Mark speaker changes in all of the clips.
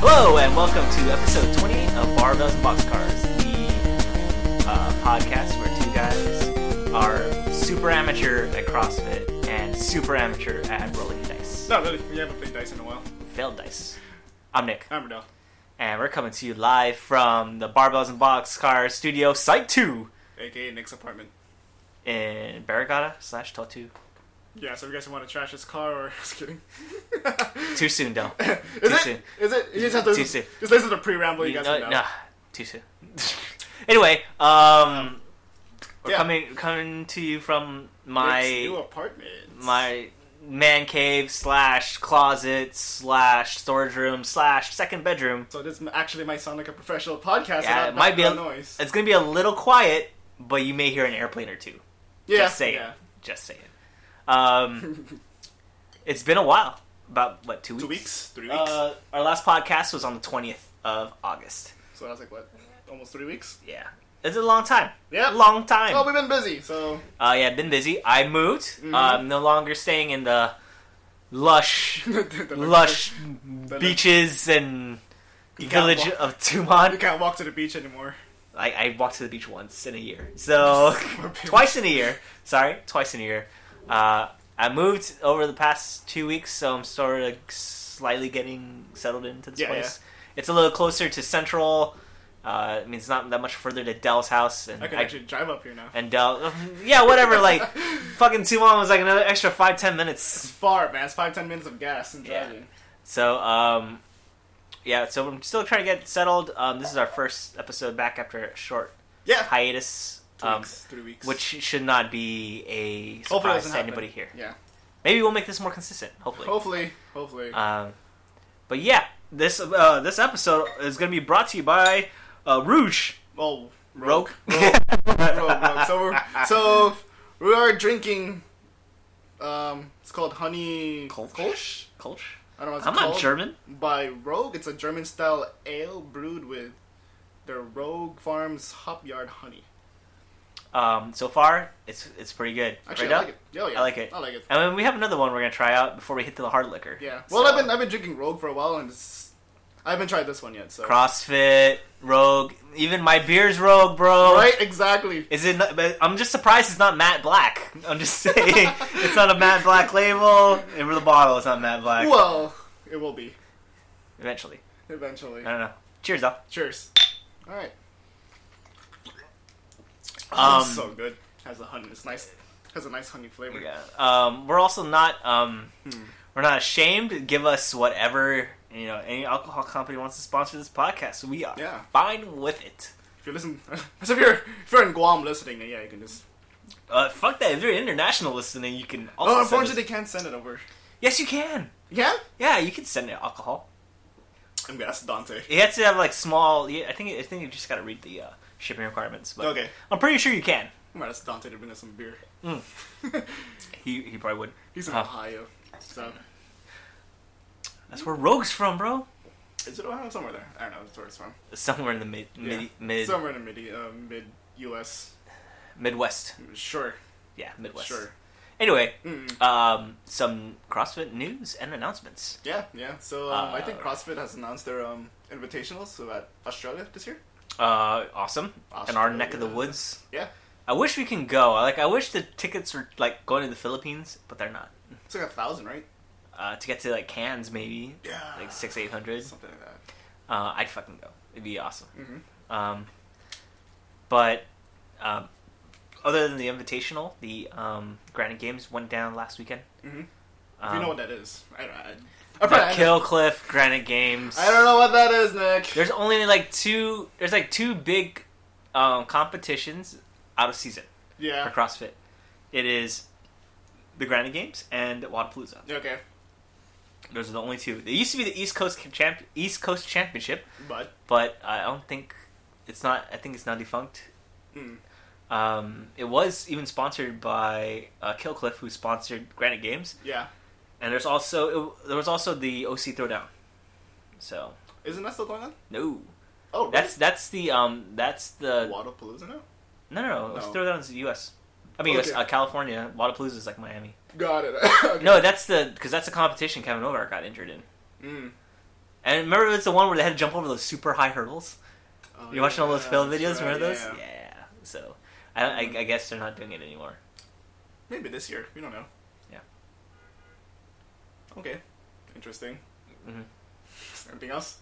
Speaker 1: Hello and welcome to episode 28 of Barbells and Boxcars, the uh, podcast where two guys are super amateur at CrossFit and super amateur at rolling dice.
Speaker 2: No, really, we haven't played dice in a while.
Speaker 1: Failed dice. I'm Nick,
Speaker 2: I'm Riddell.
Speaker 1: and we're coming to you live from the Barbells and Boxcars studio, Site 2,
Speaker 2: aka Nick's apartment.
Speaker 1: in Barragata slash Totu.
Speaker 2: Yeah, so if you guys want to trash his car or just kidding.
Speaker 1: Too soon, though.
Speaker 2: Is
Speaker 1: Too
Speaker 2: it?
Speaker 1: soon.
Speaker 2: Is it? You just have to.
Speaker 1: Too soon.
Speaker 2: Just listen to pre-ramble. You,
Speaker 1: You
Speaker 2: guys
Speaker 1: know-
Speaker 2: will know.
Speaker 1: Nah, too soon. anyway, um, we're
Speaker 2: yeah.
Speaker 1: coming coming to you from my
Speaker 2: Nick's new apartment.
Speaker 1: my man cave slash closet slash storage room slash second bedroom.
Speaker 2: So this m- actually might sound like a professional podcast.
Speaker 1: Yeah,
Speaker 2: without
Speaker 1: it might be a, uh,
Speaker 2: background noise.
Speaker 1: It's gonna be a little quiet, but you may hear an airplane or two.
Speaker 2: Yeah,
Speaker 1: Just saying.
Speaker 2: yeah.
Speaker 1: Just saying. Um, it's been a while. About what? Two weeks.
Speaker 2: Two weeks, three weeks.
Speaker 1: Uh, our last podcast was on the twentieth of August.
Speaker 2: so I was like, what? Almost three weeks.
Speaker 1: Yeah, it's a long time. A
Speaker 2: Yeah.
Speaker 1: long time.
Speaker 2: Well, Mm-hmm. we've been busy, so
Speaker 1: Uh, yeah, been busy. I moved. Uh, I'm no longer staying in the lush, lush beaches and
Speaker 2: You can't
Speaker 1: village
Speaker 2: walk-
Speaker 1: of
Speaker 2: You
Speaker 1: Tumon.
Speaker 2: can't walk to the beach anymore.
Speaker 1: I, I walked to the beach once in a year, so Oh, twice in a year. Sorry, twice in a year. Uh, I moved over the past two weeks, so I'm sort of slightly getting settled into this
Speaker 2: Yeah,
Speaker 1: place. It's a little closer to Central. Uh, I mean, it's not that much further to Dell's house, and
Speaker 2: I can
Speaker 1: I-
Speaker 2: actually drive up here now.
Speaker 1: and Dell, yeah, whatever. Like, fucking Tumon was like another extra five ten minutes
Speaker 2: It's far, man. It's five ten minutes of gas and
Speaker 1: Yeah.
Speaker 2: driving.
Speaker 1: So, um, yeah, so I'm still trying to get settled. Um, this is our first episode back after a short
Speaker 2: Yeah,
Speaker 1: hiatus,
Speaker 2: two
Speaker 1: um,
Speaker 2: weeks, three weeks.
Speaker 1: which should not be a
Speaker 2: hopefully it
Speaker 1: surprise
Speaker 2: doesn't
Speaker 1: to
Speaker 2: happen.
Speaker 1: anybody here.
Speaker 2: Yeah.
Speaker 1: Maybe we'll make this more consistent, hopefully.
Speaker 2: Hopefully, hopefully.
Speaker 1: Um, but yeah, this uh, this episode is going to be brought to you by uh, Rouge.
Speaker 2: well,
Speaker 1: Rogue.
Speaker 2: rogue, rogue, rogue. So we're so we are drinking. Um, it's called honey
Speaker 1: Kolsch?
Speaker 2: Kolsch?
Speaker 1: Kolsch?
Speaker 2: I don't know. What's
Speaker 1: I'm
Speaker 2: it
Speaker 1: not
Speaker 2: called.
Speaker 1: German.
Speaker 2: By Rogue, it's a German style ale brewed with their Rogue Farms hop yard honey.
Speaker 1: Um, so far, it's it's pretty good.
Speaker 2: Actually,
Speaker 1: Right
Speaker 2: I
Speaker 1: up?
Speaker 2: like it. Yeah, oh, yeah,
Speaker 1: I like it.
Speaker 2: I like it.
Speaker 1: And then we have another one we're going to try out before we hit to the hard liquor.
Speaker 2: Yeah. Well,
Speaker 1: So-
Speaker 2: I've been I've been drinking Rogue for a while, and it's, I haven't tried this one yet. So
Speaker 1: CrossFit, Rogue, even my beer's Rogue, bro.
Speaker 2: right, exactly.
Speaker 1: Is it? Not, but I'm just surprised it's not matte black. I'm just saying it's not a matte black label. And the bottle is not matte black.
Speaker 2: Well, it will be
Speaker 1: Eventually,
Speaker 2: eventually.
Speaker 1: I don't know. Cheers up.
Speaker 2: Cheers. All right.
Speaker 1: Um,
Speaker 2: oh, it's so good. Has a honey. It's nice. Has a nice honey flavor.
Speaker 1: Yeah. Um, we're also not. Um,
Speaker 2: Hmm.
Speaker 1: We're not ashamed. Give us whatever you know. Any alcohol company wants to sponsor this podcast, we are
Speaker 2: Yeah.
Speaker 1: fine with it.
Speaker 2: If you listen, so if you're if you're in Guam listening, then yeah, you can just.
Speaker 1: Uh, fuck that. If you're international listening, you can. Also
Speaker 2: Oh,
Speaker 1: send us-
Speaker 2: unfortunately, they can't send it over.
Speaker 1: yes, you can.
Speaker 2: Yeah.
Speaker 1: Yeah, you can send it alcohol.
Speaker 2: I'm gonna ask Dante.
Speaker 1: You have to have like small. yeah, I think I think you just got to read the uh, shipping requirements. But
Speaker 2: Okay.
Speaker 1: I'm pretty sure you can.
Speaker 2: I'm gonna ask Dante to bring us some beer.
Speaker 1: He he probably would.
Speaker 2: He's in
Speaker 1: Mm. Huh.
Speaker 2: Ohio, so
Speaker 1: That's where Rogue's from, bro.
Speaker 2: is it Ohio somewhere there? I don't know. That's where it's from.
Speaker 1: Somewhere in the mid
Speaker 2: Yeah.
Speaker 1: mid, mid
Speaker 2: somewhere in the mid uh, mid U.S.
Speaker 1: Midwest.
Speaker 2: Sure,
Speaker 1: Yeah, Midwest.
Speaker 2: sure.
Speaker 1: Anyway,
Speaker 2: Mm.
Speaker 1: um, some CrossFit news and announcements.
Speaker 2: Yeah, yeah. So um, I think
Speaker 1: Uh,
Speaker 2: CrossFit has announced their um, invitationals so at Australia this year.
Speaker 1: Uh, awesome. In our neck of the
Speaker 2: Australia.
Speaker 1: woods.
Speaker 2: Yeah.
Speaker 1: I wish we can go. I- Like I wish the tickets were like going to the Philippines, but they're not.
Speaker 2: It's like a thousand, right?
Speaker 1: Uh, to get to like Cairns, maybe
Speaker 2: Yeah.
Speaker 1: like six eight hundred.
Speaker 2: Something like that.
Speaker 1: Uh, I'd fucking go. It'd be awesome.
Speaker 2: Mhm.
Speaker 1: Um, but um, other than the Invitational, the um, Granite Games went down last weekend.
Speaker 2: Mhm.
Speaker 1: Um,
Speaker 2: you know what that is. I don't, I, I,
Speaker 1: the
Speaker 2: probably- I
Speaker 1: Kill Cliff Granite Games.
Speaker 2: don't- I don't know what that is, Nick.
Speaker 1: There's only like two. There's like two big um, competitions out of season for
Speaker 2: Yeah.
Speaker 1: CrossFit. It is the Granite Games and Wadapalooza.
Speaker 2: Okay.
Speaker 1: Those are the only two. They used to be the East Coast champ- East Coast Championship,
Speaker 2: But
Speaker 1: but I don't think it's not. I think it's now defunct.
Speaker 2: mm,
Speaker 1: Um, it was even sponsored by uh, Killcliff, who sponsored Granite Games,
Speaker 2: yeah,
Speaker 1: and there's also it, there was also the OC Throwdown. So
Speaker 2: isn't that still going on?
Speaker 1: no,
Speaker 2: Oh, really?
Speaker 1: that's that's the um that's the
Speaker 2: Wadapalooza now.
Speaker 1: no no no OC
Speaker 2: No.
Speaker 1: Throwdown is the U.S. I mean US,
Speaker 2: Okay.
Speaker 1: uh, California. Wadapalooza is like Miami.
Speaker 2: Got it.
Speaker 1: No, that's the because that's the competition Kevin Novak got injured in,
Speaker 2: Mm.
Speaker 1: And remember, it's the one where they had to jump over those super high hurdles.
Speaker 2: Oh,
Speaker 1: You're watching all those
Speaker 2: yeah,
Speaker 1: film
Speaker 2: that's
Speaker 1: videos.
Speaker 2: right,
Speaker 1: remember those?
Speaker 2: yeah.
Speaker 1: Yeah. So, I, I, I guess they're not doing it anymore.
Speaker 2: Maybe this year. We don't know.
Speaker 1: Yeah.
Speaker 2: Okay. Interesting.
Speaker 1: Mhm.
Speaker 2: Anything else?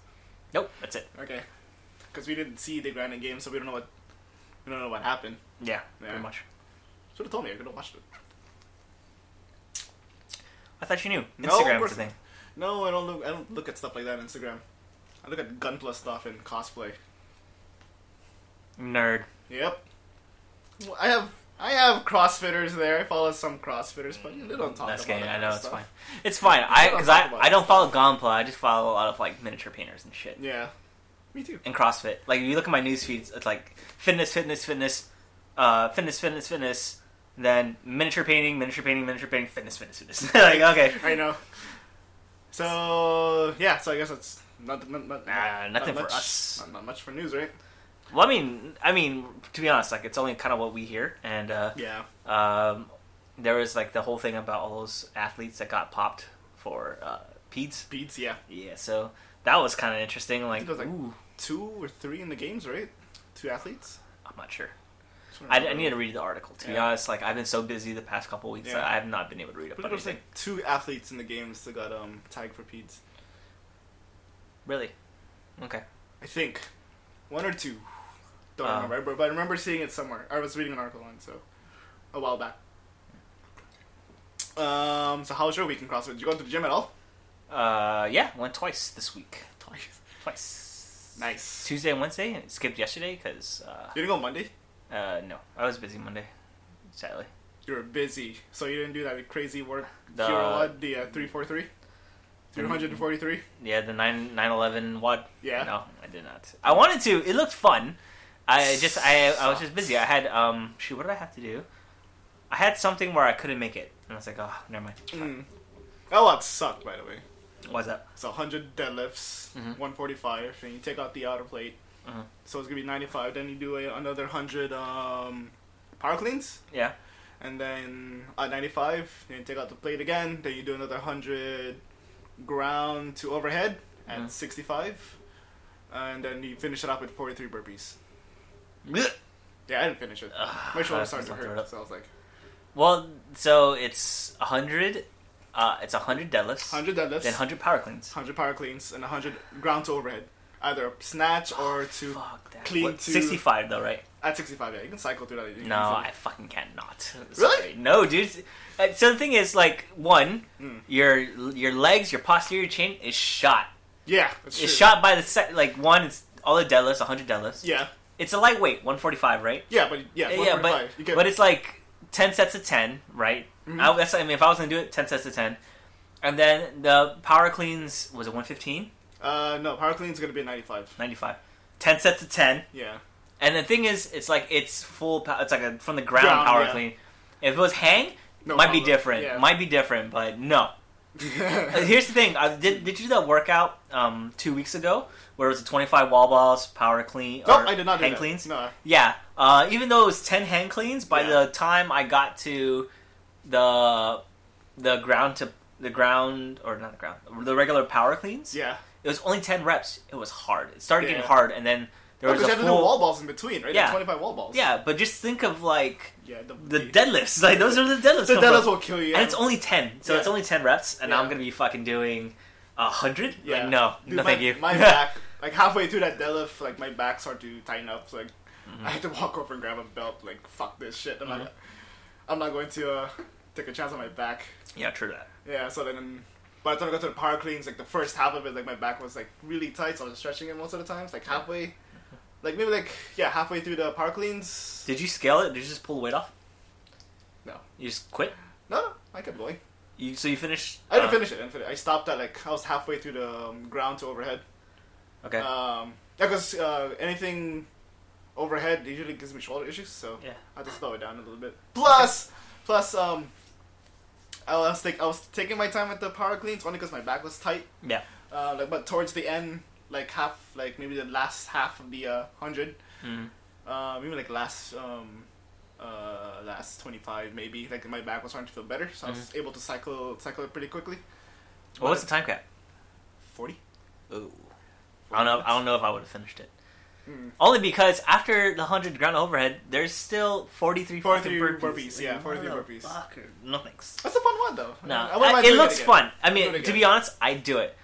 Speaker 1: Nope, that's it.
Speaker 2: Okay. Because we didn't see the Granite game, so we don't know what we don't know what happened.
Speaker 1: Yeah,
Speaker 2: Yeah.
Speaker 1: pretty much.
Speaker 2: Should have told me. I could have watched it.
Speaker 1: I thought you knew.
Speaker 2: No, of
Speaker 1: Instagram was
Speaker 2: course
Speaker 1: the thing.
Speaker 2: No, I don't look. I don't look at stuff like that on Instagram. I look at Gunpla stuff and cosplay.
Speaker 1: Nerd.
Speaker 2: Yep. Well, I have I have CrossFitters there. I follow some CrossFitters, but they don't talk
Speaker 1: That's
Speaker 2: about
Speaker 1: okay.
Speaker 2: that
Speaker 1: I know
Speaker 2: stuff.
Speaker 1: it's fine. It's fine. I
Speaker 2: don't
Speaker 1: because
Speaker 2: talk
Speaker 1: I,
Speaker 2: about
Speaker 1: I
Speaker 2: that
Speaker 1: don't follow Gonpla. I just follow a lot of like miniature painters and shit
Speaker 2: Yeah, me too.
Speaker 1: and CrossFit. Like if you look at my news feeds, it's like fitness, fitness, fitness, uh, fitness, fitness, fitness. Then miniature painting, miniature painting, miniature painting, fitness, fitness, fitness. like okay,
Speaker 2: I know. So yeah, so I guess that's not, not, not
Speaker 1: Nah,
Speaker 2: not
Speaker 1: nothing for
Speaker 2: much-
Speaker 1: us.
Speaker 2: Not, not much for news, right?
Speaker 1: Well, I mean, I mean, to be honest, like it's only kind of what we hear, and uh,
Speaker 2: Yeah.
Speaker 1: um, there was like the whole thing about all those athletes that got popped for uh, peds.
Speaker 2: Beats, yeah.
Speaker 1: Yeah, so that was kind of interesting. Like,
Speaker 2: think it was, like,
Speaker 1: ooh,
Speaker 2: Two or three in the games, right? Two athletes.
Speaker 1: I'm not sure. I, I need to read the article. To be
Speaker 2: Yeah.
Speaker 1: honest, like I've been so busy the past couple weeks that
Speaker 2: Yeah.
Speaker 1: I have not been able to read up
Speaker 2: But it
Speaker 1: on
Speaker 2: was
Speaker 1: anything.
Speaker 2: like two athletes in the games that got um tagged for peds.
Speaker 1: Really? Okay.
Speaker 2: I think one or two. Don't
Speaker 1: Oh.
Speaker 2: remember, but, but I remember seeing it somewhere. I was reading an article on it, so a while back. Um. So how was your week in CrossFit? Did you go to the gym at all?
Speaker 1: Uh, yeah, went twice this week.
Speaker 2: Twice.
Speaker 1: Twice.
Speaker 2: Nice.
Speaker 1: Tuesday and Wednesday. and Skipped yesterday because uh,
Speaker 2: You didn't go Monday.
Speaker 1: uh, no, I was busy Monday. Sadly.
Speaker 2: You were busy, so you didn't do that crazy work.
Speaker 1: The- Mm.
Speaker 2: The what? The uh, three four three. Three hundred and forty three.
Speaker 1: Yeah, the nine nine eleven wad.
Speaker 2: Yeah.
Speaker 1: No, I did not. I wanted to. It looked fun. I just I I was just busy. I had um shoot. What did I have to do? I had something where I couldn't make it, and I was like, oh, never mind.
Speaker 2: Mm. That lot sucked, by the way.
Speaker 1: What's up?
Speaker 2: So 100 deadlifts,
Speaker 1: Mhm.
Speaker 2: 145, and you take out the outer plate.
Speaker 1: Mhm.
Speaker 2: So it's gonna be 95. Then you do a, another 100 um, power cleans,
Speaker 1: Yeah.
Speaker 2: and then at 95, then you take out the plate again. Then you do another 100 ground to overhead at
Speaker 1: Mhm.
Speaker 2: 65, and then you finish it up with 43 burpees.
Speaker 1: Ugh.
Speaker 2: Yeah, I didn't finish it.
Speaker 1: Ugh,
Speaker 2: My shoulder
Speaker 1: Uh, that's
Speaker 2: started to
Speaker 1: not throw it
Speaker 2: hurt,
Speaker 1: up.
Speaker 2: so I was like,
Speaker 1: Well, so it's hundred. Uh, it's hundred deadlifts.
Speaker 2: 100 deadlifts,
Speaker 1: Then
Speaker 2: 100,
Speaker 1: hundred power cleans.
Speaker 2: power cleans, and 100 ground to overhead, either snatch or to
Speaker 1: Fuck that.
Speaker 2: clean
Speaker 1: What,
Speaker 2: to-
Speaker 1: Sixty-five though, right?
Speaker 2: At 65, yeah. You can cycle through that. You can
Speaker 1: No,
Speaker 2: easily-
Speaker 1: I fucking cannot.
Speaker 2: Really?
Speaker 1: Sorry. No, dude. Uh, So the thing is, like, one,
Speaker 2: Mm.
Speaker 1: your your legs, your posterior chain is shot.
Speaker 2: Yeah. That's
Speaker 1: It's
Speaker 2: true.
Speaker 1: shot by the set. Like one, it's all the deadlifts, 100 deadlifts.
Speaker 2: Yeah.
Speaker 1: It's a lightweight, 145, right?
Speaker 2: Yeah, but yeah.
Speaker 1: yeah,
Speaker 2: 145.
Speaker 1: but
Speaker 2: you get,
Speaker 1: but it's like 10 sets of 10, right?
Speaker 2: Mhm.
Speaker 1: I, that's I mean, if I was gonna do it, 10 sets of 10, and then the power cleans was it 115,
Speaker 2: uh, no, power clean's going to be a 95.
Speaker 1: 95, 10 sets of 10,
Speaker 2: Yeah.
Speaker 1: and the thing is, it's like it's full. pow- It's like a from the ground
Speaker 2: Ground,
Speaker 1: power
Speaker 2: yeah.
Speaker 1: clean. If it was hang,
Speaker 2: No,
Speaker 1: might be
Speaker 2: probably.
Speaker 1: different.
Speaker 2: Yeah.
Speaker 1: Might be different, but no. Uh, Here's the thing. I did. Did you do that workout um, two weeks ago where it was a 25 wall balls, power clean,
Speaker 2: no,
Speaker 1: or
Speaker 2: I did not do
Speaker 1: hand
Speaker 2: that.
Speaker 1: cleans?
Speaker 2: No.
Speaker 1: Yeah. Uh, even though it was 10 hand cleans, by
Speaker 2: Yeah.
Speaker 1: the time I got to the the ground to the ground or not the ground, the regular power cleans,
Speaker 2: Yeah.
Speaker 1: it was only 10 reps. It was hard. It started getting
Speaker 2: Yeah.
Speaker 1: hard, and then there
Speaker 2: Oh, Because
Speaker 1: was
Speaker 2: you
Speaker 1: a
Speaker 2: have to do
Speaker 1: full.
Speaker 2: wall balls in between, right?
Speaker 1: Yeah.
Speaker 2: There's 25 wall balls.
Speaker 1: Yeah, but just think of like
Speaker 2: Yeah. The,
Speaker 1: the deadlifts. Like those are the deadlifts.
Speaker 2: the
Speaker 1: come from.
Speaker 2: deadlifts will kill you.
Speaker 1: And it's only ten, so
Speaker 2: Yeah.
Speaker 1: it's only ten reps, and
Speaker 2: Yeah.
Speaker 1: I'm gonna be fucking doing a hundred.
Speaker 2: Yeah.
Speaker 1: Like, no,
Speaker 2: Dude,
Speaker 1: no,
Speaker 2: my,
Speaker 1: thank you.
Speaker 2: My back, like halfway through that deadlift, like my back started to tighten up. So, like
Speaker 1: Mm-hmm.
Speaker 2: I had to walk over and grab a belt. Like fuck this shit. I'm not.
Speaker 1: Mm-hmm.
Speaker 2: I'm not going to uh, take a chance on my back.
Speaker 1: yeah, true that.
Speaker 2: Yeah, so then by the time I got to the power cleans, like the first half of it, like my back was like really tight, so I was stretching it most of the times, like halfway, like maybe like yeah, halfway through the power cleans.
Speaker 1: Did you scale it? Did you just pull the weight off?
Speaker 2: No.
Speaker 1: You just quit.
Speaker 2: No, no, I kept going.
Speaker 1: You so you finished.
Speaker 2: I didn't
Speaker 1: uh,
Speaker 2: finish it. I didn't finish. I stopped at like I was halfway through the um, ground to overhead.
Speaker 1: Okay.
Speaker 2: Um, yeah, because uh, anything overhead usually gives me shoulder issues, so
Speaker 1: Yeah.
Speaker 2: I had to slow it down a little bit. Plus, plus um, I was think I was taking my time at the power cleans only because my back was tight.
Speaker 1: yeah.
Speaker 2: uh, like but towards the end, like half, like maybe the last half of the uh, hundred,
Speaker 1: Mm.
Speaker 2: uh, maybe like last um, uh, last twenty five, maybe like my back was starting to feel better,
Speaker 1: Mm-hmm.
Speaker 2: so I was able to cycle cycle it pretty quickly.
Speaker 1: What was the time cap?
Speaker 2: Forty.
Speaker 1: Ooh. I don't know. I don't know if I would have finished it.
Speaker 2: Mm.
Speaker 1: Only because after the hundred ground overhead, there's still forty three
Speaker 2: 43 burpees, yeah, 43 burpees.
Speaker 1: No thanks.
Speaker 2: That's a fun one though.
Speaker 1: No,
Speaker 2: I
Speaker 1: I-
Speaker 2: wouldn't mind
Speaker 1: it
Speaker 2: doing
Speaker 1: looks
Speaker 2: again.
Speaker 1: fun. I
Speaker 2: I'll
Speaker 1: mean,
Speaker 2: do it
Speaker 1: to
Speaker 2: again.
Speaker 1: be honest, I do it.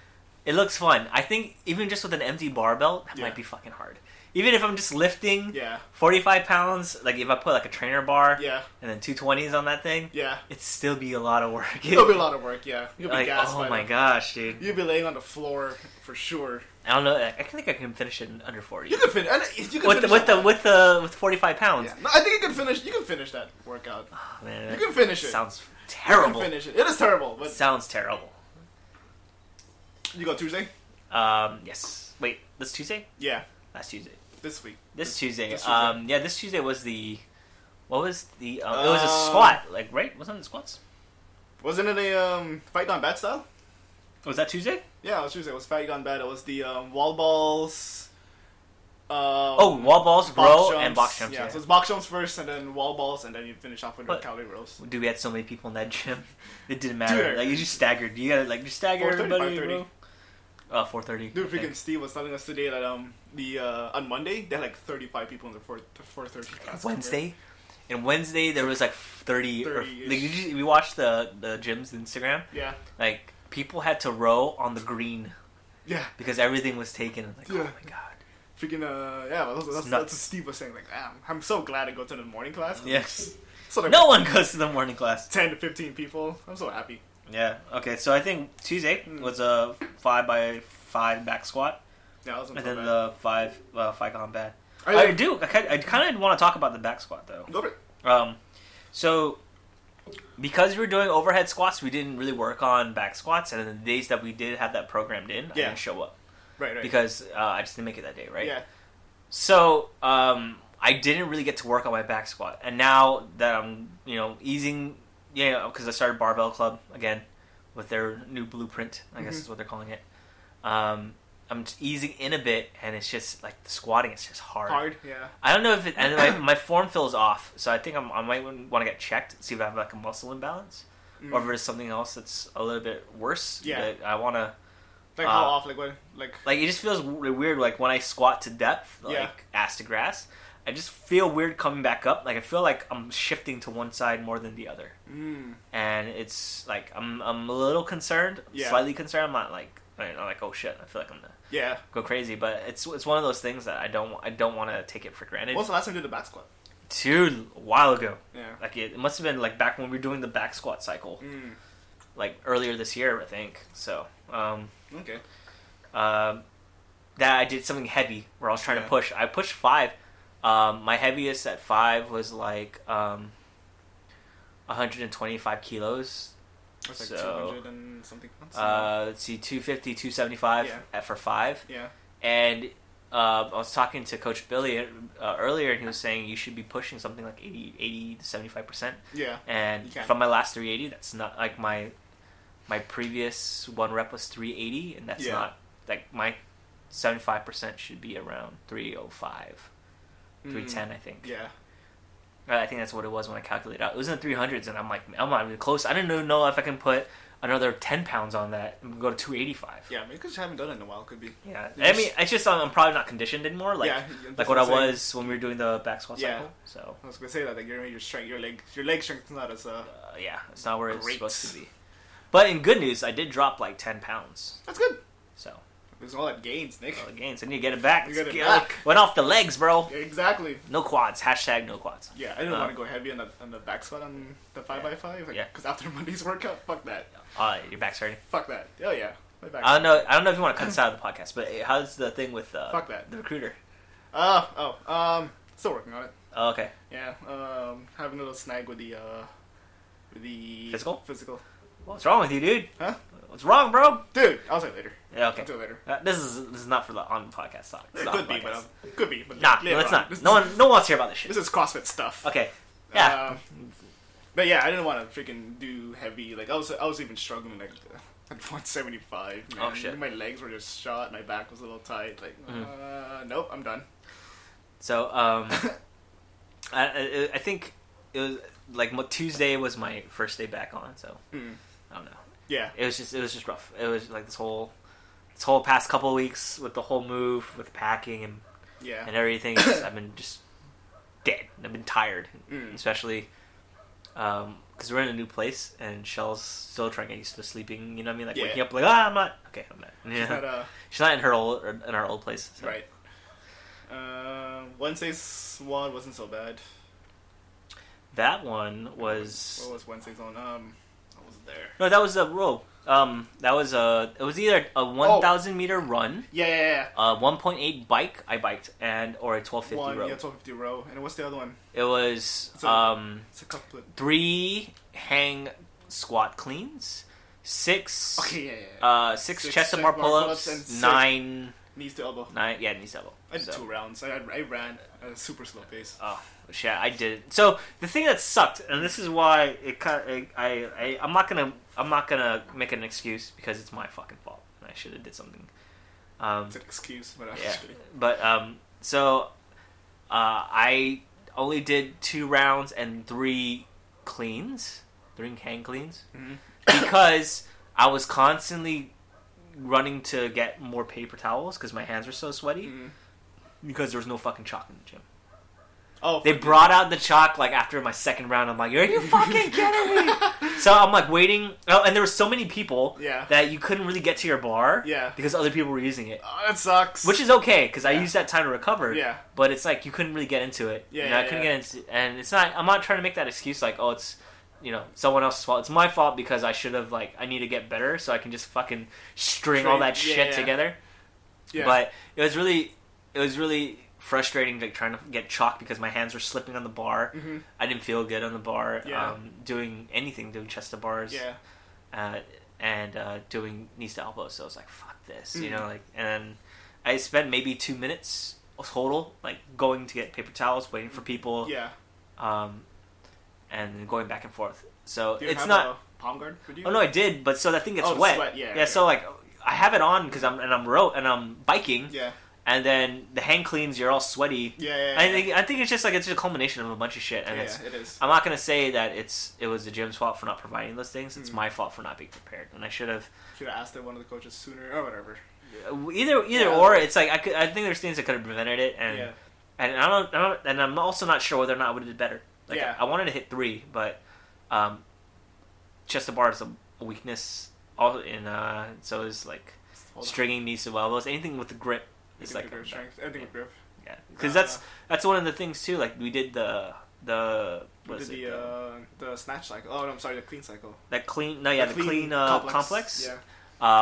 Speaker 1: It looks fun. I think even just with an empty barbell, that
Speaker 2: Yeah.
Speaker 1: might be fucking hard. Even if I'm just lifting
Speaker 2: Yeah,
Speaker 1: forty five pounds, like if I put like a trainer bar
Speaker 2: yeah,
Speaker 1: and then two twenties on that thing,
Speaker 2: yeah.
Speaker 1: it'd still be a lot of work.
Speaker 2: It'll be a lot of work. Yeah, you'll be
Speaker 1: like,
Speaker 2: gassed.
Speaker 1: oh
Speaker 2: by
Speaker 1: my
Speaker 2: then.
Speaker 1: gosh, dude!
Speaker 2: You'll be laying on the floor for sure.
Speaker 1: I don't know. I I think I can finish it in under forty.
Speaker 2: You can finish. You can
Speaker 1: with the
Speaker 2: finish
Speaker 1: with
Speaker 2: that
Speaker 1: the
Speaker 2: one.
Speaker 1: with the with forty five pounds.
Speaker 2: Yeah. No, I think you can finish. You can finish that workout.
Speaker 1: Oh, man,
Speaker 2: You
Speaker 1: that
Speaker 2: can finish it.
Speaker 1: Sounds
Speaker 2: You
Speaker 1: terrible.
Speaker 2: can finish it. It is terrible, but
Speaker 1: Sounds terrible.
Speaker 2: you go Tuesday.
Speaker 1: Um, yes. Wait, this Tuesday?
Speaker 2: Yeah,
Speaker 1: Last Tuesday.
Speaker 2: this week.
Speaker 1: This Tuesday.
Speaker 2: this Tuesday.
Speaker 1: Um, yeah, this Tuesday was the. What was the? Um, it was a
Speaker 2: Um,
Speaker 1: squat, like right? Wasn't it squats?
Speaker 2: Wasn't it a um, fight on bad style?
Speaker 1: Was that Tuesday?
Speaker 2: Yeah, it was Tuesday. It was fight on bad. It was the um, wall balls. Uh,
Speaker 1: Oh, wall balls,
Speaker 2: box
Speaker 1: row,
Speaker 2: jumps.
Speaker 1: and box jumps. Yeah.
Speaker 2: so it's box jumps first, and then wall balls, and then you finish off with
Speaker 1: But-
Speaker 2: calorie rows.
Speaker 1: Dude, we had so many people in that gym. It didn't matter.
Speaker 2: Dude.
Speaker 1: Like you just staggered. You gotta like just stagger
Speaker 2: 4:30,
Speaker 1: everybody.
Speaker 2: 5:30.
Speaker 1: bro. Uh, four thirty.
Speaker 2: Dude, freaking Steve was telling us today that um the uh, on Monday they had like thirty five people in the four four thirty class.
Speaker 1: Wednesday. And Wednesday there was like thirty. Or, like,
Speaker 2: 30-ish.
Speaker 1: did you- we watched the the gym's Instagram.
Speaker 2: Yeah,
Speaker 1: Like people had to row on the green
Speaker 2: yeah,
Speaker 1: because everything was taken. Like oh
Speaker 2: Yeah.
Speaker 1: my god.
Speaker 2: freaking uh yeah. That's, that's,
Speaker 1: It's
Speaker 2: that's what
Speaker 1: nuts.
Speaker 2: Steve was saying. Like, damn, I'm so glad I go to the morning class. 'cause
Speaker 1: Yes.
Speaker 2: it's like
Speaker 1: No one goes to the morning class.
Speaker 2: ten to fifteen people. I'm so happy.
Speaker 1: Yeah. Okay. So I think Tuesday was a five by five back squat,
Speaker 2: Yeah, that was
Speaker 1: and then the five uh, five combat.
Speaker 2: I,
Speaker 1: I do. I kind, I kind of want to talk about the back squat though.
Speaker 2: go for it.
Speaker 1: Um, so because we were doing overhead squats, we didn't really work on back squats, and then the days that we did have that programmed in, I
Speaker 2: Yeah.
Speaker 1: didn't show up
Speaker 2: Right, right.
Speaker 1: because uh, I just didn't make it that day, right?
Speaker 2: Yeah,
Speaker 1: So um, I didn't really get to work on my back squat, and now that I'm you know easing, yeah, because I started Barbell Club again with their new blueprint, I guess
Speaker 2: Mhm.
Speaker 1: is what they're calling it. Um, I'm just easing in a bit, and it's just like the squatting is just
Speaker 2: hard. Yeah,
Speaker 1: I don't know if it, and my, my form feels off, so I think I'm, I might want to get checked, see if I have like a muscle imbalance,
Speaker 2: Mm.
Speaker 1: or if it's something else that's a little bit worse.
Speaker 2: Yeah.
Speaker 1: but I want to
Speaker 2: like
Speaker 1: uh,
Speaker 2: how off? Like what? Like
Speaker 1: like it just feels w- weird. Like when I squat to depth, like
Speaker 2: Yeah.
Speaker 1: ass to grass, I just feel weird coming back up. Like I feel like I'm shifting to one side more than the other,
Speaker 2: mm,
Speaker 1: and it's like I'm I'm a little concerned,
Speaker 2: Yeah.
Speaker 1: slightly concerned. I'm not like I'm not like oh shit, I feel like I'm gonna
Speaker 2: yeah.
Speaker 1: go crazy, but it's it's one of those things that I don't I don't want to take it for granted.
Speaker 2: When's the last time you did a back squat?
Speaker 1: Dude, a while ago.
Speaker 2: Yeah.
Speaker 1: Like it, it must have been like back when we were doing the back squat cycle,
Speaker 2: Mm,
Speaker 1: like earlier this year, I think. So, um,
Speaker 2: okay.
Speaker 1: um that I did something heavy where I was trying to
Speaker 2: Yeah.
Speaker 1: push. I pushed five. Um, my heaviest at five was like um, 125 kilos.
Speaker 2: That's like
Speaker 1: So,
Speaker 2: two hundred and something pounds.
Speaker 1: Uh, let's see, 250, 275
Speaker 2: Yeah.
Speaker 1: at, for five.
Speaker 2: yeah.
Speaker 1: And um, I was talking to Coach Billy uh, earlier, and he was saying you should be pushing something like 80, 80 to 75 percent.
Speaker 2: Yeah.
Speaker 1: and
Speaker 2: You can.
Speaker 1: from my last 380 that's not like my my previous one rep was 380 and that's
Speaker 2: Yeah.
Speaker 1: not like my 75% should be around 305
Speaker 2: Mm,
Speaker 1: 310 i think
Speaker 2: Yeah.
Speaker 1: Uh, i think that's what it was when i calculated it out it was in the 300s and i'm like i'm not even close i didn't even know if i can put another 10 pounds on that and go to 285
Speaker 2: Yeah, maybe because you haven't done it in a while, could be.
Speaker 1: yeah,
Speaker 2: You
Speaker 1: i mean it's just um, i'm probably not conditioned anymore like
Speaker 2: yeah,
Speaker 1: like
Speaker 2: that's
Speaker 1: what i
Speaker 2: I'm saying.
Speaker 1: was when we were doing the back squat
Speaker 2: Yeah.
Speaker 1: cycle so
Speaker 2: I was gonna say that like your your strength, your leg, your leg strength's not as uh.
Speaker 1: uh, yeah it's not where it's
Speaker 2: Great.
Speaker 1: supposed to be but in good news i did drop like 10 pounds
Speaker 2: That's good.
Speaker 1: so
Speaker 2: There's all that gains, Nick.
Speaker 1: Well, the gains. I need to get it back.
Speaker 2: You get it
Speaker 1: Yeah,
Speaker 2: back.
Speaker 1: Went off the legs, bro.
Speaker 2: Yeah, exactly.
Speaker 1: No quads. Hashtag no quads.
Speaker 2: Yeah, I didn't
Speaker 1: Uh,
Speaker 2: want to go heavy on the on the back squat on the five
Speaker 1: Yeah.
Speaker 2: by five. Like,
Speaker 1: Yeah.
Speaker 2: Because after Monday's workout, fuck that,
Speaker 1: Uh, your back's hurting.
Speaker 2: fuck that. Oh yeah, my back.
Speaker 1: I don't know. I don't know if you want to cut this out of the podcast, but how's the thing with uh,
Speaker 2: Fuck that.
Speaker 1: the recruiter?
Speaker 2: Oh oh um, still working on it.
Speaker 1: Oh, okay.
Speaker 2: Yeah, um, having a little snag with the uh, with the
Speaker 1: Physical?
Speaker 2: physical.
Speaker 1: What's wrong with you, dude?
Speaker 2: Huh?
Speaker 1: What's wrong, bro?
Speaker 2: Dude, I'll say it later.
Speaker 1: Yeah,
Speaker 2: I'll
Speaker 1: okay.
Speaker 2: say it later.
Speaker 1: Uh, this is this is not for the on podcast talk. This
Speaker 2: It
Speaker 1: is
Speaker 2: could
Speaker 1: off
Speaker 2: be,
Speaker 1: podcast.
Speaker 2: but um, could be, but
Speaker 1: nah,
Speaker 2: later
Speaker 1: no, it's
Speaker 2: on.
Speaker 1: not.
Speaker 2: This
Speaker 1: no
Speaker 2: is-
Speaker 1: one no one wants to hear about this shit.
Speaker 2: This is CrossFit stuff.
Speaker 1: Okay. Yeah.
Speaker 2: Um, but yeah, I didn't want to freaking do heavy. Like I was, I was even struggling like at 175. Man.
Speaker 1: Oh, shit. Mm-hmm.
Speaker 2: My legs were just shot. My back was a little tight. Like, uh, nope, I'm done.
Speaker 1: So um, I, I I think it was like mo- Tuesday was my first day back on. So
Speaker 2: Mm.
Speaker 1: I don't know.
Speaker 2: Yeah,
Speaker 1: It was just it was just rough. It was like this whole this this whole past couple of weeks with the whole move with packing and
Speaker 2: Yeah.
Speaker 1: and everything. it's just- I've been just dead. I've been tired,
Speaker 2: Mm.
Speaker 1: especially because we're in a new place and Shell's still trying to get used to sleeping. You know what I mean? Like
Speaker 2: Yeah.
Speaker 1: waking up like ah, I'm not okay. I'm not. Yeah.
Speaker 2: She's not, uh,
Speaker 1: She's not in her old or in our old place. so.
Speaker 2: right. Uh, Wednesday's one wasn't so bad.
Speaker 1: That one
Speaker 2: What
Speaker 1: was
Speaker 2: was Wednesday's on? Um, I was there.
Speaker 1: no. That was a row. Um, that was a. It was either
Speaker 2: Oh.
Speaker 1: a one thousand meter run,
Speaker 2: Yeah, yeah, yeah.
Speaker 1: a one point eight bike I biked, and or a twelve fifty
Speaker 2: one,
Speaker 1: row.
Speaker 2: yeah, twelve fifty row. And what's the other one?
Speaker 1: It was
Speaker 2: So-
Speaker 1: um.
Speaker 2: It's a couplet.
Speaker 1: three hang squat cleans, six
Speaker 2: Okay, yeah, yeah. yeah.
Speaker 1: uh six,
Speaker 2: Six
Speaker 1: chest and
Speaker 2: chest
Speaker 1: bar
Speaker 2: bar
Speaker 1: pull ups,
Speaker 2: pull-ups and
Speaker 1: nine
Speaker 2: Knees to elbow.
Speaker 1: nine yeah knees double.
Speaker 2: I did two
Speaker 1: So,
Speaker 2: rounds. I, I ran at a super slow pace.
Speaker 1: oh shit, I did. it. So the thing that sucked, and this is why it kind of, I, I I'm not gonna I'm not gonna make an excuse because it's my fucking fault and I should have did something. Um,
Speaker 2: It's an excuse, but I'm
Speaker 1: yeah,
Speaker 2: just kidding.
Speaker 1: but um so uh I only did two rounds and three cleans, three hang cleans.
Speaker 2: Mhm.
Speaker 1: because I was constantly running to get more paper towels because my hands were so sweaty
Speaker 2: Mhm.
Speaker 1: because there was no fucking chalk in the gym.
Speaker 2: Oh,
Speaker 1: They
Speaker 2: fuck.
Speaker 1: brought out the chalk like after my second round. I'm like, are you fucking kidding me? so I'm like waiting. Oh, and there were so many people
Speaker 2: Yeah.
Speaker 1: that you couldn't really get to your bar
Speaker 2: Yeah.
Speaker 1: because other people were using it,
Speaker 2: Oh, that sucks.
Speaker 1: which is okay because I
Speaker 2: Yeah.
Speaker 1: used that time to recover.
Speaker 2: yeah,
Speaker 1: But it's like you couldn't really get into it.
Speaker 2: Yeah,
Speaker 1: You know, I
Speaker 2: yeah,
Speaker 1: couldn't
Speaker 2: yeah.
Speaker 1: get into, and it's not. I'm not trying to make that excuse like, oh, it's you know someone else's fault. It's my fault because I should have like I need to get better so I can just fucking string all
Speaker 2: String-
Speaker 1: that
Speaker 2: yeah,
Speaker 1: shit
Speaker 2: yeah.
Speaker 1: together.
Speaker 2: yeah.
Speaker 1: But it was really, it was really frustrating like trying to get chalk because my hands were slipping on the bar.
Speaker 2: hmm
Speaker 1: I didn't feel good on the bar.
Speaker 2: Yeah.
Speaker 1: Um, doing anything, doing chest to bars
Speaker 2: yeah,
Speaker 1: uh, and uh, doing knees to elbows. So I was like, "Fuck this," you
Speaker 2: Mhm.
Speaker 1: know. Like, and I spent maybe two minutes total, like going to get paper towels, waiting for people,
Speaker 2: Mm. yeah.
Speaker 1: um, and then going back and forth. So
Speaker 2: Do you
Speaker 1: it's
Speaker 2: have
Speaker 1: not.
Speaker 2: a palm guard? Would you?
Speaker 1: Oh no, I did, but so that thing gets
Speaker 2: Oh,
Speaker 1: wet.
Speaker 2: sweat, yeah,
Speaker 1: yeah.
Speaker 2: okay.
Speaker 1: So like, I have it on because I'm and I'm ro- and I'm biking,
Speaker 2: Yeah,
Speaker 1: and then the hand cleans. You're all sweaty.
Speaker 2: yeah, yeah. yeah.
Speaker 1: I think I think it's just like it's just a culmination of a bunch of shit, and
Speaker 2: yeah,
Speaker 1: it's
Speaker 2: it is.
Speaker 1: I'm not gonna say that it's it was the gym's fault for not providing those things. It's
Speaker 2: Mm.
Speaker 1: my fault for not being prepared, and I should have
Speaker 2: Should have asked one of the coaches sooner or whatever.
Speaker 1: either either
Speaker 2: Yeah.
Speaker 1: or. It's like I could I think there's things that could have prevented it, and
Speaker 2: yeah,
Speaker 1: and I don't, I don't and I'm also not sure whether or not I would have did better. Like
Speaker 2: Yeah.
Speaker 1: I, wanted to hit three, but um, chest to bar is a, a weakness. All in uh, so is like
Speaker 2: Hold on.
Speaker 1: stringing knees to elbows. Anything with the grip
Speaker 2: I
Speaker 1: is like
Speaker 2: think with grip strength. I think with grip.
Speaker 1: yeah, because
Speaker 2: Uh,
Speaker 1: that's that's one of the things too. Like we did the the
Speaker 2: We
Speaker 1: what
Speaker 2: did
Speaker 1: is it
Speaker 2: the uh, the snatch cycle. Oh, no, I'm sorry, the clean cycle.
Speaker 1: that clean no yeah the clean, uh, complex.
Speaker 2: Yeah,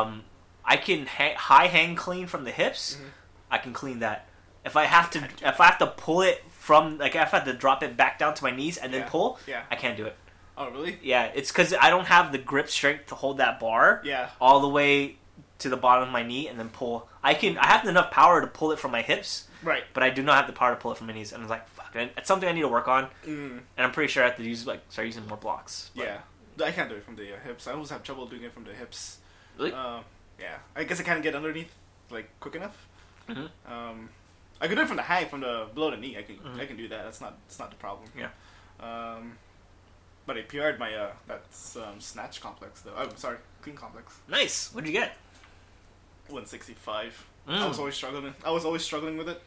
Speaker 1: Um, I can ha- high hang clean from the hips.
Speaker 2: Mhm.
Speaker 1: I can clean that. If I have to, if I have to pull it from, like, if I have to drop it back down to my knees and then
Speaker 2: Yeah.
Speaker 1: pull,
Speaker 2: yeah.
Speaker 1: I can't do it.
Speaker 2: Oh, really?
Speaker 1: Yeah, it's because I don't have the grip strength to hold that bar
Speaker 2: Yeah,
Speaker 1: all the way to the bottom of my knee and then pull. I can, I have enough power to pull it from my hips,
Speaker 2: right.
Speaker 1: but I do not have the power to pull it from my knees. And I was like, fuck, and it's something I need to work on.
Speaker 2: Mm,
Speaker 1: And I'm pretty sure I have to use like start using more blocks. But-
Speaker 2: yeah, I can't do it from the uh, hips. I always have trouble doing it from the hips.
Speaker 1: Really?
Speaker 2: Um, yeah, I guess I can't get underneath like quick enough.
Speaker 1: Mhm.
Speaker 2: Um, I could do it from the high, from the below the knee. I can
Speaker 1: Mhm.
Speaker 2: I can do that. That's not that's not the problem.
Speaker 1: Yeah.
Speaker 2: Um, but I PR'd my uh that's um, snatch complex though. I'm sorry, clean complex.
Speaker 1: Nice. What'd you get?
Speaker 2: 165. I
Speaker 1: Mm.
Speaker 2: was always struggling. I was always struggling with it.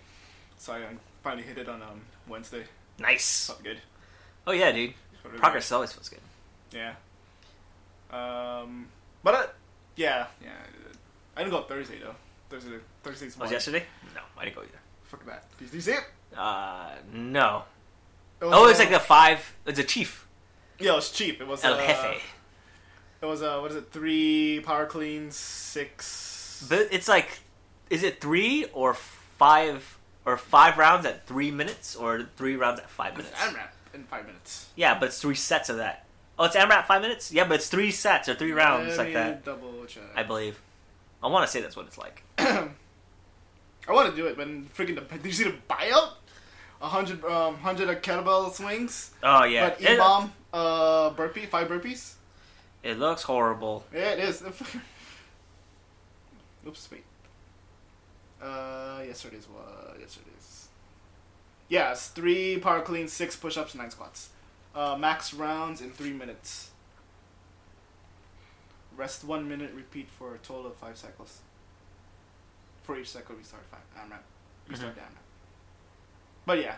Speaker 2: So I um, finally hit it on um Wednesday.
Speaker 1: Nice.
Speaker 2: Felt good.
Speaker 1: Oh yeah, dude.
Speaker 2: Felt really
Speaker 1: Progress always feels good.
Speaker 2: good. Yeah. Um, but uh, yeah, yeah. I didn't go up Thursday though. Thursday, Thursday's
Speaker 1: Was
Speaker 2: one.
Speaker 1: Oh, yesterday? No, I didn't go either.
Speaker 2: Fuck that. Did you see it?
Speaker 1: Uh, no.
Speaker 2: It
Speaker 1: Oh, it's
Speaker 2: uh,
Speaker 1: like the five. It's a chief.
Speaker 2: Yeah, it was cheap. It was
Speaker 1: El
Speaker 2: uh,
Speaker 1: jefe.
Speaker 2: It was uh, what is it? Three power cleans, six.
Speaker 1: But it's like, is it three or five or five rounds at three minutes or three rounds at five
Speaker 2: It's
Speaker 1: minutes?
Speaker 2: AMRAP in five minutes.
Speaker 1: Yeah, but it's three sets of that. Oh, it's AMRAP five minutes. Yeah, but it's three sets or three rounds like that.
Speaker 2: Double check.
Speaker 1: I believe. I want to say that's what it's like.
Speaker 2: I want to do it, but freaking the, did you see the buyout? A hundred, um, hundred of kettlebell swings.
Speaker 1: Oh yeah,
Speaker 2: But
Speaker 1: it,
Speaker 2: imam, uh, burpee, five burpees.
Speaker 1: it looks horrible.
Speaker 2: Yeah, it is. Oops, wait. Uh, yesterday's what? Yesterday's. Yes, three power cleans, six push-ups, nine squats. Uh, max rounds in three minutes. Rest one minute, repeat for a total of five cycles. for each cycle, restart five AMRAP. Restart
Speaker 1: Mhm.
Speaker 2: the AMRAP. But yeah,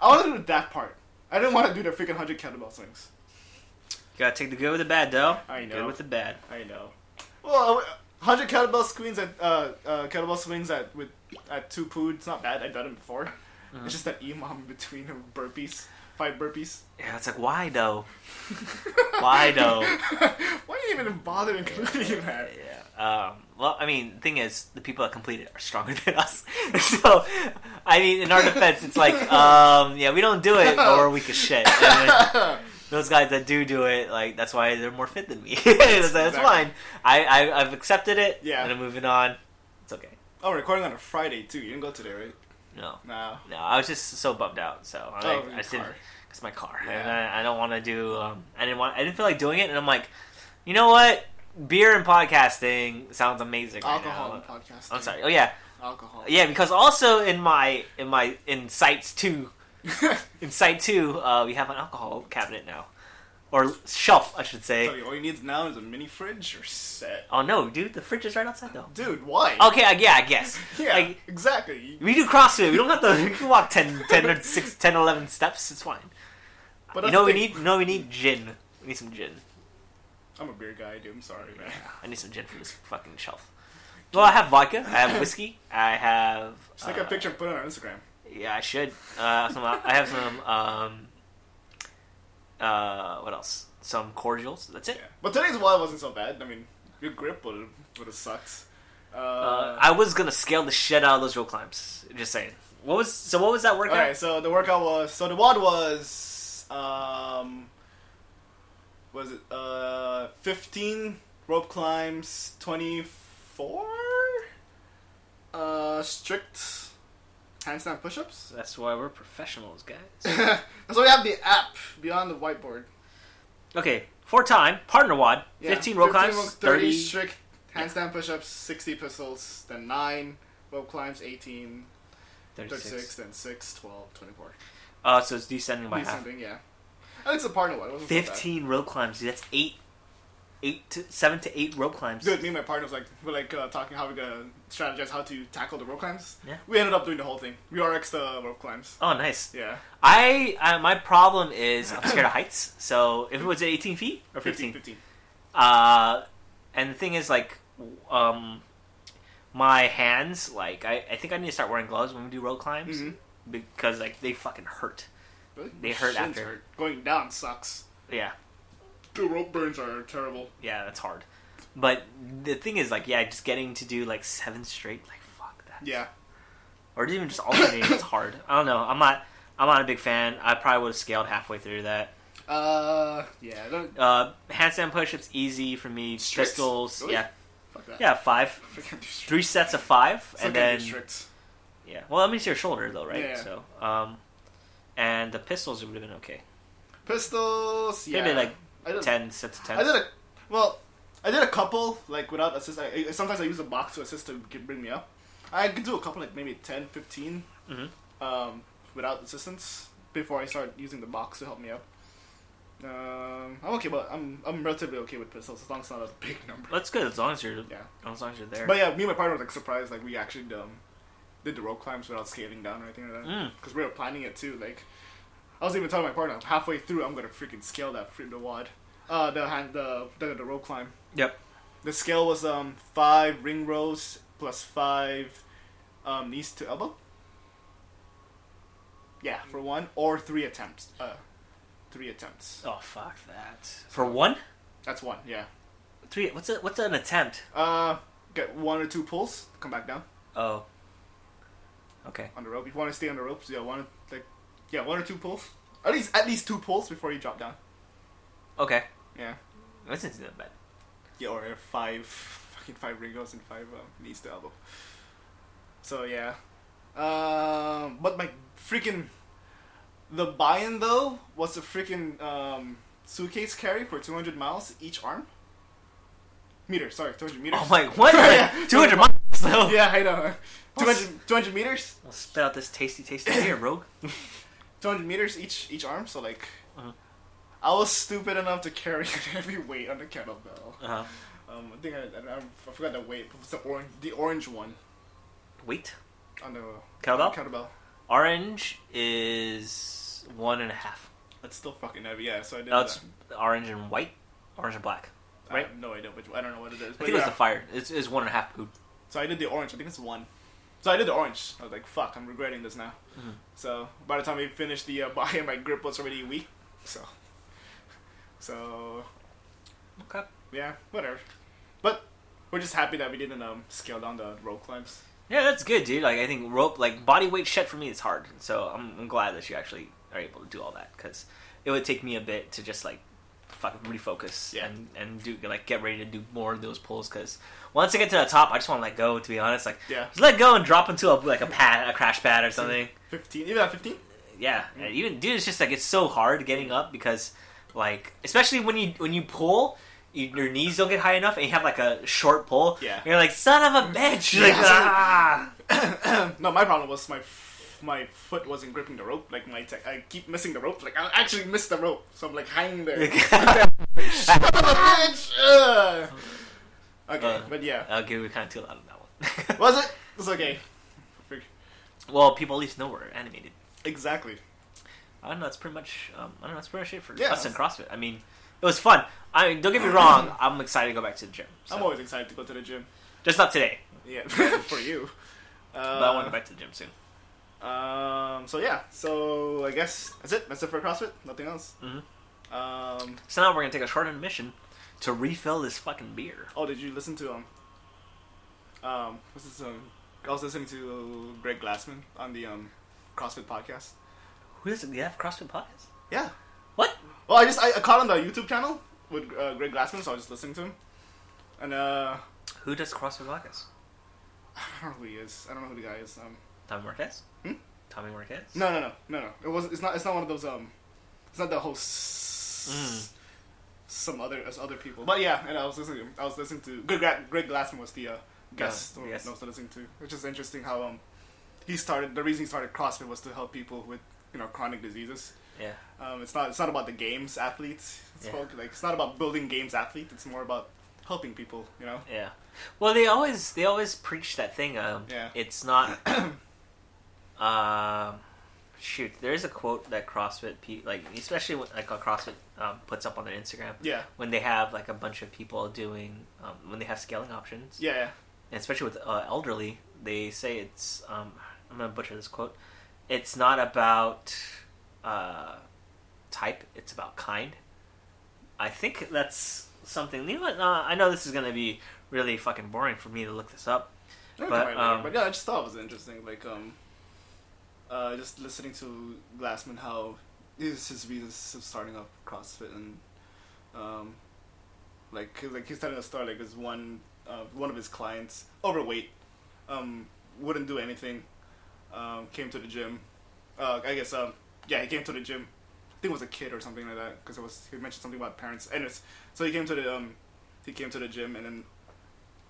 Speaker 2: I want to do that part. I didn't want to do the freaking hundred kettlebell swings.
Speaker 1: gotta take the good with the bad, though.
Speaker 2: I know.
Speaker 1: Good with the bad.
Speaker 2: I know. Well, uh, hundred kettlebell swings at uh, uh, kettlebell swings at with at two pood. It's not bad. I've done it before.
Speaker 1: Mhm.
Speaker 2: It's just that imam between burpees, five burpees.
Speaker 1: Yeah, it's like why though? Why though?
Speaker 2: Why do you even bother including that?
Speaker 1: Yeah. Um, well, I mean, the thing is, the people that complete it are stronger than us. so, I mean, in our defense, it's like, um, yeah, we don't do it, but we're weak as shit. And then those guys that do do it, like, that's why they're more fit than me. So that's
Speaker 2: Exactly.
Speaker 1: fine. I, I, I've accepted it.
Speaker 2: Yeah.
Speaker 1: And I'm moving on. It's okay.
Speaker 2: oh, recording on a Friday too. You didn't go today, right?
Speaker 1: No.
Speaker 2: No.
Speaker 1: No, I was just so bummed out. So I,
Speaker 2: Oh, your
Speaker 1: I just didn't.
Speaker 2: car.
Speaker 1: It's my car,
Speaker 2: Yeah.
Speaker 1: and I, I don't want to do. Um, I didn't want. I didn't feel like doing it, and I'm like, you know what? Beer and podcasting sounds amazing. right
Speaker 2: Alcohol
Speaker 1: now.
Speaker 2: and podcasting.
Speaker 1: I'm sorry. Oh yeah,
Speaker 2: Alcohol.
Speaker 1: yeah. Because also in my in my in sites two in site two, uh, we have an alcohol cabinet now, or shelf, I should say.
Speaker 2: Tell you, all you need now is a mini fridge. You're set,
Speaker 1: Oh no, dude, the fridge is right outside though.
Speaker 2: dude. Why?
Speaker 1: Okay, I, yeah, I guess.
Speaker 2: yeah,
Speaker 1: Like,
Speaker 2: exactly. You-
Speaker 1: we do CrossFit. We don't have to. We can walk 10, 10 or 6, 10, 11 steps. It's fine.
Speaker 2: But
Speaker 1: you
Speaker 2: that's
Speaker 1: know we
Speaker 2: the thing.
Speaker 1: need. No, we need gin. We need some gin.
Speaker 2: I'm a beer guy, dude. I'm sorry, man.
Speaker 1: I need some gin from this fucking shelf. Well, I have vodka. I have whiskey. I have.
Speaker 2: Just take
Speaker 1: uh,
Speaker 2: a picture and put it on Instagram.
Speaker 1: Yeah, I should. Uh, some, I have some. Um, uh, what else? Some cordials. That's it.
Speaker 2: Yeah. But today's wall wasn't so bad. I mean, your grip would would have sucked. Uh,
Speaker 1: Uh, I was gonna scale the shit out of those rope climbs. Just saying. What was so? What was that workout?
Speaker 2: Okay, so the workout was so the WOD was um was it uh fifteen rope climbs, twenty four uh strict handstand push ups.
Speaker 1: That's why we're professionals, guys.
Speaker 2: That's why we have the app beyond the whiteboard.
Speaker 1: okay, four time partner wad,
Speaker 2: Yeah,
Speaker 1: fifteen rope climbs,
Speaker 2: rope- 30
Speaker 1: thirty.
Speaker 2: strict handstand push ups, sixty pistols, then nine rope climbs, 18, 36,
Speaker 1: 36.
Speaker 2: then 6, 12, 24.
Speaker 1: Uh, so it's descending by half.
Speaker 2: Descending, yeah. And it's a partner one. it wasn't so bad.
Speaker 1: 15 rope climbs. Dude, that's eight, eight to seven to eight rope climbs.
Speaker 2: Dude, me and my partner was like, we're like uh, talking how we're gonna strategize how to tackle the rope climbs.
Speaker 1: Yeah.
Speaker 2: We ended up doing the whole thing. We RX the rope climbs.
Speaker 1: Oh, nice.
Speaker 2: Yeah.
Speaker 1: I, I my problem is I'm scared of heights. So if it was at 18 feet or 15,
Speaker 2: 15.
Speaker 1: uh, and the thing is like, um, my hands like I, I think I need to start wearing gloves when we do rope climbs
Speaker 2: Mhm.
Speaker 1: because like they fucking hurt.
Speaker 2: Really?
Speaker 1: They
Speaker 2: My
Speaker 1: hurt
Speaker 2: Mm-hmm. shins
Speaker 1: after.
Speaker 2: Going down sucks.
Speaker 1: Yeah,
Speaker 2: The rope burns are terrible.
Speaker 1: yeah, that's hard. But the thing is like yeah, just getting to do like seven straight like fuck that.
Speaker 2: Yeah.
Speaker 1: or even just alternating. it's hard. I don't know. I'm not. I'm not a big fan. I probably would have scaled halfway through that.
Speaker 2: Uh, yeah. Don't,
Speaker 1: Uh, handstand push-ups easy for me.
Speaker 2: Strict.
Speaker 1: Pistols,
Speaker 2: Really?
Speaker 1: yeah,
Speaker 2: fuck that.
Speaker 1: yeah, five,
Speaker 2: Freaking do strict.
Speaker 1: three sets of five,
Speaker 2: It's not
Speaker 1: and
Speaker 2: gonna
Speaker 1: then
Speaker 2: be strict.
Speaker 1: yeah. Well, that means your shoulder though, right?
Speaker 2: Yeah.
Speaker 1: So, um, and the pistols would have been okay.
Speaker 2: Pistols, yeah.
Speaker 1: Maybe like
Speaker 2: I did,
Speaker 1: ten sets of ten.
Speaker 2: I did a, well, I did a couple, like, without assist. I, I- sometimes I use a box to assist to get, bring me up. I could do a couple, like, maybe 10, 15,
Speaker 1: Mhm.
Speaker 2: um, without assistance before I start using the box to help me up. Um, I'm okay, but I'm I'm relatively okay with pistols as long as it's not a big number.
Speaker 1: That's good as long as you're
Speaker 2: Yeah,
Speaker 1: as long as you're there.
Speaker 2: but yeah, me and my partner was like surprised like we actually um, did the rope climbs without scaling down or anything like that
Speaker 1: Mm.
Speaker 2: because we were planning it too. Like I was even telling my partner halfway through I'm gonna freaking scale that freaking wad, uh, the hand the the, the rope climb.
Speaker 1: Yep.
Speaker 2: The scale was um five ring rows plus five um, knees to elbow. Yeah, for
Speaker 1: Mm.
Speaker 2: one or three attempts. Uh, three attempts.
Speaker 1: Oh fuck that. For one,
Speaker 2: That's one. Yeah.
Speaker 1: three. What's a, what's an attempt?
Speaker 2: Uh, get one or two pulls. Come back down
Speaker 1: Oh. Okay.
Speaker 2: on the rope. If you want to stay on the ropes, yeah, one like yeah, one or two pulls. At least at least two pulls before you drop down.
Speaker 1: Okay.
Speaker 2: Yeah.
Speaker 1: This isn't that bad.
Speaker 2: Yeah, or five fucking five ring rows and five um, knees to elbow. So yeah, um, but my freaking the buy-in though was a freaking um, suitcase carry for two hundred miles each arm. Meter, sorry, two hundred meters.
Speaker 1: Oh my, what?
Speaker 2: Yeah.
Speaker 1: Two hundred miles. though.
Speaker 2: Yeah, I know. 200, 200 meters,
Speaker 1: I'll spit out this tasty, tasty beer, bro.
Speaker 2: two hundred meters each each arm. So like,
Speaker 1: Uh-huh.
Speaker 2: I was stupid enough to carry heavy weight on the kettlebell.
Speaker 1: Uh-huh.
Speaker 2: Um, I think I, I, I forgot the weight. but It's the orange, the orange one.
Speaker 1: wheat
Speaker 2: on the
Speaker 1: kettlebell.
Speaker 2: kettlebell.
Speaker 1: Orange is one and a half.
Speaker 2: That's still fucking heavy. Yeah, so I did.
Speaker 1: No,
Speaker 2: that.
Speaker 1: it's orange and white, orange and black.
Speaker 2: I have no idea which. I don't know what it is.
Speaker 1: I
Speaker 2: But
Speaker 1: think it
Speaker 2: yeah.
Speaker 1: was the fire. It's, it's one and a half poop.
Speaker 2: so I did the orange. I think it's one. So I did the orange. I was like, fuck, I'm regretting this now.
Speaker 1: Mhm.
Speaker 2: So by the time we finished the uh, buy, my grip was already weak. So, so
Speaker 1: Okay.
Speaker 2: yeah, whatever. But we're just happy that we didn't um, scale down the rope climbs.
Speaker 1: Yeah, that's good, dude. Like I think rope, like body weight shit for me is hard. So I'm, I'm glad that you actually are able to do all that because it would take me a bit to just like fucking refocus
Speaker 2: Yeah.
Speaker 1: and and do like get ready to do more of those pulls because once I get to the top, I just want to let go. To be honest, like
Speaker 2: Yeah,
Speaker 1: just let go and drop into a like a pad, a crash pad or something.
Speaker 2: fifteen. Even at fifteen.
Speaker 1: Yeah, and even dude, it's just like it's so hard getting up because like especially when you when you pull. You, your knees don't get high enough, and you have like a short pull.
Speaker 2: Yeah.
Speaker 1: and you're like son of a bitch. Like,
Speaker 2: Yeah.
Speaker 1: ah.
Speaker 2: no, my problem was my f- my foot wasn't gripping the rope. Like my tech, I keep missing the rope. Like I actually missed the rope, so I'm like hanging there. Son of a bitch! Ugh. Okay,
Speaker 1: Uh.
Speaker 2: but yeah,
Speaker 1: Okay, we kind of too loud on that one.
Speaker 2: was it? It's okay. Fig-
Speaker 1: well, people at least know we're animated.
Speaker 2: Exactly.
Speaker 1: I don't know. That's pretty much. Um, I don't know. That's pretty much it for
Speaker 2: Yeah.
Speaker 1: us in CrossFit. I mean, it was fun. I mean, don't get me wrong. I'm excited to go back to the gym. so-
Speaker 2: I'm always excited to go to the gym.
Speaker 1: just not today,
Speaker 2: Yeah, for you. Uh,
Speaker 1: but I want to go back to the gym soon.
Speaker 2: Um. So yeah. So I guess that's it. That's it for CrossFit. Nothing else.
Speaker 1: Mhm.
Speaker 2: Um.
Speaker 1: So now we're gonna take a short intermission to refill this fucking beer.
Speaker 2: Oh, did you listen to um? Um. What's this um? I was listening to Greg Glassman on the um, CrossFit podcast.
Speaker 1: Who does it? You have CrossFit podcast?
Speaker 2: Yeah.
Speaker 1: What?
Speaker 2: Well, I just I, I caught on the YouTube channel with uh, Greg Glassman, so I was just listening to him, and uh,
Speaker 1: Who does CrossFit podcast?
Speaker 2: I don't know who he is. I don't know who the guy is. Um,
Speaker 1: Tommy Marquez.
Speaker 2: Hmm?
Speaker 1: Tommy Marquez.
Speaker 2: no, no, no, no, no. It was. It's not. It's not one of those. Um, it's not the whole. S-
Speaker 1: Mm.
Speaker 2: Some other as other people, but yeah. And I was listening. I was listening to Greg. Gra- Greg Glassman was the uh, guest.
Speaker 1: Yeah,
Speaker 2: or-
Speaker 1: yes.
Speaker 2: I was listening to, which is interesting. How um, he started. The reason he started CrossFit was to help people with you know chronic diseases.
Speaker 1: Yeah.
Speaker 2: Um, it's not it's not about the games athletes. It's
Speaker 1: Yeah.
Speaker 2: called, like it's not about building games athlete. It's more about helping people. You know.
Speaker 1: Yeah. Well, they always they always preach that thing. Um,
Speaker 2: Yeah.
Speaker 1: It's not. um, shoot, there is a quote that CrossFit, pe- like especially when, like a CrossFit um, puts up on their Instagram
Speaker 2: Yeah.
Speaker 1: when they have like a bunch of people doing um, when they have scaling options,
Speaker 2: Yeah. yeah.
Speaker 1: and especially with uh, elderly, they say it's. Um, I'm gonna butcher this quote. It's not about uh, type; it's about kind. I think that's something. You know what? Uh, I know this is gonna be really fucking boring for me to look this up.
Speaker 2: That'd
Speaker 1: But,
Speaker 2: be right
Speaker 1: um,
Speaker 2: later. but yeah, I just thought it was interesting. Like, um, uh, just listening to Glassman, how his his reasons of starting up CrossFit and, um, like 'cause, like he's telling a story like his one uh, one of his clients overweight, um, wouldn't do anything, um, came to the gym, uh, I guess um, yeah, he came to the gym. I think it was a kid or something like that because it was he mentioned something about parents. Anyways, so he came to the um, he came to the gym and then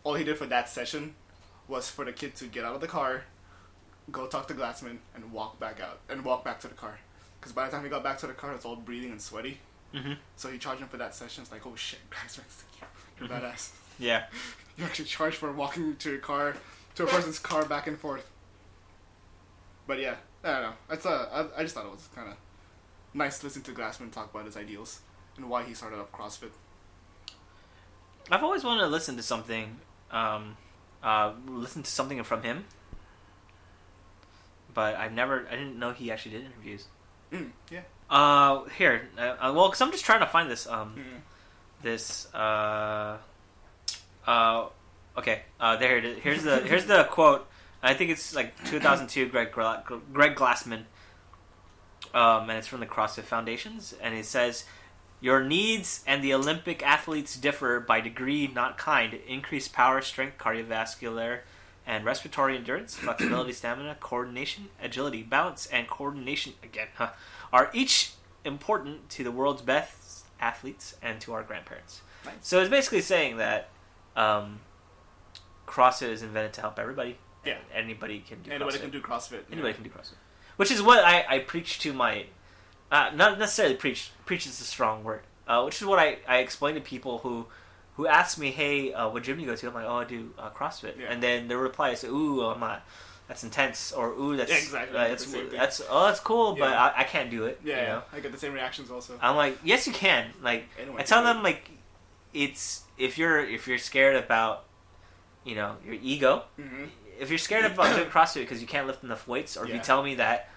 Speaker 2: all he did for that session was for the kid to get out of the car, go talk to Glassman, and walk back out and walk back to the car. Because by the time he got back to the car, it's all breathing and sweaty.
Speaker 1: Mm-hmm.
Speaker 2: So he charged him for that session. It's like, oh shit, Glassman's you're badass.
Speaker 1: Yeah.
Speaker 2: You actually charge for walking to your car, to a person's car back and forth. But yeah, I don't know. It's uh, I, I just thought it was kind of nice to listen to Glassman talk about his ideals and why he started up CrossFit.
Speaker 1: I've always wanted to listen to something, um, uh, listen to something from him, but I've never, I didn't know he actually did interviews.
Speaker 2: Mm, yeah.
Speaker 1: Uh, here, uh, uh, well, because I'm just trying to find this, um,
Speaker 2: Mm.
Speaker 1: this, uh, uh, okay, uh, there it is. Here's the, here's the quote. I think it's like 2002, Greg, Gla- Greg Glassman, um, and it's from the CrossFit Foundations, and it says, your needs and the Olympic athletes differ by degree, not kind. Increased power, strength, cardiovascular, and respiratory endurance, flexibility, stamina, coordination, agility, balance, and coordination again huh, are each important to the world's best athletes and to our grandparents.
Speaker 2: Nice.
Speaker 1: So it's basically saying that um, CrossFit is invented to help everybody.
Speaker 2: Yeah.
Speaker 1: anybody can do.
Speaker 2: Anybody
Speaker 1: CrossFit.
Speaker 2: can do CrossFit. yeah.
Speaker 1: Anybody can do CrossFit, which is what I, I preach to my, uh, not necessarily preach. Preach is a strong word. Uh, which is what I, I explain to people who who asked me, "Hey, uh, what gym do you go to?" I'm like, "Oh, I do uh, CrossFit."
Speaker 2: Yeah.
Speaker 1: And then the reply is, "Ooh, I'm not. That's intense." Or "Ooh, that's
Speaker 2: Yeah, exactly.
Speaker 1: uh, that's,
Speaker 2: The same thing.
Speaker 1: that's oh, that's cool, but
Speaker 2: Yeah.
Speaker 1: I, I can't do it."
Speaker 2: Yeah,
Speaker 1: you
Speaker 2: yeah.
Speaker 1: know? Ah.
Speaker 2: I get the same reactions also.
Speaker 1: I'm like, "Yes, you can." Like,
Speaker 2: Anyone
Speaker 1: I
Speaker 2: can
Speaker 1: tell
Speaker 2: do it.
Speaker 1: them like, it's if you're if you're scared about, you know, your ego,
Speaker 2: Mhm.
Speaker 1: if you're scared about doing CrossFit because you can't lift enough weights, or if you
Speaker 2: Yeah.
Speaker 1: tell me that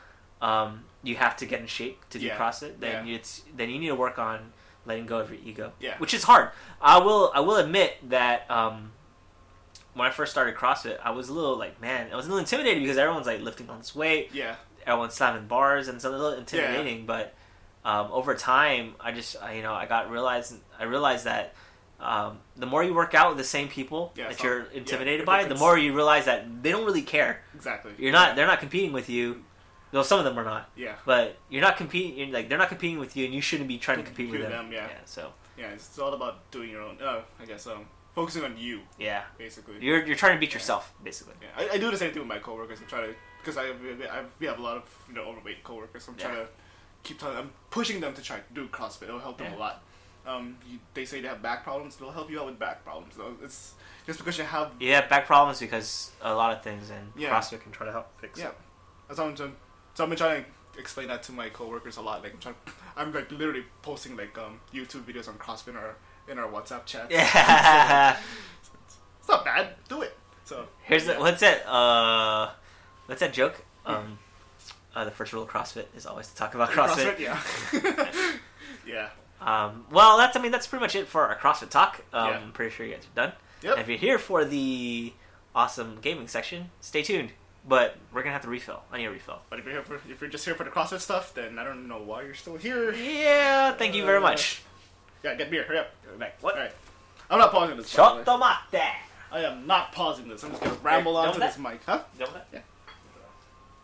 Speaker 1: um, you have to get in shape to do
Speaker 2: Yeah.
Speaker 1: CrossFit, then it's then you need to work on letting go of your ego,
Speaker 2: Yeah.
Speaker 1: which is hard. I will I will admit that um, when I first started CrossFit, I was a little like man, I was a little intimidated because everyone's like lifting all this weight,
Speaker 2: Yeah,
Speaker 1: everyone's slamming bars, and it's a little intimidating. But um, over time, I just I, you know I got realized I realized that. Um, the more you work out with the same people
Speaker 2: Yeah,
Speaker 1: that
Speaker 2: it's
Speaker 1: you're
Speaker 2: all- yeah,
Speaker 1: intimidated
Speaker 2: the
Speaker 1: by, the
Speaker 2: difference.
Speaker 1: more you realize that they don't really care.
Speaker 2: exactly.
Speaker 1: You're not. They're not competing with you. Though some of them are not,
Speaker 2: Yeah,
Speaker 1: but you're not competing. You're like they're not competing with you, and you shouldn't be trying to compete with them.
Speaker 2: Compete with them, yeah.
Speaker 1: So
Speaker 2: yeah. It's, it's all about doing your own. Oh, I guess um, focusing on you
Speaker 1: yeah,
Speaker 2: basically.
Speaker 1: you're you're trying to beat
Speaker 2: Yeah.
Speaker 1: yourself basically.
Speaker 2: Yeah, I, I do the same thing with my coworkers. I'm trying to because I, I we have a lot of you know overweight coworkers. I'm trying
Speaker 1: Yeah.
Speaker 2: to keep telling I'm pushing them to try to do CrossFit. It'll help them
Speaker 1: Yeah.
Speaker 2: a lot. Um, you, they say they have back problems. They'll help you out with back problems. So it's just because you have
Speaker 1: You have back problems because a lot of things, and
Speaker 2: Yeah.
Speaker 1: CrossFit can try to help fix.
Speaker 2: yeah.
Speaker 1: it.
Speaker 2: That's how I'm trying. So I've been trying to explain that to my coworkers a lot. Like I'm trying, I'm like literally posting like um YouTube videos on CrossFit in our in our WhatsApp chat.
Speaker 1: Yeah.
Speaker 2: it's not bad. Do it. So
Speaker 1: Here's the,
Speaker 2: yeah.
Speaker 1: what's that? Uh, what's that joke? Um, uh, the first rule of CrossFit is always to talk about CrossFit.
Speaker 2: Yeah. yeah.
Speaker 1: Um, well, that's I mean that's pretty much it for our CrossFit talk. Um,
Speaker 2: Yeah.
Speaker 1: I'm pretty sure you guys are done.
Speaker 2: Yep.
Speaker 1: And if you're here for the awesome gaming section, stay tuned. But we're gonna have to refill. I need a refill.
Speaker 2: But if you're here for if you're just here for the CrossFit stuff, then I don't know why you're still here.
Speaker 1: Yeah, thank you very much.
Speaker 2: Uh, Yeah, get beer. Hurry up.
Speaker 1: We're back. What?
Speaker 2: All right. I'm not pausing this. by
Speaker 1: Shut
Speaker 2: the way.
Speaker 1: the mate.
Speaker 2: I am not pausing this. I'm just gonna ramble
Speaker 1: Hey,
Speaker 2: onto
Speaker 1: don't
Speaker 2: this mic, huh?
Speaker 1: Don't that-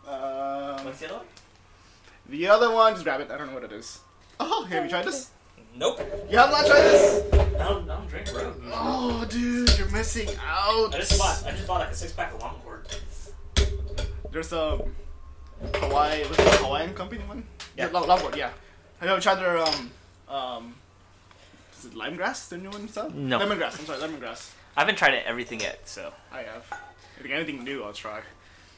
Speaker 2: Um,
Speaker 1: What's the other one?
Speaker 2: the other one, just grab it. I don't know what it is. Oh, have you tried this?
Speaker 1: Nope.
Speaker 2: You have not tried this?
Speaker 1: I don't, I don't drink rum.
Speaker 2: Oh, dude, you're missing out.
Speaker 1: I just bought like a six pack of Longhorn.
Speaker 2: There's a Hawaii, what's it, Hawaiian company one?
Speaker 1: Yeah.
Speaker 2: Lo- Longboard, yeah. Have you ever tried their um um? Is it limegrass? The new one stuff?
Speaker 1: No.
Speaker 2: Lemongrass. I'm sorry, lemongrass.
Speaker 1: I haven't tried it, everything yet, so.
Speaker 2: I have. If there's anything new, I'll try.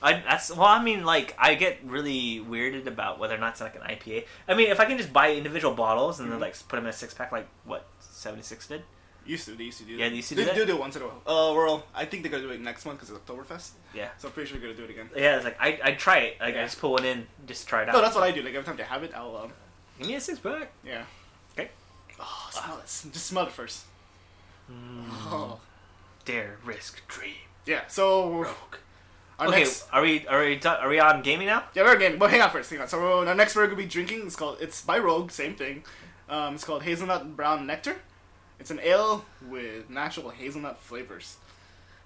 Speaker 1: I, that's well. I mean, like I get really weirded about whether or not it's like an IPA. I mean, if I can just buy individual bottles and then
Speaker 2: Mhm.
Speaker 1: like put them in a six pack, like what seventy six did.
Speaker 2: Used to, they used to do.
Speaker 1: Yeah,
Speaker 2: that.
Speaker 1: they used to
Speaker 2: they
Speaker 1: do that?
Speaker 2: do it once in a while. Uh, well, I think they're gonna do it next month because it's Oktoberfest.
Speaker 1: Yeah.
Speaker 2: So I'm pretty sure they're gonna do it again.
Speaker 1: Yeah, it's like I I try it. Like, I
Speaker 2: Yeah.
Speaker 1: just put one in, just to try it out.
Speaker 2: No, that's what I do. Like every time they have it, I'll um,
Speaker 1: Give me a six pack.
Speaker 2: yeah.
Speaker 1: Okay.
Speaker 2: Oh, smell it. Just smell it first.
Speaker 1: Mm.
Speaker 2: Oh.
Speaker 1: Dare, risk, dream,
Speaker 2: Yeah. So
Speaker 1: rogue.
Speaker 2: our
Speaker 1: okay,
Speaker 2: next.
Speaker 1: are we are we do- are we on gaming now?
Speaker 2: Yeah, we're again. But hang on first. Hang on. So our next we're gonna be drinking. It's called. It's by Rogue. Same thing. Um, it's called Hazelnut Brown Nectar. It's an ale with natural hazelnut flavors.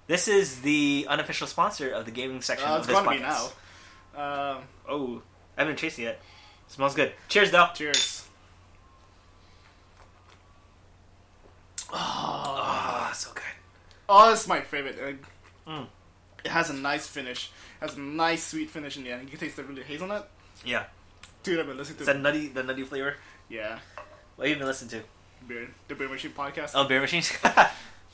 Speaker 1: This is the unofficial sponsor of the gaming section
Speaker 2: Uh,
Speaker 1: of
Speaker 2: it's
Speaker 1: this
Speaker 2: gonna be
Speaker 1: podcast.
Speaker 2: now. Um,
Speaker 1: Oh, I haven't chased it yet. Smells good. Cheers, though.
Speaker 2: cheers.
Speaker 1: Oh, so good.
Speaker 2: Oh, that's my favorite. Like,
Speaker 1: Mm.
Speaker 2: It has a nice finish. has a nice sweet finish in the end. You can taste the really hazelnut.
Speaker 1: Yeah,
Speaker 2: Dude, I've been listening to
Speaker 1: it's that nutty the nutty flavor.
Speaker 2: yeah,
Speaker 1: What have you been listening to?
Speaker 2: beer, the beer machine podcast.
Speaker 1: Oh, beer machines.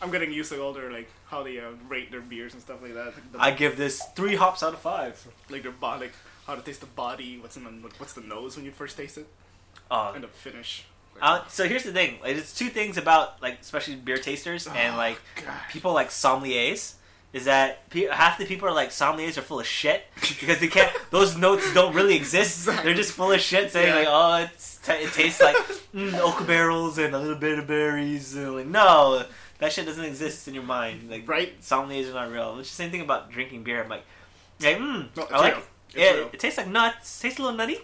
Speaker 2: I'm getting used to all their like how they uh, rate their beers and stuff like that. Like, the,
Speaker 1: I give this three hops out of five.
Speaker 2: like their bo- like how to taste the body, what's in the what's the nose when you first taste it,
Speaker 1: Oh,
Speaker 2: and the finish. Like,
Speaker 1: uh, so here's the thing. Like, it's two things about like especially beer tasters and
Speaker 2: oh,
Speaker 1: like
Speaker 2: God.
Speaker 1: people like sommeliers is that pe- half the people are like sommeliers are full of shit because they can't those notes don't really exist
Speaker 2: Exactly.
Speaker 1: they're just full of shit saying
Speaker 2: Yeah.
Speaker 1: like oh it's t- it tastes like mm, oak barrels and a little bit of berries and like no that shit doesn't exist in your mind like
Speaker 2: Right.
Speaker 1: sommeliers are not real it's the same thing about drinking beer i'm like like mm,
Speaker 2: No, it's
Speaker 1: i like
Speaker 2: real. It's
Speaker 1: yeah
Speaker 2: real.
Speaker 1: it tastes like nuts tastes a little nutty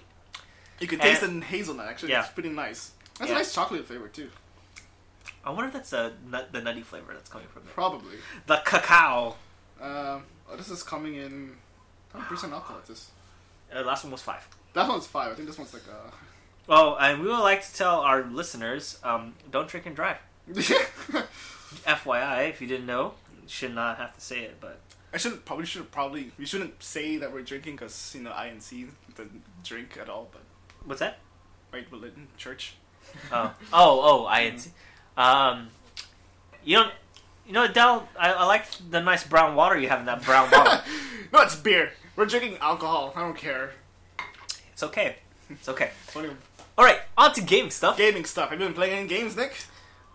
Speaker 2: you can taste
Speaker 1: and-
Speaker 2: it in hazelnut. Actually,
Speaker 1: Yeah.
Speaker 2: it's pretty nice. That's
Speaker 1: Yeah.
Speaker 2: a nice chocolate flavor too.
Speaker 1: i wonder if that's a nut, the nutty flavor that's coming from it
Speaker 2: Probably.
Speaker 1: the cacao
Speaker 2: Um, oh, this is coming in. How much percent alcohol is this?
Speaker 1: uh, last one was five
Speaker 2: That one's five. I think this one's like uh
Speaker 1: Well, and we would like to tell our listeners, um, don't drink and drive. FYI, if you didn't know, you should not have to say it, but
Speaker 2: I should probably should probably we shouldn't say that we're drinking because you know INC doesn't drink at all, but
Speaker 1: what's that?
Speaker 2: right religion church.
Speaker 1: Oh, oh, oh, I had. Um, You don't. You know, Adele, I, I like the nice brown water you have in that brown bottle.
Speaker 2: no, it's beer. We're drinking alcohol. I don't care.
Speaker 1: it's okay. It's okay.
Speaker 2: It's only
Speaker 1: All right, on to gaming stuff.
Speaker 2: gaming stuff. Have you been playing any games, Nick?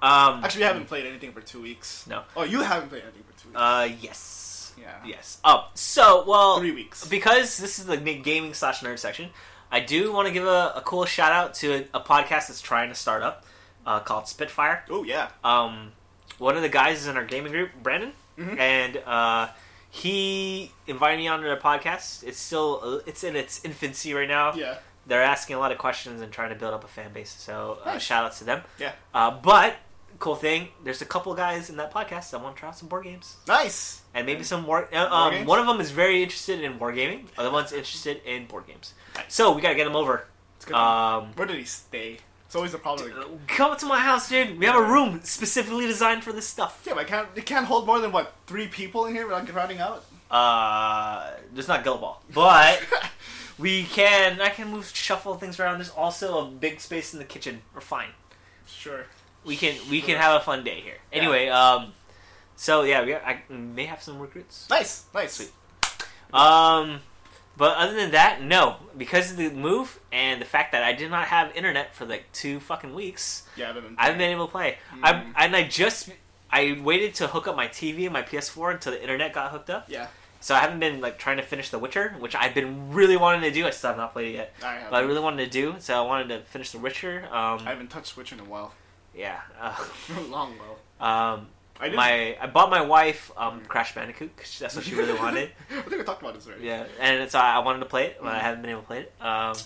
Speaker 1: Um,
Speaker 2: Actually, we haven't played anything for two weeks.
Speaker 1: No.
Speaker 2: Oh, you haven't played anything for two weeks.
Speaker 1: Uh, yes.
Speaker 2: Yeah.
Speaker 1: Yes. Oh, so well,
Speaker 2: Three weeks.
Speaker 1: because this is the ga- gaming slash nerd section. I do want to give a, a cool shout out to a, a podcast that's trying to start up uh, called Spitfire.
Speaker 2: Oh yeah.
Speaker 1: um, one of the guys is in our gaming group, Brandon,
Speaker 2: Mhm.
Speaker 1: and uh, he invited me onto their podcast. It's still uh, it's in its infancy right now.
Speaker 2: Yeah.
Speaker 1: They're asking a lot of questions and trying to build up a fan base. So uh,
Speaker 2: Nice.
Speaker 1: shout outs to them.
Speaker 2: Yeah.
Speaker 1: Uh, but cool thing, there's a couple guys in that podcast that want to try out some board games
Speaker 2: Nice.
Speaker 1: and maybe some war. uh,
Speaker 2: War
Speaker 1: Um,
Speaker 2: games?
Speaker 1: One of them is very interested in wargaming. Other one's interested in board games. So we gotta get them over.
Speaker 2: It's good.
Speaker 1: Um,
Speaker 2: Where did he stay? It's always the problem.
Speaker 1: come to my house, dude. We have a room specifically designed for this stuff.
Speaker 2: Yeah, but it can't, it can't hold more than, what, three people in here without crowding out?
Speaker 1: uh there's not guild ball but we can i can move shuffle things around there's also a big space in the kitchen we're fine
Speaker 2: sure.
Speaker 1: we can we can
Speaker 2: Sure.
Speaker 1: have a fun day here
Speaker 2: Yeah.
Speaker 1: anyway um so yeah we I may have some recruits
Speaker 2: Nice, nice.
Speaker 1: Sweet. um but other than that no because of the move and the fact that i did not have internet for like two fucking weeks
Speaker 2: Yeah, I've been.
Speaker 1: I haven't been able to play.
Speaker 2: Mm.
Speaker 1: I and I just I waited to hook up my TV and my PS4 until the internet got hooked up.
Speaker 2: Yeah,
Speaker 1: So I haven't been like trying to finish The Witcher, which I've been really wanting to do. I still have not played it yet,
Speaker 2: I
Speaker 1: but I
Speaker 2: haven't.
Speaker 1: really wanted to do. So I wanted to finish The Witcher.
Speaker 2: I
Speaker 1: Um,
Speaker 2: haven't touched Switch in a while.
Speaker 1: yeah. Uh,
Speaker 2: a long while.
Speaker 1: um,
Speaker 2: I didn't. Mm.
Speaker 1: my I bought my wife um, Crash Bandicoot 'cause that's what she really wanted.
Speaker 2: I think we talked about this already.
Speaker 1: Yeah, and so I wanted to play it, but I haven't been able to play it. Um,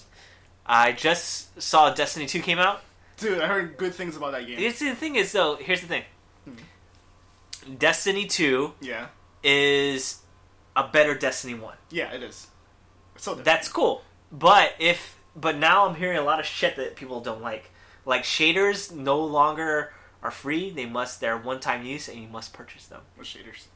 Speaker 1: I just saw Destiny Two came out.
Speaker 2: Dude, I heard good things about that game.
Speaker 1: It's the thing is though. Here's the thing.
Speaker 2: Hmm.
Speaker 1: Destiny Two
Speaker 2: yeah.
Speaker 1: is a better Destiny One.
Speaker 2: Yeah, it is. So that,
Speaker 1: That's cool. But if but now I'm hearing a lot of shit that people don't like. Like shaders no longer are free. They must they're one time use and you must purchase them.
Speaker 2: with shaders.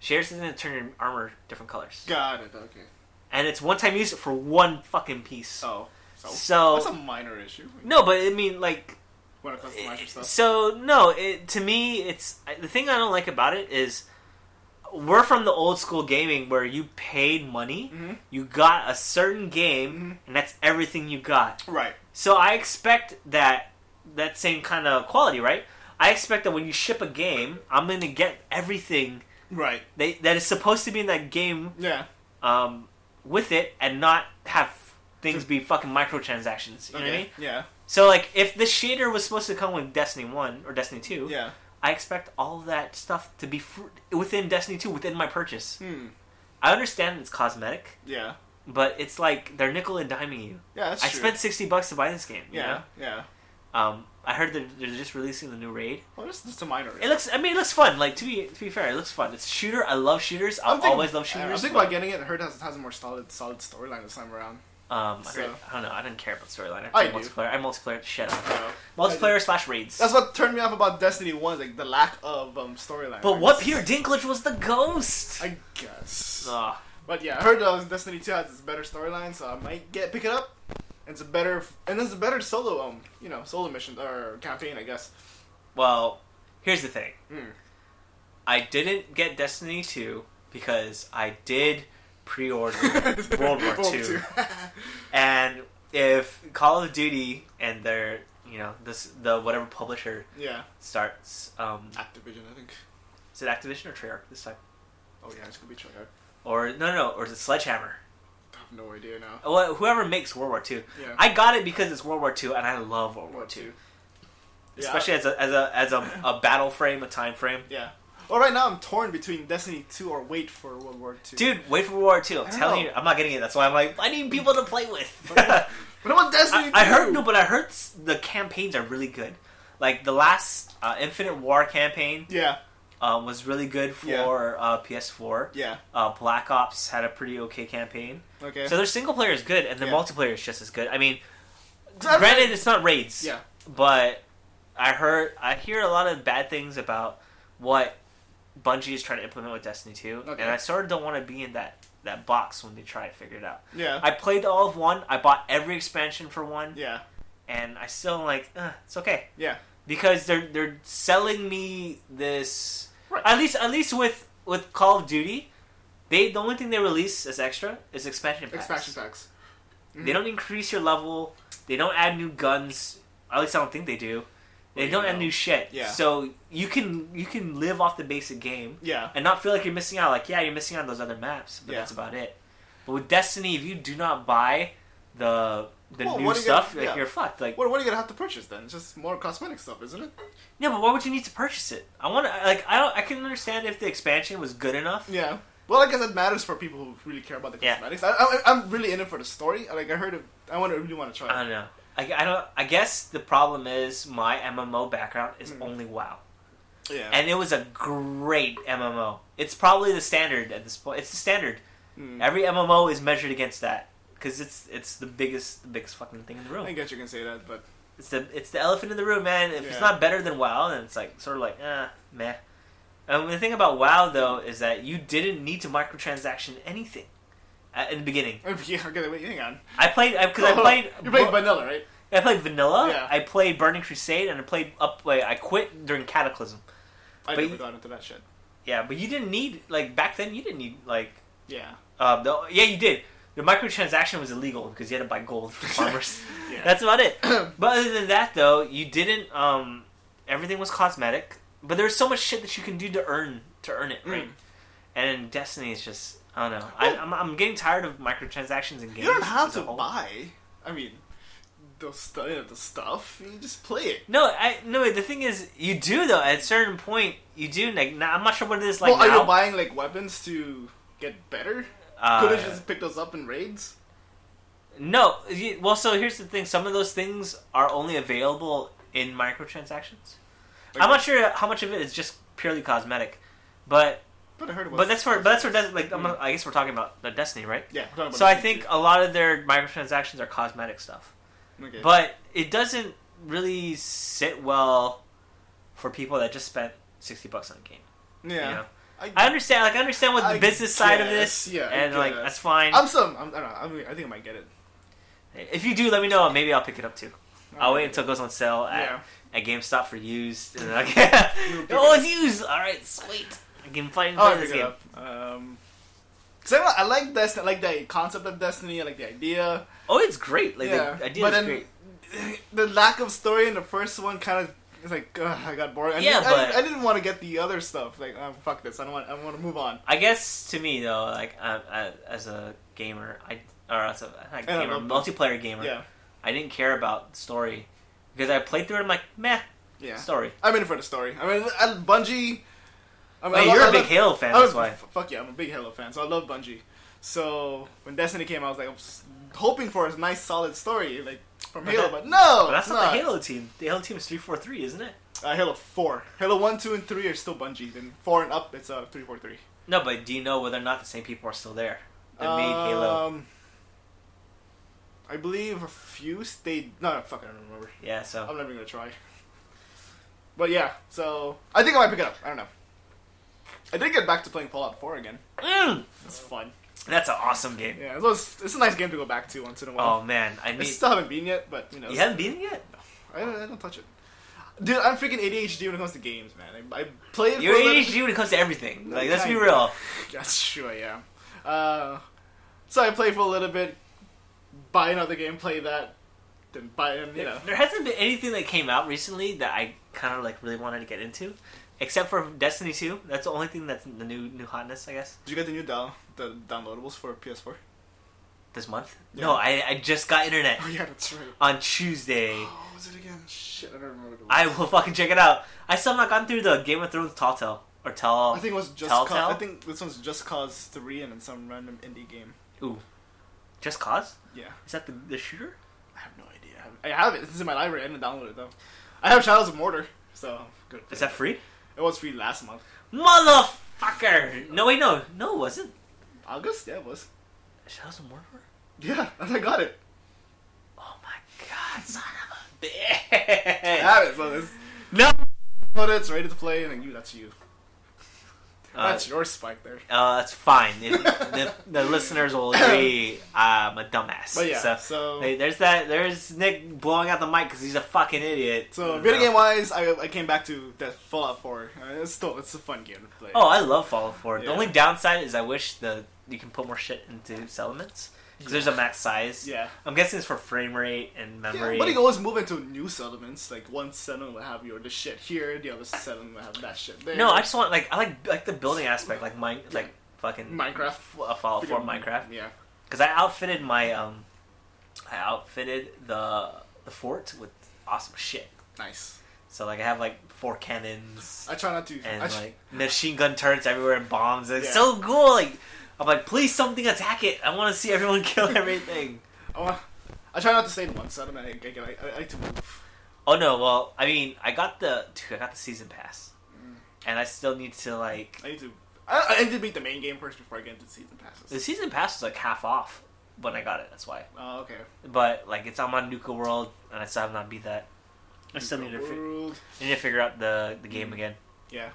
Speaker 1: Shaders is gonna turn your armor different colors.
Speaker 2: Got it. Okay.
Speaker 1: And it's one time use for one fucking piece.
Speaker 2: Oh, so,
Speaker 1: So-
Speaker 2: that's a minor issue
Speaker 1: No, eh, but I mean like
Speaker 2: when it comes to minor stuff.
Speaker 1: so no, it, to me it's I- the thing I don't like about it is we're from the old school gaming where you paid money,
Speaker 2: Mhm.
Speaker 1: you got a certain game,
Speaker 2: Mm-hmm.
Speaker 1: and that's everything you got.
Speaker 2: Right.
Speaker 1: So I expect that that same kind of quality, right? I expect that when you ship a game, I'm going to get everything
Speaker 2: Right.
Speaker 1: that, that is supposed to be in that game
Speaker 2: Yeah.
Speaker 1: um, with it, and not have things be fucking microtransactions. You know what I mean?
Speaker 2: Yeah.
Speaker 1: So like, if the shader was supposed to come with Destiny One or Destiny Two,
Speaker 2: Yeah.
Speaker 1: I expect all of that stuff to be fr- within Destiny Two, within my purchase.
Speaker 2: Hmm.
Speaker 1: I understand it's cosmetic,
Speaker 2: Yeah.
Speaker 1: but it's like they're nickel and diming you.
Speaker 2: Yeah. That's
Speaker 1: I
Speaker 2: true.
Speaker 1: spent sixty bucks to buy this game. you know?
Speaker 2: Yeah. Yeah.
Speaker 1: Um, I heard they're, they're just releasing the new raid.
Speaker 2: Well, this is a minor.
Speaker 1: It looks. I mean, it looks fun. Like to be to be fair, it looks fun. It's a shooter. I love shooters. I'll
Speaker 2: I'm thinking-
Speaker 1: always love
Speaker 2: I- I'm
Speaker 1: shooters. Um,
Speaker 2: thinking
Speaker 1: but,
Speaker 2: about getting it. I heard it has, has a more solid, solid storyline this time around.
Speaker 1: um, I,
Speaker 2: so-
Speaker 1: heard- I don't know. I didn't care about storyline.
Speaker 2: I
Speaker 1: I,
Speaker 2: do.
Speaker 1: play multiplayer. I multiplayer. Shut up.
Speaker 2: So,
Speaker 1: Multiplayer slash raids.
Speaker 2: that's what turned me off about Destiny One, is, like the lack of um, storyline.
Speaker 1: but
Speaker 2: I
Speaker 1: what
Speaker 2: guess.
Speaker 1: Peter Dinklage was the ghost.
Speaker 2: I guess.
Speaker 1: Ugh.
Speaker 2: But yeah, I heard uh, Destiny Two has this better storyline, so I might get pick it up. It's a better, and it's a better solo, um, you know, solo mission or campaign, I guess.
Speaker 1: well, here's the thing.
Speaker 2: Mm.
Speaker 1: I didn't get Destiny two because I did pre-order World War Two. And if Call of Duty and their you know this the whatever publisher
Speaker 2: yeah,
Speaker 1: starts um
Speaker 2: Activision, I think.
Speaker 1: is it Activision or Treyarch this time
Speaker 2: Oh yeah, it's gonna be Treyarch.
Speaker 1: or no no, no or is it Sledgehammer
Speaker 2: I have no idea now.
Speaker 1: Wh- whoever makes World War II
Speaker 2: Yeah,
Speaker 1: I got it because it's World War II and I love World War
Speaker 2: War
Speaker 1: II
Speaker 2: Two.
Speaker 1: especially as a as a as a, a battle frame a time frame
Speaker 2: Yeah. Well, right now I'm torn between Destiny 2 or wait for World War 2.
Speaker 1: dude wait for World War II I'm
Speaker 2: I
Speaker 1: telling
Speaker 2: know.
Speaker 1: you I'm not getting it that's why I'm like I need people to play with
Speaker 2: But what about Destiny
Speaker 1: I,
Speaker 2: 2?
Speaker 1: I heard no but I heard s- the campaigns are really good like the last uh, Infinite War campaign
Speaker 2: Yeah,
Speaker 1: um, was really good
Speaker 2: Yeah.
Speaker 1: for uh, PS4
Speaker 2: yeah.
Speaker 1: uh, Black Ops had a pretty okay campaign
Speaker 2: Okay.
Speaker 1: So their single player is good, and the
Speaker 2: Yeah.
Speaker 1: multiplayer is just as good. I mean,
Speaker 2: Exactly.
Speaker 1: granted, it's not raids,
Speaker 2: yeah.
Speaker 1: but I heard I hear a lot of bad things about what Bungie is trying to implement with Destiny Two,
Speaker 2: Okay.
Speaker 1: and I sort of don't want to be in that that box when they try to figure it out.
Speaker 2: Yeah.
Speaker 1: I played all of one, I bought every expansion for one,
Speaker 2: yeah.
Speaker 1: and I still am like, Ugh, it's okay.
Speaker 2: Yeah.
Speaker 1: because they're they're selling me this.
Speaker 2: Right.
Speaker 1: At least at least with with Call of Duty, they the only thing they release as extra is expansion packs.
Speaker 2: Expansion packs. Mhm.
Speaker 1: They don't increase your level. They don't add new guns. At least I don't think they do. They
Speaker 2: Well, you
Speaker 1: don't add
Speaker 2: know.
Speaker 1: new shit.
Speaker 2: Yeah.
Speaker 1: So you can you can live off the basic game
Speaker 2: Yeah.
Speaker 1: and not feel like you're missing out. Like, yeah, you're missing out on those other maps, but
Speaker 2: Yeah.
Speaker 1: that's about it. But with Destiny, if you do not buy the the
Speaker 2: Well,
Speaker 1: new
Speaker 2: what are you
Speaker 1: stuff,
Speaker 2: gonna-
Speaker 1: like
Speaker 2: yeah.
Speaker 1: you're fucked. Like,
Speaker 2: What, what are you gonna have to purchase then? It's just more cosmetic stuff, isn't it?
Speaker 1: no, but why would you need to purchase it? I want to like I don't I can understand if the expansion was good enough.
Speaker 2: Yeah. Well, I guess that matters for people who really care about the
Speaker 1: Yeah.
Speaker 2: cosmetics. I, I, I'm really in it for the story. Like I heard, it, I want to really want to try.
Speaker 1: I
Speaker 2: it.
Speaker 1: don't know. I, I don't. I guess the problem is my MMO background is
Speaker 2: Mm.
Speaker 1: only WoW,
Speaker 2: yeah.
Speaker 1: and it was a great MMO. It's probably the standard at this point. It's the standard.
Speaker 2: Mm.
Speaker 1: Every MMO is measured against that because it's it's the biggest the biggest fucking thing in the room.
Speaker 2: I guess you can say that, but
Speaker 1: it's the it's the elephant in the room, man. If
Speaker 2: Yeah.
Speaker 1: it's not better than WoW, then it's like sort of like eh, meh. And the thing about WoW though is that you didn't need to microtransaction anything uh, in the beginning.
Speaker 2: yeah, okay, wait, hang on.
Speaker 1: I played because I
Speaker 2: Hold on.
Speaker 1: played
Speaker 2: You played vanilla, right?
Speaker 1: I played vanilla.
Speaker 2: Yeah.
Speaker 1: I played Burning Crusade, and I played up. Wait, I quit during Cataclysm.
Speaker 2: I
Speaker 1: But
Speaker 2: never
Speaker 1: you-
Speaker 2: got into that shit.
Speaker 1: Yeah, but you didn't need like back then. You didn't need like
Speaker 2: Yeah.
Speaker 1: uh, the, yeah, you did. The microtransaction was illegal because you had to buy gold from farmers.
Speaker 2: Yeah.
Speaker 1: That's about it. but other than that, though, you didn't. Um, everything was cosmetic, but there's so much shit that you can do to earn to earn it, right?
Speaker 2: Mm.
Speaker 1: And in Destiny, it's just I don't know. I,
Speaker 2: Well-
Speaker 1: I'm, I'm getting tired of microtransactions in games.
Speaker 2: You don't have
Speaker 1: as a
Speaker 2: to
Speaker 1: whole.
Speaker 2: buy. I mean, the stuff. You know, the stuff. You just play it.
Speaker 1: No, I no. The thing is, you do though. At a certain point, you do. Like, now, I'm not sure what it is like
Speaker 2: well, are
Speaker 1: now.
Speaker 2: you buying like weapons to get better?
Speaker 1: Uh,
Speaker 2: Could have just picked those up in raids?
Speaker 1: No, you- well, so here's the thing: some of those things are only available in microtransactions.
Speaker 2: Like-
Speaker 1: I'm not sure how much of it is just purely cosmetic, but
Speaker 2: But I heard it was.
Speaker 1: but that's for but that's for Des- like I'm, I guess we're talking about the Destiny, right?
Speaker 2: yeah. we're talking Mm-hmm. about
Speaker 1: So I
Speaker 2: this
Speaker 1: think uh,
Speaker 2: too.
Speaker 1: a lot of their microtransactions are cosmetic stuff,
Speaker 2: Okay.
Speaker 1: but it doesn't really sit well for people that just spent sixty bucks on a game.
Speaker 2: yeah.
Speaker 1: You know?
Speaker 2: I,
Speaker 1: I understand. Like I understand what the
Speaker 2: I
Speaker 1: business side of
Speaker 2: guess,
Speaker 1: this,
Speaker 2: yeah, I
Speaker 1: and like
Speaker 2: guess.
Speaker 1: that's fine.
Speaker 2: I'm some. I'm, I don't know. I'm, I think I might get it.
Speaker 1: If you do, let me know. and Maybe I'll pick it up too. I'll wait until it goes on sale at,
Speaker 2: Yeah.
Speaker 1: at GameStop for used. And then I- oh, it's used. All right, sweet. I can play, play
Speaker 2: I'll
Speaker 1: this
Speaker 2: pick it
Speaker 1: game.
Speaker 2: up. Um, 'cause I, I like Destiny. I like the concept of Destiny. I like the idea.
Speaker 1: Oh, it's great. Like
Speaker 2: yeah.
Speaker 1: the idea
Speaker 2: but
Speaker 1: is
Speaker 2: then
Speaker 1: great.
Speaker 2: the lack of story in the first one kind of. It's like ugh, I got bored. I
Speaker 1: Yeah,
Speaker 2: didn't, I
Speaker 1: but-
Speaker 2: didn't- I, didn't want to get the other stuff. Like, oh, fuck this. I don't want. I want to move on.
Speaker 1: I guess to me though, like I, I, as a gamer, I or as a not
Speaker 2: don't
Speaker 1: gamer,
Speaker 2: know, but-
Speaker 1: multiplayer gamer,
Speaker 2: Yeah,
Speaker 1: I didn't care about story because I played through it. I'm like, meh,
Speaker 2: yeah.
Speaker 1: story.
Speaker 2: I'm in for the story. I mean, I, Bungie. I mean, I
Speaker 1: Wait,
Speaker 2: love-
Speaker 1: you're
Speaker 2: I
Speaker 1: a big
Speaker 2: love-
Speaker 1: Halo fan,
Speaker 2: I
Speaker 1: that's
Speaker 2: was-
Speaker 1: why.
Speaker 2: f- Fuck yeah, I'm a big Halo fan, so I love Bungie. So when Destiny came, I was like, I was hoping for a nice, solid story like from
Speaker 1: But
Speaker 2: Halo,
Speaker 1: that-
Speaker 2: but no,
Speaker 1: But that's not,
Speaker 2: not.
Speaker 1: the Halo team. The Halo team is three four three, isn't it?
Speaker 2: Uh, Halo Four, Halo One, Two, and Three are still Bungie. Then Four and up, it's uh three, four, three.
Speaker 1: No, but do you know whether or not the same people are still there that made Halo?
Speaker 2: Um, I believe a few stayed. No, no, fuck, I don't remember.
Speaker 1: Yeah, so
Speaker 2: I'm never gonna try. But yeah, so I think I might pick it up. I don't know. I did get back to playing Fallout 4 again.
Speaker 1: Mm,
Speaker 2: It's fun.
Speaker 1: that's an awesome game.
Speaker 2: Yeah, it was, it's a nice game to go back to once in a while.
Speaker 1: Oh man, I
Speaker 2: I
Speaker 1: mean,
Speaker 2: still haven't been yet, but you know,
Speaker 1: you haven't beaten it yet.
Speaker 2: I, don't, I don't touch it. Dude, I'm freaking ADHD when it comes to games, man. I, I play it.
Speaker 1: You're
Speaker 2: for a little-
Speaker 1: ADHD when it comes to everything.
Speaker 2: No,
Speaker 1: Like, let's be
Speaker 2: kinda.
Speaker 1: real.
Speaker 2: That's true, I am. Uh, so I play for a little bit, buy another game, play that, then buy and you know.
Speaker 1: There hasn't been anything that came out recently that I kind of like really wanted to get into, except for Destiny Two. That's the only thing that's the new new hotness, I guess,
Speaker 2: Did you get the new down the downloadables for PS4?
Speaker 1: this month.
Speaker 2: Yeah.
Speaker 1: No, I I just got internet
Speaker 2: Oh yeah, that's right.
Speaker 1: on Tuesday.
Speaker 2: Oh, what was it again? Shit, I don't remember. What it
Speaker 1: I
Speaker 2: was.
Speaker 1: will fucking check it out. I still have not gone through the Game of Thrones Tall Tale or Tell.
Speaker 2: I think it was just.
Speaker 1: Telltale?
Speaker 2: Cause, I think this one's Just Cause Three and then some random indie game.
Speaker 1: Just Cause.
Speaker 2: Yeah,
Speaker 1: Is that the, the shooter?
Speaker 2: I have no idea. I haven't- I have it. This is in my library. I didn't download it though. I have Shadows of Mortar, so good.
Speaker 1: Is that free?
Speaker 2: It was free last month.
Speaker 1: Motherfucker! No, wait, no, no, it wasn't.
Speaker 2: August? Yeah, it was.
Speaker 1: Shadows of Mordor.
Speaker 2: Yeah, I got it.
Speaker 1: Oh my god, son of a bitch!
Speaker 2: I have it. So it's,
Speaker 1: No!
Speaker 2: but it's ready to play, and then you, that's you.
Speaker 1: Uh,
Speaker 2: That's your spike there.
Speaker 1: uh, that's fine. It- the, the listeners will agree I'm a dumbass.
Speaker 2: But yeah, so,
Speaker 1: So, hey, there's that. There's Nick blowing out the mic because he's a fucking idiot. Uh,
Speaker 2: so
Speaker 1: No.
Speaker 2: video game wise, I, I came back to that Fallout 4. Uh, it's still it's a fun game to play.
Speaker 1: Oh, I love Fallout 4. The
Speaker 2: Yeah.
Speaker 1: only downside is I wish the you can put more shit into settlements because there's a max size.
Speaker 2: yeah.
Speaker 1: I'm guessing it's for frame rate and memory.
Speaker 2: Yeah, but you can always move into new settlements. Like one settlement will have your this shit here, the other settlement will have that shit there.
Speaker 1: no, I just want like I like like the building aspect, like mine, like fucking
Speaker 2: Minecraft.
Speaker 1: F- uh, Fallout 4 Minecraft.
Speaker 2: Yeah.
Speaker 1: Because I outfitted my um, I outfitted the the fort with awesome shit.
Speaker 2: Nice.
Speaker 1: So like I have like four cannons
Speaker 2: I try not to.
Speaker 1: and
Speaker 2: I tr-
Speaker 1: like machine gun turrets everywhere and bombs. It's
Speaker 2: Yeah.
Speaker 1: so cool. Like I'm like, please something attack it. I want to see everyone kill everything.
Speaker 2: I, want, I try not to stay in one settlement. I, I, I, I like to move.
Speaker 1: Oh no! Well, I mean, I got the dude, I got the season pass, and I still need to like
Speaker 2: I need to. I, I need to beat the main game first before I get into season
Speaker 1: the
Speaker 2: passes.
Speaker 1: season pass was like half off when I got it. That's why.
Speaker 2: Oh, okay.
Speaker 1: But like, it's on my Nuka World, and I still have not beat that. I still need to, fi-
Speaker 2: World.
Speaker 1: I need to figure out the the game again
Speaker 2: Yeah,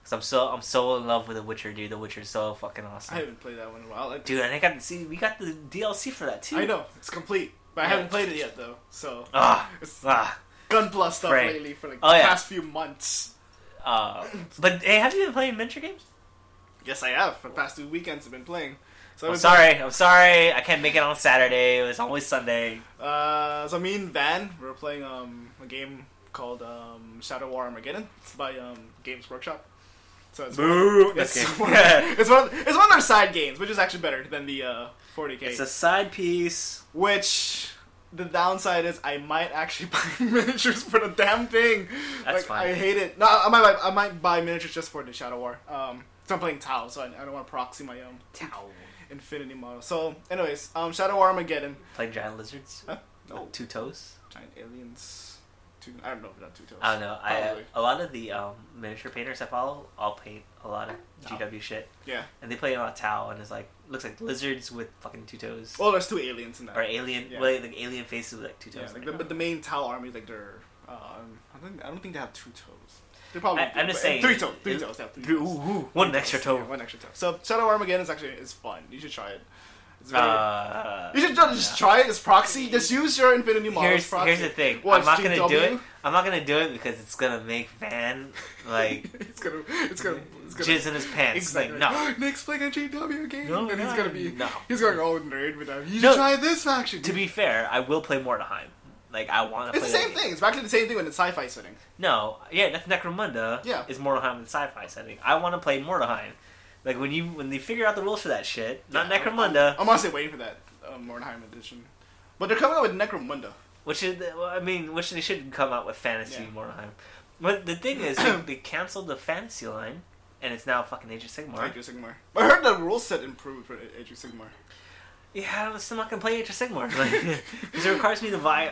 Speaker 1: because I'm so I'm so in love with The Witcher, dude. The Witcher is so fucking awesome,
Speaker 2: I haven't played that one in a while. I,
Speaker 1: dude. And I got to see we got the DLC for that too.
Speaker 2: I know it's complete, but I
Speaker 1: Yeah.
Speaker 2: haven't played it yet though. So
Speaker 1: Ah,
Speaker 2: it's
Speaker 1: ah.
Speaker 2: gunpla stuff
Speaker 1: Frank.
Speaker 2: lately for like
Speaker 1: Oh,
Speaker 2: the
Speaker 1: yeah.
Speaker 2: past few months.
Speaker 1: Uh, but hey, have you been playing adventure games?
Speaker 2: Yes, I have. For the past two weekends, I've been playing. So I've
Speaker 1: I'm
Speaker 2: been
Speaker 1: sorry, I'm sorry. I can't make it on Saturday. It was always Sunday.
Speaker 2: Uh, so me and Van we were playing um, a game called um, Shadow War Armageddon. It's by um, Games Workshop. So it's one,
Speaker 1: Boo!
Speaker 2: it's, one,
Speaker 1: Okay.
Speaker 2: it's one it's one of their side games, which is actually better than the uh, 40k.
Speaker 1: It's a side piece.
Speaker 2: which the downside is I might actually buy miniatures for the damn thing.
Speaker 1: That's
Speaker 2: like,
Speaker 1: fine.
Speaker 2: I hate it. No, I might I might buy miniatures just for the Shadow War. Um, so I'm playing Tau, so I, I don't want to proxy my um Infinity model. So, anyways, um, Shadow War Armageddon.
Speaker 1: Playing giant lizards.
Speaker 2: Huh? No.
Speaker 1: With two toes.
Speaker 2: giant aliens. Two, I don't know if not two toes.
Speaker 1: I don't know. I
Speaker 2: Probably.
Speaker 1: a lot of the um, miniature painters I follow, all paint a lot of GW shit,
Speaker 2: Yeah.
Speaker 1: and they play a lot of Tau, and it's like looks like lizards with fucking two toes,
Speaker 2: Well, there's two aliens in that.
Speaker 1: or alien,
Speaker 2: Oh. Yeah.
Speaker 1: well, like alien faces with like two
Speaker 2: Yeah,
Speaker 1: toes.
Speaker 2: like the, but the main Tau army, like they're. Um, I don't. I don't think they have two toes. They probably.
Speaker 1: I-
Speaker 2: do,
Speaker 1: I'm just
Speaker 2: but-
Speaker 1: saying-
Speaker 2: Three toes. Three
Speaker 1: it-
Speaker 2: toes. They have three
Speaker 1: Ooh,
Speaker 2: toes.
Speaker 1: ooh, one
Speaker 2: Three
Speaker 1: extra
Speaker 2: toes,
Speaker 1: toe.
Speaker 2: yeah, one extra toe. So Shadow Armageddon is actually is fun. You should try it. It's very,
Speaker 1: Uh,
Speaker 2: you should ju- just try it as proxy. Just use your Infinity model as
Speaker 1: here's
Speaker 2: proxy.
Speaker 1: here's the thing.
Speaker 2: Watch
Speaker 1: I'm not gonna do
Speaker 2: GW.
Speaker 1: it. I'm not gonna do it because it's gonna make Van like
Speaker 2: it's gonna. It's gonna. It's gonna.
Speaker 1: jizz in his pants.
Speaker 2: Exactly.
Speaker 1: Like no.
Speaker 2: Nick's playing a GW game,
Speaker 1: No,
Speaker 2: and he's
Speaker 1: no,
Speaker 2: gonna be
Speaker 1: no.
Speaker 2: he's going all nerd with them. You should
Speaker 1: No.
Speaker 2: try this faction.
Speaker 1: To be fair, I will play Mordheim. Like I want to.
Speaker 2: it's the
Speaker 1: play that
Speaker 2: same
Speaker 1: game.
Speaker 2: thing. It's actually the same thing when it's sci-fi setting.
Speaker 1: No, yeah, that's Necromunda.
Speaker 2: Yeah.
Speaker 1: is Mordheim in sci-fi setting. I want to play Mordheim. Like when you when they figure out the rules for that shit, not
Speaker 2: Yeah, Oh,
Speaker 1: Necromunda,
Speaker 2: I'm, I'm honestly waiting for that uh, Mordheim edition, but they're coming out with Necromunda.
Speaker 1: which is well, I mean, which they should come out with fantasy
Speaker 2: Yeah.
Speaker 1: Mordheim. But the thing is, they, they canceled the fantasy line, and it's now fucking Age of Sigmar.
Speaker 2: Age of Sigmar. But I heard the rule set improved for Age of Sigmar.
Speaker 1: Yeah, I'm still not gonna play Age of Sigmar like, because it requires me to buy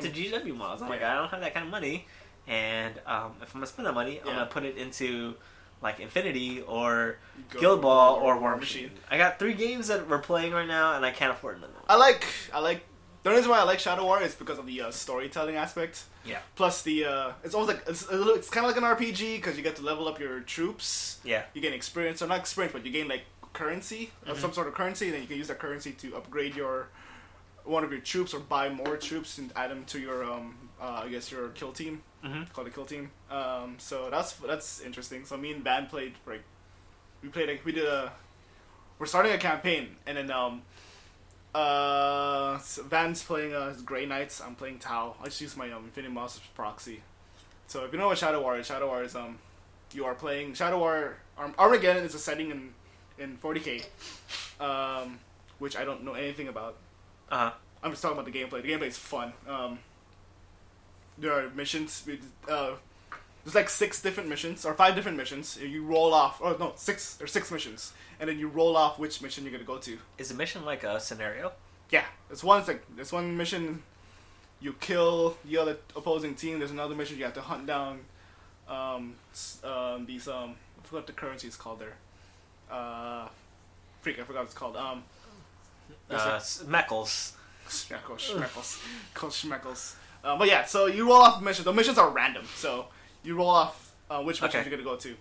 Speaker 1: shit to GW models. I'm like,
Speaker 2: yeah.
Speaker 1: I don't have that kind of money, and um, if I'm gonna spend that money, I'm
Speaker 2: Yeah.
Speaker 1: gonna put it into like Infinity or
Speaker 2: Go-
Speaker 1: Guild Ball or War Machine. I got three games that we're playing right now, and I can't afford another one.
Speaker 2: I like. I like. The reason why I like Shadow War is because of the uh, storytelling aspect.
Speaker 1: Yeah.
Speaker 2: Plus the uh, it's almost like it's, a little, it's kind of like an RPG because you get to level up your troops.
Speaker 1: Yeah,
Speaker 2: You gain experience or not experience, but you gain like currency of some sort of currency. Then you can use that currency to upgrade your one of your troops or buy more troops and add them to your um uh, I guess your kill team.
Speaker 1: Mhm.
Speaker 2: Called a kill team. Um, so that's that's interesting. So me and Van played like we played like we did a we're starting a campaign and then um uh so Van's playing uh Grey Knights. I'm playing Tau. I just use my um, Infinity Mouse as proxy. So if you know what Shadow War is, Shadow War is um you are playing Shadow War Arm- Armageddon is a setting in in 40k, um, which I don't know anything about.
Speaker 1: uh huh.
Speaker 2: I'm just talking about the gameplay. The gameplay is fun. Um, there are missions. we- Uh, there's like six different missions or five different missions. You roll off. Oh no, six. There's six missions, and then you roll off which mission you're gonna go to.
Speaker 1: Is the mission like a scenario?
Speaker 2: Yeah, there's one. Like, there's one mission. You kill the other opposing team. There's another mission you have to hunt down. Um, s- um these um, I forgot the currency is called there. Uh, freak, I forgot what it's called. Um,
Speaker 1: Uh,
Speaker 2: Yes, sir.
Speaker 1: s- Meckles.
Speaker 2: Schmeckles, schmeckles, called schmeckles. Uh, but yeah, so you roll off missions. The missions are random, so you roll off uh, which missions
Speaker 1: Okay.
Speaker 2: you're gonna go to.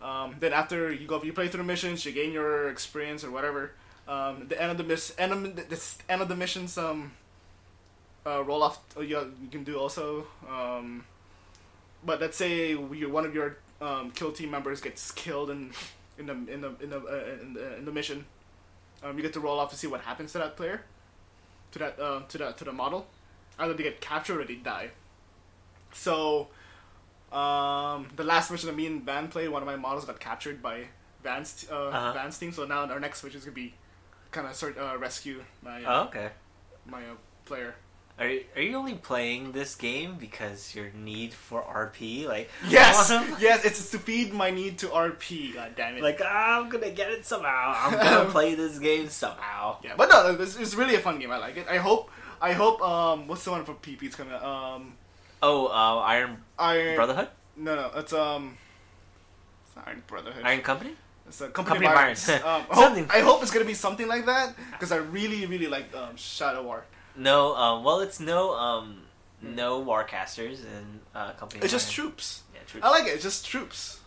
Speaker 2: Um, then after you go, you play through the missions, you gain your experience or whatever. Um, the end of the miss, end of the this end of the missions, um, uh, roll off. uh, You you can do also. Um, but let's say you, one of your um, kill team members gets killed in in the in the in the, uh, in the, in the mission. Um, you get to roll off to see what happens to that player, to that uh, to that to the model. Either they get captured or they die. So, um, the last mission that me and Van played, one of my models got captured by Van's uh,
Speaker 1: Uh-huh.
Speaker 2: Van's team. So now our next mission is gonna be kind of sort uh, rescue my uh,
Speaker 1: Oh, okay.
Speaker 2: my uh, player.
Speaker 1: Are you, are you only playing this game because your need for RP? Like
Speaker 2: Yes,
Speaker 1: awesome.
Speaker 2: yes, it's to feed my need to RP. God damn it!
Speaker 1: Like "Ah, I'm gonna get it somehow. I'm gonna play this game somehow.
Speaker 2: yeah, but no, it's, it's really a fun game. I like it. I hope, I hope. Um, what's the one for PP? It's gonna um,
Speaker 1: Oh, uh, Iron
Speaker 2: Iron
Speaker 1: Brotherhood,
Speaker 2: No, no, it's um, it's not Iron Brotherhood.
Speaker 1: Iron Company.
Speaker 2: It's a company,
Speaker 1: Company of
Speaker 2: of Irons.
Speaker 1: Irons.
Speaker 2: um, I,
Speaker 1: Something.
Speaker 2: hope, I hope it's gonna be something like that because I really, really like um, Shadow War.
Speaker 1: No, um, well, it's no, um, no warcasters and uh, company.
Speaker 2: It's just
Speaker 1: Iron.
Speaker 2: troops.
Speaker 1: Yeah, true.
Speaker 2: I like it. It's just troops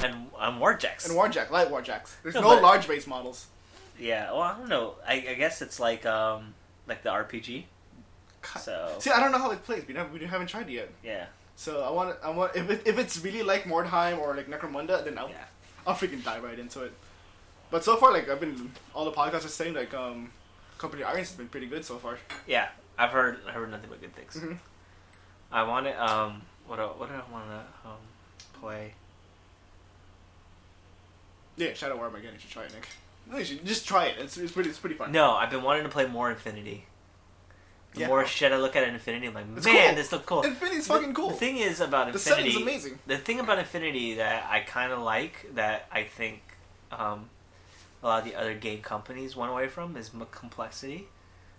Speaker 1: and um, warjacks.
Speaker 2: and Warjack, light Warjacks. There's
Speaker 1: No,
Speaker 2: no,
Speaker 1: but-
Speaker 2: large base models.
Speaker 1: yeah, well, I don't know. I, I guess it's like um, like the RPG.
Speaker 2: God.
Speaker 1: So
Speaker 2: See, I don't know how it plays. We never, we haven't tried it yet.
Speaker 1: yeah,
Speaker 2: So I want, I want. If it, if it's really like Mordheim or like Necromunda, then I'll,
Speaker 1: yeah.
Speaker 2: I'll freaking dive right into it. But so far, like I've been, all the podcasts are saying like um, Company of Irons has been pretty good so far.
Speaker 1: Yeah, I've heard I've heard nothing but good things.
Speaker 2: Mhm.
Speaker 1: I want to um what do- what do I want to um play?
Speaker 2: Yeah, Shadow War. Again, you should try it, Nick. No, you should just try it. It's, it's pretty, it's pretty fun.
Speaker 1: No, I've been wanting to play more Infinity. The
Speaker 2: Yeah.
Speaker 1: more shit I look at Infinity, I'm like,
Speaker 2: It's
Speaker 1: man,
Speaker 2: cool.
Speaker 1: this looks cool.
Speaker 2: Infinity's fucking cool.
Speaker 1: The thing is about
Speaker 2: The
Speaker 1: Infinity.
Speaker 2: setting's amazing.
Speaker 1: The thing about Infinity that I kind of like that I think um, a lot of the other game companies went away from is m- complexity.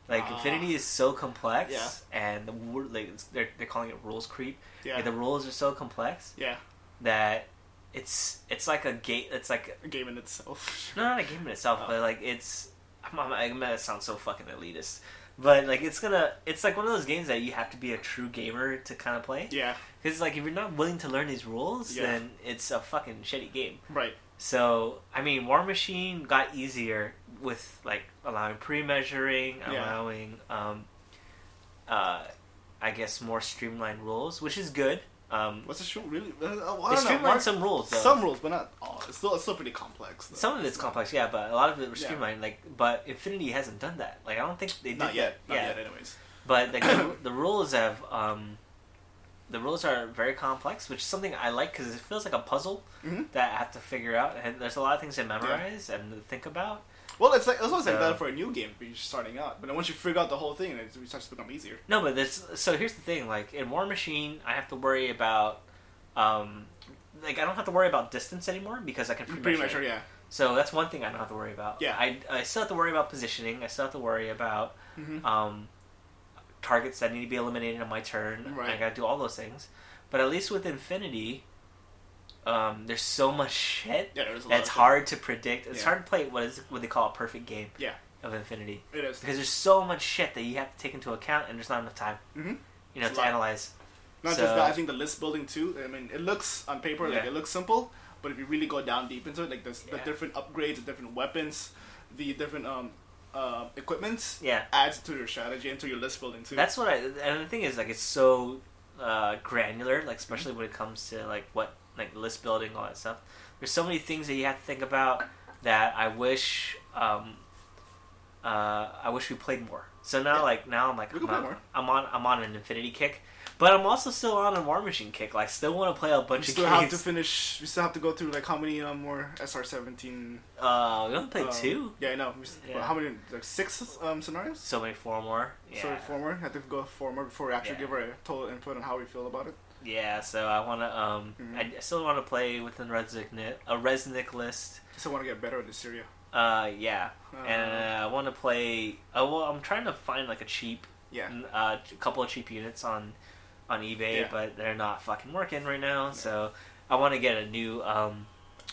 Speaker 1: Like
Speaker 2: Ah.
Speaker 1: Infinity is so complex,
Speaker 2: Yeah.
Speaker 1: and the, wor- like it's- they're they're calling it rules creep.
Speaker 2: Yeah.
Speaker 1: Like, the rules are so complex
Speaker 2: yeah.
Speaker 1: that it's it's like a gate. It's like
Speaker 2: A game in itself.
Speaker 1: no, not a game in itself,
Speaker 2: Oh.
Speaker 1: but like it's. I'm, I'm, I'm gonna sound so fucking elitist, but like it's gonna it's like one of those games that you have to be a true gamer to kind of play.
Speaker 2: Yeah.
Speaker 1: Because like if you're not willing to learn these rules,
Speaker 2: Yeah.
Speaker 1: then it's a fucking shitty game.
Speaker 2: Right.
Speaker 1: So I mean, War Machine got easier with like allowing pre-measuring,
Speaker 2: Yeah.
Speaker 1: allowing, um, uh, I guess more streamlined rules, which is good. Um,
Speaker 2: What's the shoot really? Uh, well, I
Speaker 1: they
Speaker 2: don't know.
Speaker 1: streamlined
Speaker 2: Mark-
Speaker 1: some rules. Though.
Speaker 2: some rules, but not all. It's still, it's still pretty complex. though.
Speaker 1: Some of it's complex, yeah, but a lot of it was
Speaker 2: Yeah.
Speaker 1: streamlined. Like, but Infinity hasn't done that. Like, I don't think they did
Speaker 2: Not yet.
Speaker 1: that.
Speaker 2: Not
Speaker 1: yeah,
Speaker 2: yet. Anyways.
Speaker 1: but like the, the rules have um the rules are very complex which is something i like because it feels like a puzzle
Speaker 2: Mhm.
Speaker 1: that i have to figure out and there's a lot of things to memorize and to think about
Speaker 2: Well, it's like it's always like
Speaker 1: So-
Speaker 2: that for a new game if you're just starting out. But then once you figure out the whole thing, it starts to become easier.
Speaker 1: no but this so here's the thing like in war machine i have to worry about um like i don't have to worry about distance anymore because i can
Speaker 2: Pretty,
Speaker 1: pre-measure,
Speaker 2: much,
Speaker 1: it.
Speaker 2: yeah.
Speaker 1: so that's one thing i don't have to worry about
Speaker 2: Yeah.
Speaker 1: I, I still have to worry about positioning i still have to worry about
Speaker 2: hmm
Speaker 1: um, targets that need to be eliminated on my turn.
Speaker 2: Right.
Speaker 1: I gotta do all those things. But at least with Infinity, um, there's so much shit
Speaker 2: Yeah, there's a lot.
Speaker 1: that's
Speaker 2: of-
Speaker 1: hard to predict. It's
Speaker 2: Yeah.
Speaker 1: hard to play what is what they call a perfect game.
Speaker 2: Yeah.
Speaker 1: Of Infinity,
Speaker 2: It is.
Speaker 1: because there's so much shit that you have to take into account, and there's not enough time,
Speaker 2: hmm
Speaker 1: you know,
Speaker 2: It's a
Speaker 1: to
Speaker 2: lot.
Speaker 1: analyze.
Speaker 2: Not
Speaker 1: So-
Speaker 2: just that. I think the list building too. I mean, it looks on paper like
Speaker 1: Yeah.
Speaker 2: it looks simple, but if you really go down deep into it, like there's the
Speaker 1: Yeah.
Speaker 2: different upgrades, the different weapons, the different um uh, equipments
Speaker 1: Yeah.
Speaker 2: adds to your strategy and to your list building too.
Speaker 1: That's what I. And the thing is, like, it's so uh, granular, like especially when it comes to like what like list building, all that stuff. There's so many things that you have to think about that I wish. Um, uh, I wish we played more. So now,
Speaker 2: Yeah.
Speaker 1: like now, I'm like
Speaker 2: We
Speaker 1: I'm
Speaker 2: can play
Speaker 1: on,
Speaker 2: more.
Speaker 1: I'm on I'm on an Infinity kick, but I'm also still on a War Machine kick. Like, still want to play a
Speaker 2: we
Speaker 1: bunch
Speaker 2: still
Speaker 1: of
Speaker 2: have to
Speaker 1: games.
Speaker 2: finish. We still have to go through like how many um, more SR seventeen. um,
Speaker 1: uh, we only played
Speaker 2: Oh.
Speaker 1: two,
Speaker 2: Yeah, I know. We s-
Speaker 1: Yeah.
Speaker 2: How many? Like six um, scenarios.
Speaker 1: so maybe four more. Yeah.
Speaker 2: So four more. Have to go four more before we actually
Speaker 1: Yeah.
Speaker 2: give our total input on how we feel about it.
Speaker 1: Yeah, so I want to. Um,
Speaker 2: Mhm.
Speaker 1: I, I still want to play within Resnick, a Resnick list.
Speaker 2: So I want to get better at this area.
Speaker 1: Uh, yeah,
Speaker 2: Uh,
Speaker 1: and I want to play. Oh, well, I'm trying to find like a cheap,
Speaker 2: yeah.
Speaker 1: n- uh, a couple of cheap units on on eBay,
Speaker 2: Yeah.
Speaker 1: but they're not fucking working right now. So I want to get a new. Um,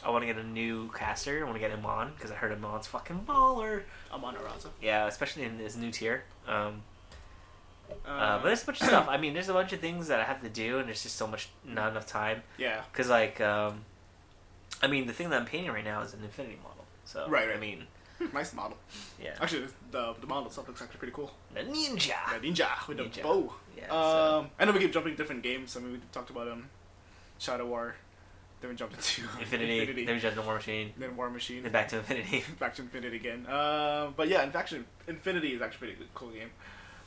Speaker 1: I want to get a new caster. I want to get him on because I heard him on's fucking baller.
Speaker 2: I'm on Araza.
Speaker 1: Yeah, especially in this new tier. Um,
Speaker 2: Uh,
Speaker 1: uh, but there's a bunch of stuff. I mean, there's a bunch of things that I have to do, and there's just so much not enough time.
Speaker 2: yeah.
Speaker 1: Cause like um, I mean, the thing that I'm painting right now is an infinity model. So
Speaker 2: Right, right.
Speaker 1: I mean,
Speaker 2: nice model.
Speaker 1: yeah,
Speaker 2: Actually, the the model itself looks actually pretty cool.
Speaker 1: the ninja.
Speaker 2: The ninja with the
Speaker 1: Ah, Ninja.
Speaker 2: bow.
Speaker 1: Yeah. so-
Speaker 2: Um, I know we keep jumping to different games. I mean, we talked about um, Shadow War. Then we jumped into um,
Speaker 1: Infinity, then we jumped in War Machine,
Speaker 2: then War
Speaker 1: then
Speaker 2: Machine.
Speaker 1: back to Infinity.
Speaker 2: Back to Infinity again. Um, but yeah, in fact, Infinity is actually a pretty good- cool game.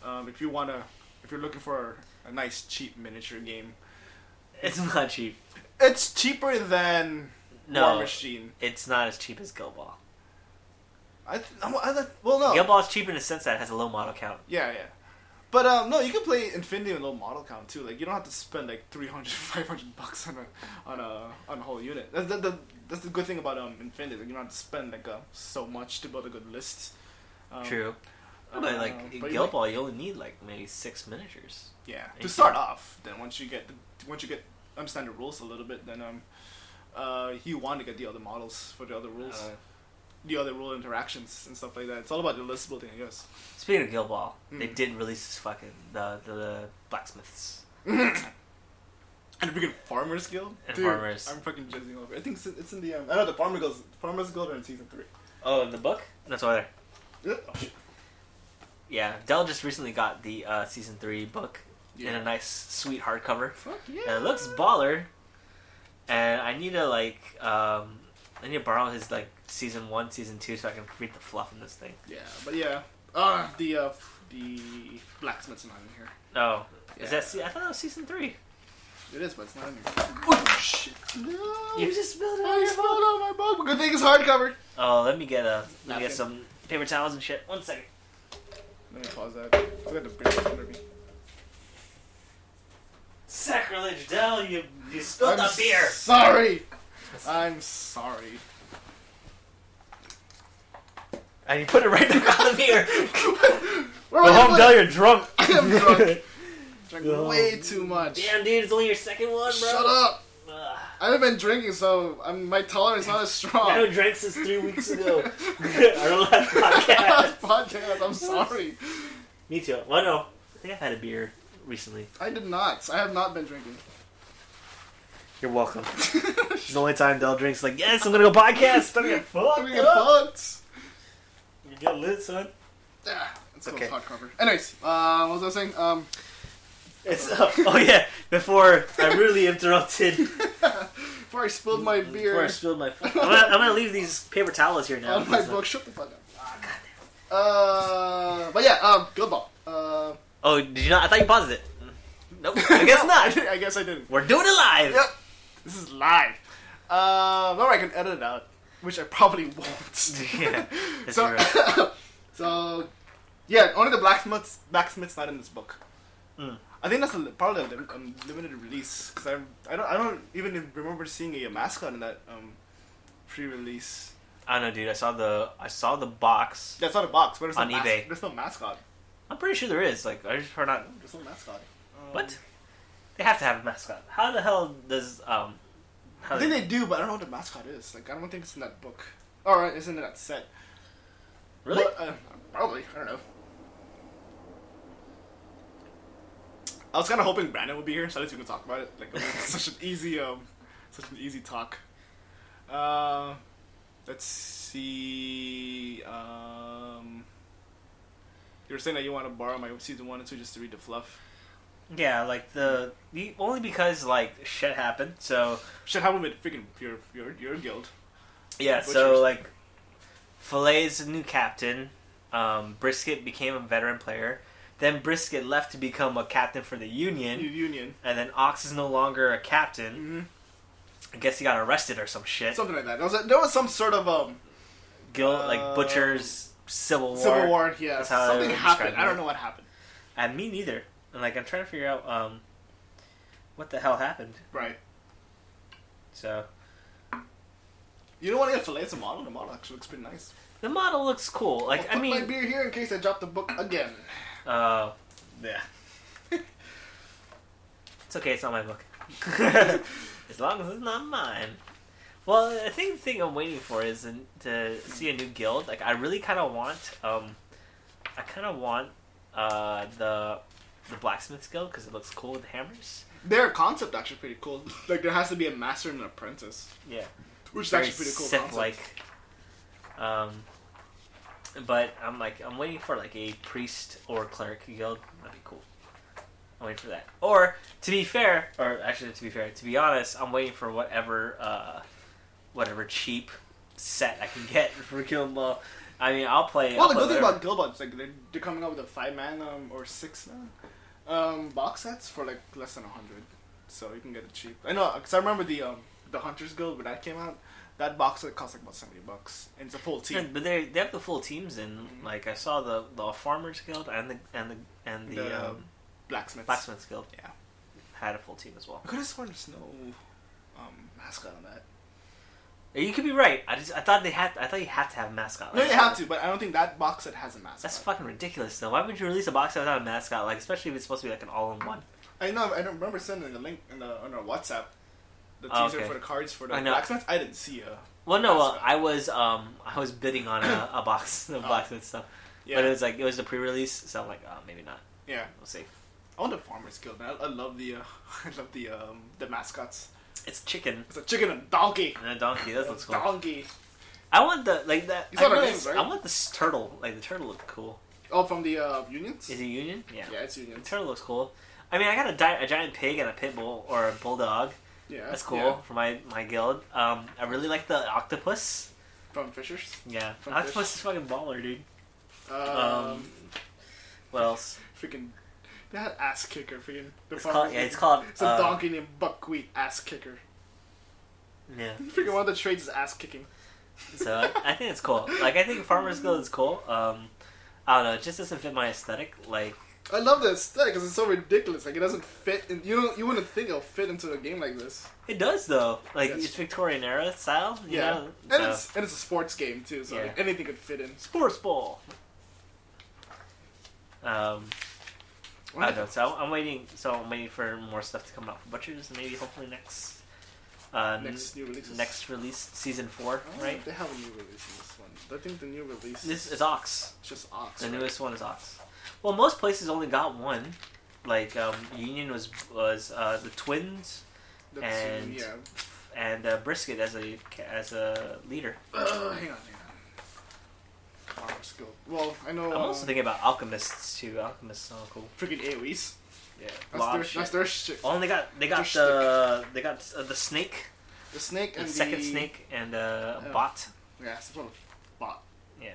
Speaker 2: Um, if you wanna, if you're looking for a nice cheap miniature game,
Speaker 1: It's not cheap.
Speaker 2: it's cheaper than
Speaker 1: No,
Speaker 2: War Machine.
Speaker 1: it's not as cheap as Gilball.
Speaker 2: I, th- I, I th- well no.
Speaker 1: Gilball's cheap in the sense that it has a low model count.
Speaker 2: Yeah, yeah. But um, no, you can play Infinity with low model count too. Like you don't have to spend like 300, 500 bucks on a on a on a whole unit. That's the, the that's the good thing about um Infinity. Like, you don't have to spend like uh, so much to build a good list. Um,
Speaker 1: True,
Speaker 2: uh,
Speaker 1: but like
Speaker 2: but you-
Speaker 1: Gilball, you only need like maybe six miniatures.
Speaker 2: yeah.
Speaker 1: Thank
Speaker 2: To
Speaker 1: you.
Speaker 2: start off, then once you get the, once you get understand the rules a little bit, then um, uh, you want to get the other models for the other rules,
Speaker 1: Uh,
Speaker 2: the other rule interactions and stuff like that. It's all about the list building, I guess.
Speaker 1: speaking of Gilball,
Speaker 2: Hmm.
Speaker 1: they did release this fucking the the, the blacksmiths.
Speaker 2: And freaking Farmers Guild.
Speaker 1: And Farmers.
Speaker 2: I'm fucking jizzing over. I think it's in, it's in the. Um, I know the Farmer Guild. Farmers Guild are in season three.
Speaker 1: Oh, in the book? That's why. they're-
Speaker 2: Yeah.
Speaker 1: Yeah, Dell just recently got the uh, season three book in a nice sweet hardcover.
Speaker 2: Fuck
Speaker 1: And it looks baller. And I need to like um I need to borrow his like season one, season two, so I can read the fluff in this thing.
Speaker 2: Yeah, but yeah. Uh, the uh, f- the blacksmith's not in here.
Speaker 1: Oh,
Speaker 2: Yeah.
Speaker 1: is that? Se- I thought that was season three.
Speaker 2: It is, but it's not in here. Oh shit! No.
Speaker 1: You just spilled it
Speaker 2: I
Speaker 1: on your
Speaker 2: Oh, just spilled out my book. Good thing it's hardcover.
Speaker 1: Oh, let me get a let me
Speaker 2: Napkin.
Speaker 1: get some paper towels and shit. One second.
Speaker 2: Let me pause that. I forgot to bring it under me.
Speaker 1: Sacrilege, Dell! You you spilled
Speaker 2: I'm
Speaker 1: the beer.
Speaker 2: Sorry. I'm sorry.
Speaker 1: And you put it right back on the beer.
Speaker 2: Where was I putting-
Speaker 1: you're drunk.
Speaker 2: I am drunk. Drank
Speaker 1: Oh.
Speaker 2: way too much.
Speaker 1: Damn, dude, it's only your second one, bro.
Speaker 2: Shut up.
Speaker 1: Ugh.
Speaker 2: I haven't been drinking, so I'm, my tolerance is not as strong.
Speaker 1: I haven't drank since three weeks ago. Our last podcast.
Speaker 2: Podcast, I'm sorry.
Speaker 1: Me too. Well, no, I think I've had a beer recently.
Speaker 2: I did not. I have not been drinking.
Speaker 1: You're welcome. It's the only time Dell drinks. Like, yes, I'm gonna go podcast. I'm gonna fuck.
Speaker 2: I'm gonna get fucked.
Speaker 1: You get lit, son.
Speaker 2: Ah, Let's
Speaker 1: Okay.
Speaker 2: go with hardcover. Anyways, uh, what was I saying? Um,
Speaker 1: It's up. Oh yeah. Before I really interrupted.
Speaker 2: before I spilled my
Speaker 1: Before I
Speaker 2: beer
Speaker 1: spilled my. I'm gonna, I'm gonna leave these paper towels here now.
Speaker 2: on my
Speaker 1: because, uh,
Speaker 2: book, shut the fuck up.
Speaker 1: ah, God.
Speaker 2: Uh, but yeah, um, good ball. Uh,
Speaker 1: Oh, did you not? I thought you paused it. Nope. I guess not.
Speaker 2: I guess I didn't.
Speaker 1: We're doing it live.
Speaker 2: Yep. This is live. Uh, or I can edit it out, which I probably won't.
Speaker 1: Yeah, that's
Speaker 2: so, so, yeah, only the blacksmiths blacksmith's not in this book.
Speaker 1: Mm.
Speaker 2: I think that's a, li- probably a lim- um, limited release because I I don't I don't even remember seeing a, mascot in that um, pre-release.
Speaker 1: I don't know, dude. I saw the I saw the box.
Speaker 2: That's not a box. But there's
Speaker 1: On
Speaker 2: no mas-
Speaker 1: eBay.
Speaker 2: there's no mascot.
Speaker 1: I'm pretty sure there is. Like, I just heard not.
Speaker 2: There's no mascot. Um,
Speaker 1: What? They have to have a mascot. How the hell does um? How
Speaker 2: I think they do, but I don't know what the mascot is. Like I don't think it's in that book. Or uh, it's in that set.
Speaker 1: really?
Speaker 2: But, uh, probably. I don't know. I was kind of hoping Brandon would be here, so at least we could talk about it. Like, it was such an easy, um, such an easy talk. Uh, let's see. Um, you were saying that you want to borrow my season one and two just to read the fluff.
Speaker 1: Yeah, like the, the only because like shit happened. So
Speaker 2: Shit happened with freaking your your your guild.
Speaker 1: yeah,
Speaker 2: Butchers.
Speaker 1: so like, Fillet's a new captain. Um, Brisket became a veteran player. Then Brisket left to become a captain for the
Speaker 2: New
Speaker 1: Union,
Speaker 2: Union.
Speaker 1: and Mm-hmm. then Ox is no longer a captain.
Speaker 2: hmm
Speaker 1: I guess he got arrested or some shit.
Speaker 2: Something like that. There was, a- there was some sort of um
Speaker 1: Gil,
Speaker 2: Uh,
Speaker 1: like Butcher's Civil War.
Speaker 2: civil war. Yeah,
Speaker 1: That's how I
Speaker 2: something
Speaker 1: would
Speaker 2: happened.
Speaker 1: describe
Speaker 2: I
Speaker 1: it.
Speaker 2: don't know what happened.
Speaker 1: And me neither. And like I'm trying to figure out um, what the hell happened.
Speaker 2: Right.
Speaker 1: So
Speaker 2: You don't want to get fillet as a model. The model actually looks pretty nice.
Speaker 1: the model looks cool. Like I
Speaker 2: I'll put Oh, my
Speaker 1: mean,
Speaker 2: beer here in case I drop the book again.
Speaker 1: uh,
Speaker 2: Yeah.
Speaker 1: it's okay. It's not my book. as long as it's not mine. Well, I think the thing I'm waiting for is in, to see a new guild. Like I really kind of want um, I kind of want uh the the blacksmith's guild because it looks cool with hammers.
Speaker 2: Their concept actually pretty cool. Like there has to be a master and an apprentice.
Speaker 1: Yeah.
Speaker 2: Which is
Speaker 1: very
Speaker 2: actually pretty cool.
Speaker 1: Sith like.
Speaker 2: concept.
Speaker 1: Um, but I'm like I'm waiting for like a priest or cleric guild. That'd be cool. I'm waiting for that. Or to be fair, or actually to be fair, to be honest, I'm waiting for whatever uh, whatever cheap set I can get for Guild Ball. I mean, I'll play.
Speaker 2: Well,
Speaker 1: I'll
Speaker 2: the
Speaker 1: play
Speaker 2: good thing
Speaker 1: whatever.
Speaker 2: about Guild Ball is like they're, they're coming out with a five man um, or six man um, box sets for like less than a hundred, so you can get it cheap. I know because I remember the um, the Hunters Guild when that came out. That box set cost like about seventy bucks, and it's a full team.
Speaker 1: And- but they they have the full teams in.
Speaker 2: Mhm.
Speaker 1: Like I saw the the farmers guild and the and the and the,
Speaker 2: The-
Speaker 1: um,
Speaker 2: Blacksmiths.
Speaker 1: blacksmiths guild.
Speaker 2: Yeah.
Speaker 1: had a full team as well.
Speaker 2: I could have sworn there's no um, mascot on that.
Speaker 1: You could be right. I just I thought they had I thought you had to have a mascot.
Speaker 2: No,
Speaker 1: Like,
Speaker 2: you have to, but I don't think that box set has a mascot.
Speaker 1: That's fucking ridiculous, though. Why would you release a box set without a mascot? Like, especially if it's supposed to be like an all-in-one.
Speaker 2: I know. I don't remember sending the link in the, on our WhatsApp. The
Speaker 1: Oh,
Speaker 2: teaser
Speaker 1: okay.
Speaker 2: for the cards for the
Speaker 1: I know.
Speaker 2: blacksmiths. I didn't see a
Speaker 1: Well, no, uh,
Speaker 2: Mascot.
Speaker 1: I was um I was bidding on a, a box a
Speaker 2: Oh.
Speaker 1: box and stuff,
Speaker 2: yeah.
Speaker 1: but it was like it was a pre-release, so I'm like, oh, maybe not.
Speaker 2: yeah.
Speaker 1: We'll see.
Speaker 2: I want the farmers guild. Man. I, I love the uh, I love the um, the mascots.
Speaker 1: It's chicken
Speaker 2: It's a chicken and donkey.
Speaker 1: and a donkey. That looks
Speaker 2: A
Speaker 1: cool.
Speaker 2: Donkey.
Speaker 1: I want the like that.
Speaker 2: You
Speaker 1: I,
Speaker 2: saw their
Speaker 1: really-
Speaker 2: names, right?
Speaker 1: I want this turtle. Like the turtle looked cool.
Speaker 2: Oh, from the uh, unions.
Speaker 1: Is it Union? Yeah.
Speaker 2: yeah, it's
Speaker 1: The
Speaker 2: unions.
Speaker 1: turtle looks cool. I mean, I got a, di- a giant pig and a pit bull or a bulldog.
Speaker 2: Yeah,
Speaker 1: That's cool
Speaker 2: yeah.
Speaker 1: for my my guild. Um, I really like the octopus.
Speaker 2: From Fishers.
Speaker 1: Yeah,
Speaker 2: From
Speaker 1: octopus
Speaker 2: fish.
Speaker 1: is fucking baller, dude.
Speaker 2: Um,
Speaker 1: Um, What else?
Speaker 2: freaking that ass kicker. Freaking the
Speaker 1: It's
Speaker 2: farmers
Speaker 1: called, yeah,
Speaker 2: guild.
Speaker 1: it's called.
Speaker 2: It's a
Speaker 1: uh,
Speaker 2: donkey named Buckwheat ass kicker.
Speaker 1: Yeah.
Speaker 2: Freaking one of the trades is ass kicking.
Speaker 1: So I- I think it's cool. Like I think Farmer's Guild is cool. Um, I don't know. It just doesn't fit my aesthetic. Like
Speaker 2: I love the aesthetic because it's so ridiculous. Like it doesn't fit. In, you don't, you wouldn't think it'll fit into a game like this.
Speaker 1: it does though. Like
Speaker 2: Yes.
Speaker 1: it's Victorian era style. You
Speaker 2: Yeah,
Speaker 1: Know?
Speaker 2: and
Speaker 1: So,
Speaker 2: it's and it's a sports game too, so like,
Speaker 1: Yeah.
Speaker 2: anything could fit in.
Speaker 1: sports ball. Um, I don't know. So I'm waiting. So I'm waiting for more stuff to come out for Butchers. Maybe hopefully next. Uh,
Speaker 2: Next new releases. Oh.
Speaker 1: next release season four,
Speaker 2: I don't know
Speaker 1: right?
Speaker 2: if They have a new release in this one. I think the new release
Speaker 1: This
Speaker 2: is
Speaker 1: is Ox.
Speaker 2: just Ox.
Speaker 1: The
Speaker 2: right?
Speaker 1: newest one is Ox. Well, most places only got one. Like um, Union was was uh, the twins
Speaker 2: That's-
Speaker 1: and-
Speaker 2: yeah.
Speaker 1: and uh, Brisket as a as a leader.
Speaker 2: Uh, hang on, hang on. Farmer's Guild. Well, I know.
Speaker 1: I'm also
Speaker 2: um,
Speaker 1: thinking about Alchemists too. Alchemists are cool.
Speaker 2: freaking AoEs.
Speaker 1: Yeah,
Speaker 2: That's their, that's their shit.
Speaker 1: Oh, and they got they got
Speaker 2: their
Speaker 1: the they got uh, the snake,
Speaker 2: The snake
Speaker 1: the
Speaker 2: and
Speaker 1: second
Speaker 2: the, Oh.
Speaker 1: snake, and uh, a
Speaker 2: Yeah.
Speaker 1: bot.
Speaker 2: Yeah, it's sort of bot.
Speaker 1: Yeah,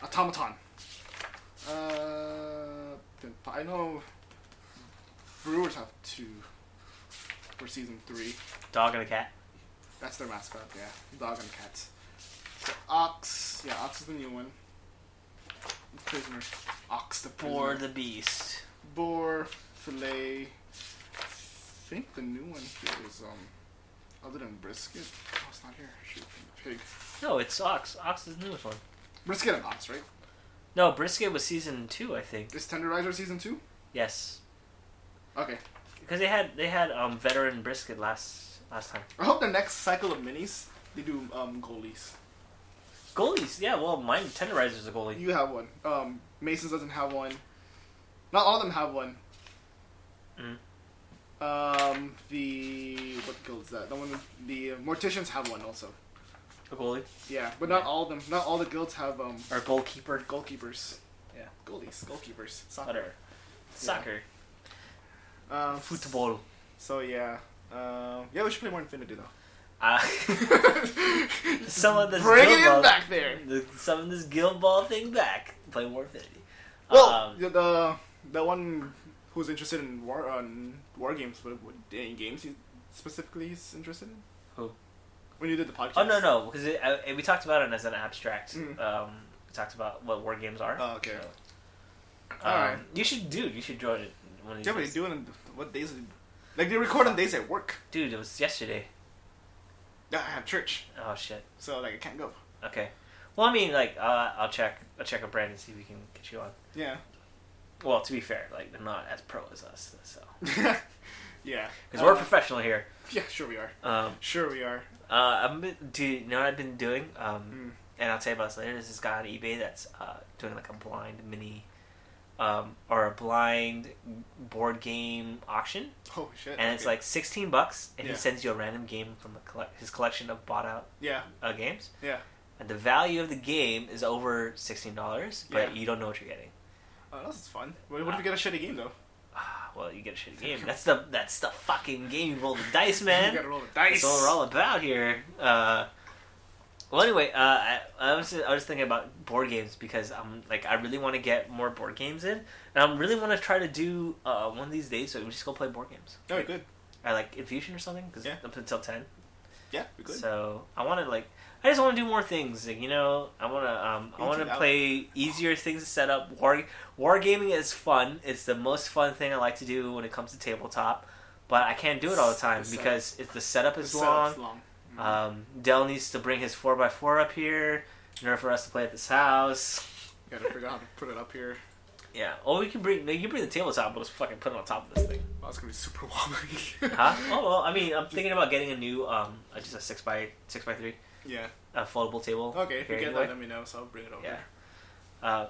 Speaker 2: Automaton. Uh, then pa- I know. Brewers have two. For season three,
Speaker 1: dog and a cat.
Speaker 2: that's their mascot. Yeah, dog and cat. So ox, yeah, ox is the new one. Prisoner, ox the
Speaker 1: For
Speaker 2: prisoner.
Speaker 1: the beast.
Speaker 2: boar, fillet. I think the new one here is um, other than brisket. Oh, it's not here. Shoot, pig.
Speaker 1: No, it's Ox. Ox is the newest one.
Speaker 2: Brisket and ox, right?
Speaker 1: No, Brisket was season two, I think.
Speaker 2: Is tenderizer season two?
Speaker 1: Yes,
Speaker 2: Okay.
Speaker 1: because they had they had um, veteran Brisket last last time.
Speaker 2: I hope the next cycle of minis they do um goalies.
Speaker 1: Goalies, yeah. Well, mine tenderizer's a goalie.
Speaker 2: You have one. Um, Masons doesn't have one. Not all of them have one.
Speaker 1: Mm.
Speaker 2: Um, the what guild is that? The one the uh, morticians have one also.
Speaker 1: A goalie
Speaker 2: Yeah, but not all of them. Not all the guilds have um
Speaker 1: or a goalkeeper.
Speaker 2: goalkeepers.
Speaker 1: Yeah.
Speaker 2: goalies, goalkeepers, soccer.
Speaker 1: Whatever. Soccer,
Speaker 2: Um,
Speaker 1: football.
Speaker 2: So yeah, um, yeah, we should play more Infinity though.
Speaker 1: Uh, some of this
Speaker 2: Bring it
Speaker 1: Guild Ball-
Speaker 2: in back there.
Speaker 1: the- some of this Guild Ball thing back. Play War Infinity.
Speaker 2: Well,
Speaker 1: um,
Speaker 2: the the the one who's interested in war on war games, but what, any games he specifically is interested in?
Speaker 1: Who?
Speaker 2: When you did the podcast?
Speaker 1: oh no no, because it, I- we talked about it as an abstract.
Speaker 2: Mm.
Speaker 1: Um, we talked about what war games are.
Speaker 2: Oh, okay.
Speaker 1: So, um,
Speaker 2: Alright.
Speaker 1: You should do. You should join it. One of
Speaker 2: Yeah, but
Speaker 1: these
Speaker 2: he's
Speaker 1: days.
Speaker 2: doing it- what days? Is, like they record on days at work.
Speaker 1: Dude, it was yesterday.
Speaker 2: Yeah, I have church,
Speaker 1: Oh shit.
Speaker 2: so like I can't go.
Speaker 1: Okay. Well, I mean, like, uh, I'll check. I'll check with Brandon and see if we can get you on.
Speaker 2: Yeah.
Speaker 1: Well, to be fair, like they're not as pro as us, so
Speaker 2: yeah.
Speaker 1: because we're
Speaker 2: Uh,
Speaker 1: professional here.
Speaker 2: yeah, sure we are.
Speaker 1: Um,
Speaker 2: Sure we are.
Speaker 1: uh, I'm dude. You know what I've been doing? Um,
Speaker 2: Mm.
Speaker 1: and I'll tell you about this later. There's this guy on eBay that's uh, doing like a blind mini um, or a blind board game auction,
Speaker 2: Oh shit.
Speaker 1: and it's
Speaker 2: okay.
Speaker 1: like sixteen bucks, and
Speaker 2: Yeah.
Speaker 1: he sends you a random game from a colle- his collection of bought out
Speaker 2: yeah,
Speaker 1: uh, games.
Speaker 2: yeah.
Speaker 1: And the value of the game is over sixteen dollars, but
Speaker 2: Yeah.
Speaker 1: you don't know what you're getting.
Speaker 2: Oh, that's fun. What, what if you get a shitty game though?
Speaker 1: Ah, well, you get a shitty game. That's the that's the fucking game. You roll the dice, man.
Speaker 2: you gotta roll the dice.
Speaker 1: That's what we're all about here. Uh, well, anyway, uh, I, I was I was thinking about board games because I'm like I really want to get more board games in, and I really want to try to do uh, one of these days. So we just go play board games.
Speaker 2: Oh, good.
Speaker 1: I like Infusion or something because
Speaker 2: Yeah.
Speaker 1: up until ten.
Speaker 2: Yeah, we could.
Speaker 1: So I want to like I just want to do more things. Like, you know, I want to um, I
Speaker 2: Easy
Speaker 1: want to
Speaker 2: out.
Speaker 1: play easier things to set up. War wargaming is fun. It's the most fun thing I like to do when it comes to tabletop, but I can't do it all the time
Speaker 2: The setup.
Speaker 1: because if the setup
Speaker 2: The
Speaker 1: is long.
Speaker 2: setup's long. Mhm.
Speaker 1: Um, Dell needs to bring his 4x4 up here in order for us to play at this house.
Speaker 2: gotta figure out how to put it up here.
Speaker 1: Yeah. Oh, we can bring you can bring the tabletop, but let's fucking put it on top of this thing.
Speaker 2: Wow, it's gonna be super wobbly.
Speaker 1: Huh? Oh, well, I mean, I'm thinking about getting a new um, uh, just a six by six by three,
Speaker 2: Yeah.
Speaker 1: a foldable table.
Speaker 2: Okay, if you
Speaker 1: here
Speaker 2: get
Speaker 1: anyway.
Speaker 2: that, let me know, so I'll bring it over.
Speaker 1: Yeah. Uh,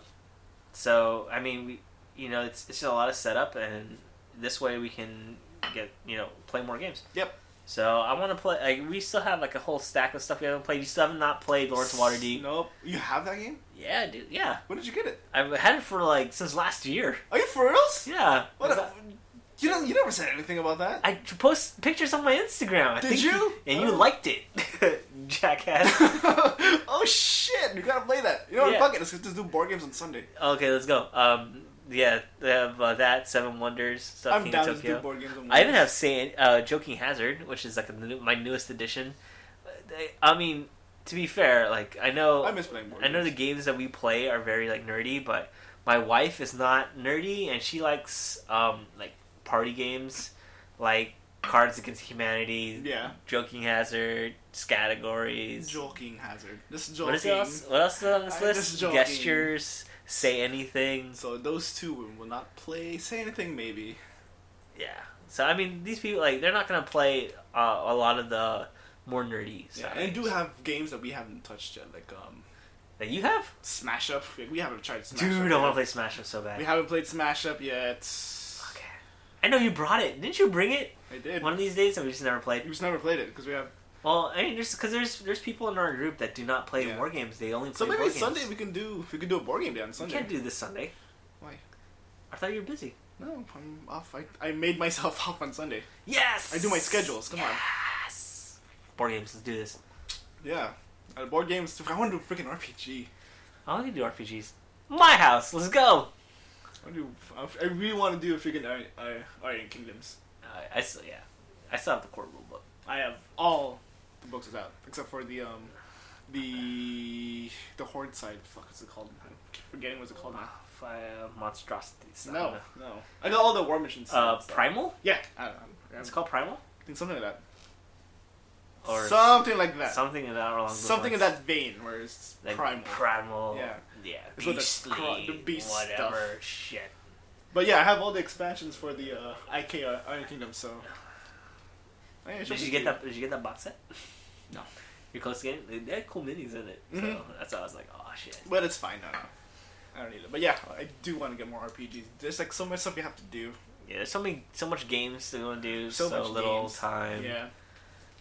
Speaker 1: so I mean, we you know it's it's just a lot of setup, and this way we can get you know play more games.
Speaker 2: Yep.
Speaker 1: So I want to play. Like, we still have like a whole stack of stuff we haven't played. You still have not played Lords of Waterdeep.
Speaker 2: Nope. You have that game?
Speaker 1: Yeah, dude. Yeah.
Speaker 2: When did you get it?
Speaker 1: I've had it for like since last year.
Speaker 2: Are you for reals?
Speaker 1: Yeah.
Speaker 2: What?
Speaker 1: I
Speaker 2: A, you don't. You never said anything about that.
Speaker 1: post pictures on my Instagram. I
Speaker 2: Did
Speaker 1: think
Speaker 2: you?
Speaker 1: and you
Speaker 2: Oh.
Speaker 1: liked it, jackass.
Speaker 2: oh shit! We gotta play that. You know what?
Speaker 1: Yeah.
Speaker 2: Fuck it. Let's just do board games on Sunday.
Speaker 1: okay, let's go. Um, yeah, they have uh, that Seven Wonders stuff.
Speaker 2: I'm
Speaker 1: King
Speaker 2: down
Speaker 1: of
Speaker 2: to do
Speaker 1: Tokyo.
Speaker 2: board games on.
Speaker 1: I even have
Speaker 2: Mondays.
Speaker 1: San, uh, Joking Hazard, which is like the new, my newest edition. Uh, they- I mean, to be fair, like I know
Speaker 2: I miss playing board.
Speaker 1: I know the games
Speaker 2: games.
Speaker 1: that we play are very like nerdy, but my wife is not nerdy, and she likes um like party games, like Cards Against Humanity,
Speaker 2: Yeah.
Speaker 1: Joking Hazard, categories.
Speaker 2: Joking hazard. This is joking.
Speaker 1: What is else? What else is on
Speaker 2: I-
Speaker 1: this
Speaker 2: this is
Speaker 1: list?
Speaker 2: joking.
Speaker 1: Gestures, say anything.
Speaker 2: So those two we will not play. Say anything, maybe.
Speaker 1: Yeah. So I mean, these people like they're not gonna play uh, a lot of the more nerdy
Speaker 2: Yeah,
Speaker 1: stuff.
Speaker 2: and do have games that we haven't touched yet, like um,
Speaker 1: that you have,
Speaker 2: Smash Up. Like, we haven't tried Smash Up.
Speaker 1: dude. I
Speaker 2: yet.
Speaker 1: want to play Smash Up so bad.
Speaker 2: We haven't played Smash Up yet.
Speaker 1: Okay. I know you brought it. Didn't you bring it
Speaker 2: I did.
Speaker 1: one of these days? And we just never played.
Speaker 2: We just never played it because we have.
Speaker 1: Well, I mean, there's because there's there's people in our group that do not play
Speaker 2: Yeah.
Speaker 1: war games. They only
Speaker 2: So
Speaker 1: play
Speaker 2: maybe
Speaker 1: board
Speaker 2: Sunday
Speaker 1: games.
Speaker 2: we can do we can do a board game day on
Speaker 1: We
Speaker 2: Sunday.
Speaker 1: can't do this Sunday.
Speaker 2: Why?
Speaker 1: I thought you were busy.
Speaker 2: No, I'm off. I, I made myself off on Sunday.
Speaker 1: Yes.
Speaker 2: I do my schedules, come on.
Speaker 1: Yes. Board games. Let's do this.
Speaker 2: Yeah, uh, board games. I want to do freaking RPG.
Speaker 1: I want to Oh, do RPGs. My house. Let's go.
Speaker 2: I want to. Do, I- I really want to do a freaking Iron, Iron, Iron Kingdoms.
Speaker 1: Uh, I still yeah. I still have the core rule book.
Speaker 2: I have all the books is out except for the um the the Horde side. Fuck, what's it called? I'm forgetting what's it called now.
Speaker 1: Five monstrosities. I
Speaker 2: No,
Speaker 1: don't
Speaker 2: no. I got all the War Machines.
Speaker 1: know. Uh,
Speaker 2: stuff.
Speaker 1: primal.
Speaker 2: Yeah, I don't know. I
Speaker 1: It's called primal
Speaker 2: think something like that.
Speaker 1: or
Speaker 2: something like that.
Speaker 1: something in that along those
Speaker 2: something in
Speaker 1: lines.
Speaker 2: that vein where it's
Speaker 1: Like
Speaker 2: primal.
Speaker 1: Primal.
Speaker 2: Yeah.
Speaker 1: Yeah.
Speaker 2: It's what the
Speaker 1: Beastly.
Speaker 2: cro- the beast
Speaker 1: whatever. Shit.
Speaker 2: but yeah, I have all the expansions for the uh, IK uh, Iron Kingdom, so. Yeah, it should
Speaker 1: Did you
Speaker 2: be
Speaker 1: get
Speaker 2: cute.
Speaker 1: that? Did you get that box set?
Speaker 2: No.
Speaker 1: You're close to getting. They- They had cool minis in it, so
Speaker 2: Mhm.
Speaker 1: that's why I was like, oh shit.
Speaker 2: But it's fine, no, no. I don't need it. But yeah, I do want to get more RPGs. There's like so much stuff you have to do.
Speaker 1: Yeah, there's so many, so much games to go and do, so,
Speaker 2: So much
Speaker 1: little
Speaker 2: games.
Speaker 1: time.
Speaker 2: Yeah.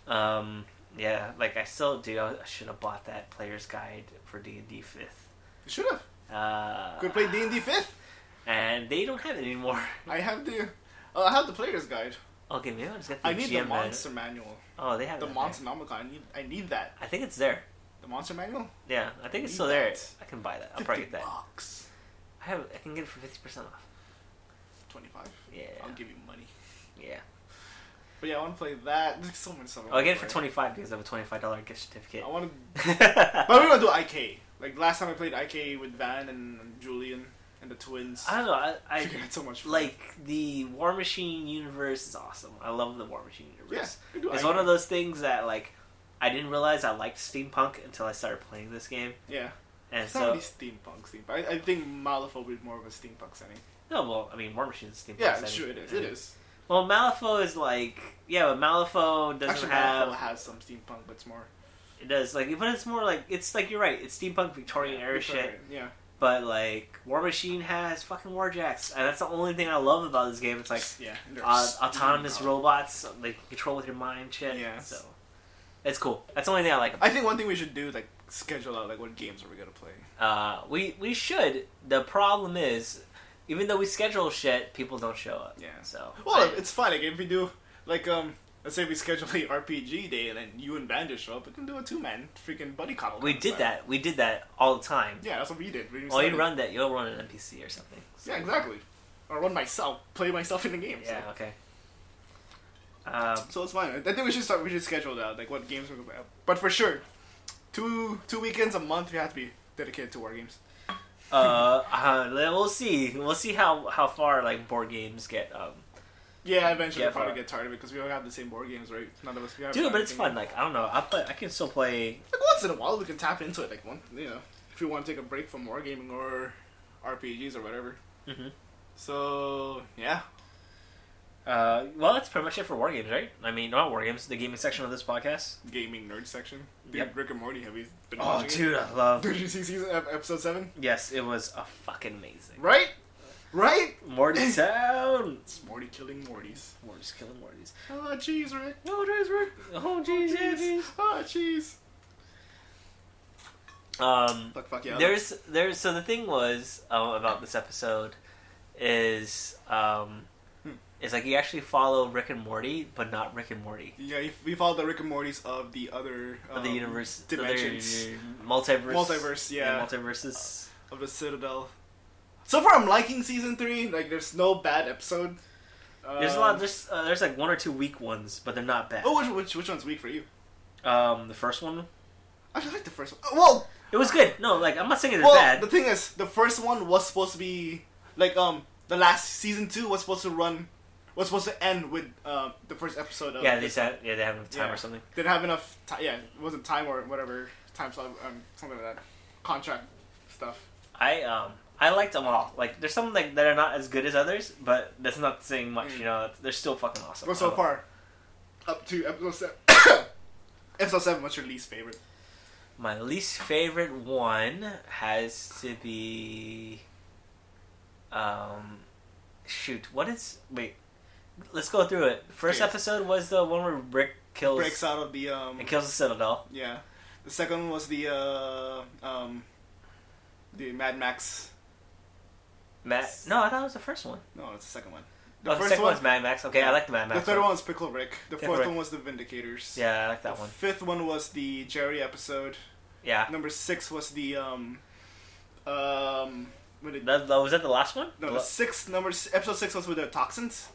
Speaker 1: Um. Yeah, like I still do. I should have bought that player's guide for D and D fifth.
Speaker 2: You should have.
Speaker 1: Uh,
Speaker 2: Could play D and D fifth.
Speaker 1: And they don't have it anymore.
Speaker 2: I have the. Oh, I have the player's guide.
Speaker 1: Okay, maybe I'll just get the
Speaker 2: I need
Speaker 1: GM
Speaker 2: the
Speaker 1: manual.
Speaker 2: monster manual.
Speaker 1: Oh, they have
Speaker 2: The
Speaker 1: that
Speaker 2: monster I need. I need that.
Speaker 1: there. I think it's there.
Speaker 2: The monster manual.
Speaker 1: Yeah, I think it's
Speaker 2: Need
Speaker 1: still there.
Speaker 2: that.
Speaker 1: I can buy that. I'll probably
Speaker 2: 50
Speaker 1: get that.
Speaker 2: Bucks.
Speaker 1: I have. I can get it for fifty percent off.
Speaker 2: Twenty-five.
Speaker 1: Yeah.
Speaker 2: I'll give you money.
Speaker 1: Yeah.
Speaker 2: But yeah, I want to play that. There's so much stuff. I
Speaker 1: I'll get
Speaker 2: wanna
Speaker 1: it for
Speaker 2: play.
Speaker 1: twenty five because I have a twenty five dollar gift certificate.
Speaker 2: I want to.
Speaker 1: I
Speaker 2: But we're gonna do IK. Like last time I played IK with Van and Julian and the twins.
Speaker 1: don't know. I, I
Speaker 2: had so much fun.
Speaker 1: like the War Machine universe is awesome. I love the War Machine
Speaker 2: yeah,
Speaker 1: universe.
Speaker 2: we do
Speaker 1: It's
Speaker 2: IK.
Speaker 1: one of those things that like I didn't realize I liked steampunk until I started playing this game.
Speaker 2: Yeah,
Speaker 1: And
Speaker 2: it's not
Speaker 1: so
Speaker 2: really steampunk. Steampunk. I, I think Malifaux would be more of a steampunk setting.
Speaker 1: no, well, I mean War Machine is steampunk.
Speaker 2: Yeah,
Speaker 1: setting.
Speaker 2: sure it is. It is.
Speaker 1: Well, Malifaux is like yeah, but Malifaux doesn't
Speaker 2: Actually,
Speaker 1: have
Speaker 2: Malifaux has some steampunk, but it's more
Speaker 1: it does like but it's more like it's like you're right. It's steampunk Victorian era shit.
Speaker 2: Victorian, Yeah,
Speaker 1: But like War Machine has fucking warjacks, and that's the only thing I love about this game. It's like
Speaker 2: yeah, they're
Speaker 1: uh,
Speaker 2: s-
Speaker 1: autonomous
Speaker 2: oh.
Speaker 1: robots they can control with your mind, shit.
Speaker 2: Yeah.
Speaker 1: So it's cool. That's the only thing I like.
Speaker 2: I think one thing we should do is, like schedule out like what games are we gonna play.
Speaker 1: Uh, we we should. The problem is, even though we schedule shit, people don't show up.
Speaker 2: Yeah.
Speaker 1: So
Speaker 2: Well,
Speaker 1: I-
Speaker 2: it's fine. Like if we do like um, let's say we schedule a RPG day and then you and Bandit show up, we can do a two man freaking buddy cop.
Speaker 1: we did
Speaker 2: concept.
Speaker 1: that. We did that all the time.
Speaker 2: Yeah, that's what we did. We
Speaker 1: Well, you
Speaker 2: started-
Speaker 1: run that, you'll run an NPC or something. So-
Speaker 2: Yeah, exactly. Or run myself, play myself in the game. so-
Speaker 1: Yeah. Okay. Um,
Speaker 2: So it's fine. I think we should start. We should schedule that, like what games we're gonna play. But for sure, two two weekends a month we have to be dedicated to war games.
Speaker 1: uh, uh, we'll see. We'll see how how far like board games get. Um,
Speaker 2: Yeah, eventually
Speaker 1: Yeah,
Speaker 2: we'll probably
Speaker 1: fine.
Speaker 2: get tired of it because we don't have the same board games, right? None of us. We have
Speaker 1: dude,
Speaker 2: time
Speaker 1: but
Speaker 2: to
Speaker 1: it's
Speaker 2: think
Speaker 1: fun.
Speaker 2: of-
Speaker 1: Like I don't know. I play. I can still play.
Speaker 2: Like once in a while we can tap into it. Like one, you know, if we want to take a break from war gaming or RPGs or whatever.
Speaker 1: Mhm.
Speaker 2: So yeah,
Speaker 1: Uh, well, that's pretty much it for war games, right? I mean, not war games. The gaming section of this podcast.
Speaker 2: gaming nerd section. Dude,
Speaker 1: Yep.
Speaker 2: Rick and Morty. Have you been
Speaker 1: Oh,
Speaker 2: watching
Speaker 1: dude, I
Speaker 2: it?
Speaker 1: love.
Speaker 2: Did you see season ep- episode seven?
Speaker 1: Yes, it was a fucking amazing.
Speaker 2: Right, right.
Speaker 1: Morty Town.
Speaker 2: It's Morty killing Mortys.
Speaker 1: Morty's killing Morty's.
Speaker 2: Oh jeez, Rick.
Speaker 1: No, guys, Rick. Oh, jeez,
Speaker 2: Jeez.
Speaker 1: yeah,
Speaker 2: Oh jeez.
Speaker 1: jeez. Um,
Speaker 2: Fuck, fuck yeah.
Speaker 1: there's there's so the thing was um, about this episode is um,
Speaker 2: Hmm.
Speaker 1: it's like you actually follow Rick and Morty, but not Rick and Morty.
Speaker 2: Yeah, if we follow the Rick and Mortys of the other
Speaker 1: Of the
Speaker 2: um,
Speaker 1: universe, the other
Speaker 2: dimensions
Speaker 1: multiverse,
Speaker 2: Multiverse, yeah.
Speaker 1: multiverses.
Speaker 2: of the Citadel. So far, I'm liking season three. Like, there's no bad episode.
Speaker 1: There's a
Speaker 2: Um,
Speaker 1: lot. There's uh, there's like one or two weak ones, but they're not bad.
Speaker 2: Oh, which, which which one's weak for you?
Speaker 1: Um, the first one,
Speaker 2: I like the first one. Oh, Well,
Speaker 1: it was good. No, like I'm not saying it's
Speaker 2: well,
Speaker 1: bad.
Speaker 2: the thing is, the first one was supposed to be like um the last season two was supposed to run was supposed to end with um the first episode of
Speaker 1: yeah, they said yeah they have enough time
Speaker 2: Yeah.
Speaker 1: or something.
Speaker 2: didn't have enough time. Yeah, it wasn't time or whatever time slot um something like that contract stuff.
Speaker 1: I um I liked them all. Like there's some like that are not as good as others, but that's not saying much.
Speaker 2: Mm.
Speaker 1: You know, they're still fucking awesome.
Speaker 2: Well, so
Speaker 1: I-
Speaker 2: far, up to episode seven. episode seven. What's your least favorite?
Speaker 1: my least favorite one has to be, um, shoot, what is wait? Let's go through it. First
Speaker 2: Okay.
Speaker 1: episode was the one where Rick kills
Speaker 2: Breaks out of the um.
Speaker 1: and kills the Citadel.
Speaker 2: Yeah, the second one was the uh um, the Mad Max.
Speaker 1: Matt, no, I thought it was the first one.
Speaker 2: No, it's the second one.
Speaker 1: The, oh, the second one's Mad Max. Okay, I like the Mad Max.
Speaker 2: the third one was Pickle Rick. The
Speaker 1: Pickle
Speaker 2: fourth
Speaker 1: Rick.
Speaker 2: one was the Vindicators.
Speaker 1: Yeah, I like
Speaker 2: The
Speaker 1: that one.
Speaker 2: fifth one was the Jerry episode.
Speaker 1: Yeah.
Speaker 2: Number six was the um, um. What did,
Speaker 1: That, that- was that the last one?
Speaker 2: no, the sixth number s- episode six was with the toxins,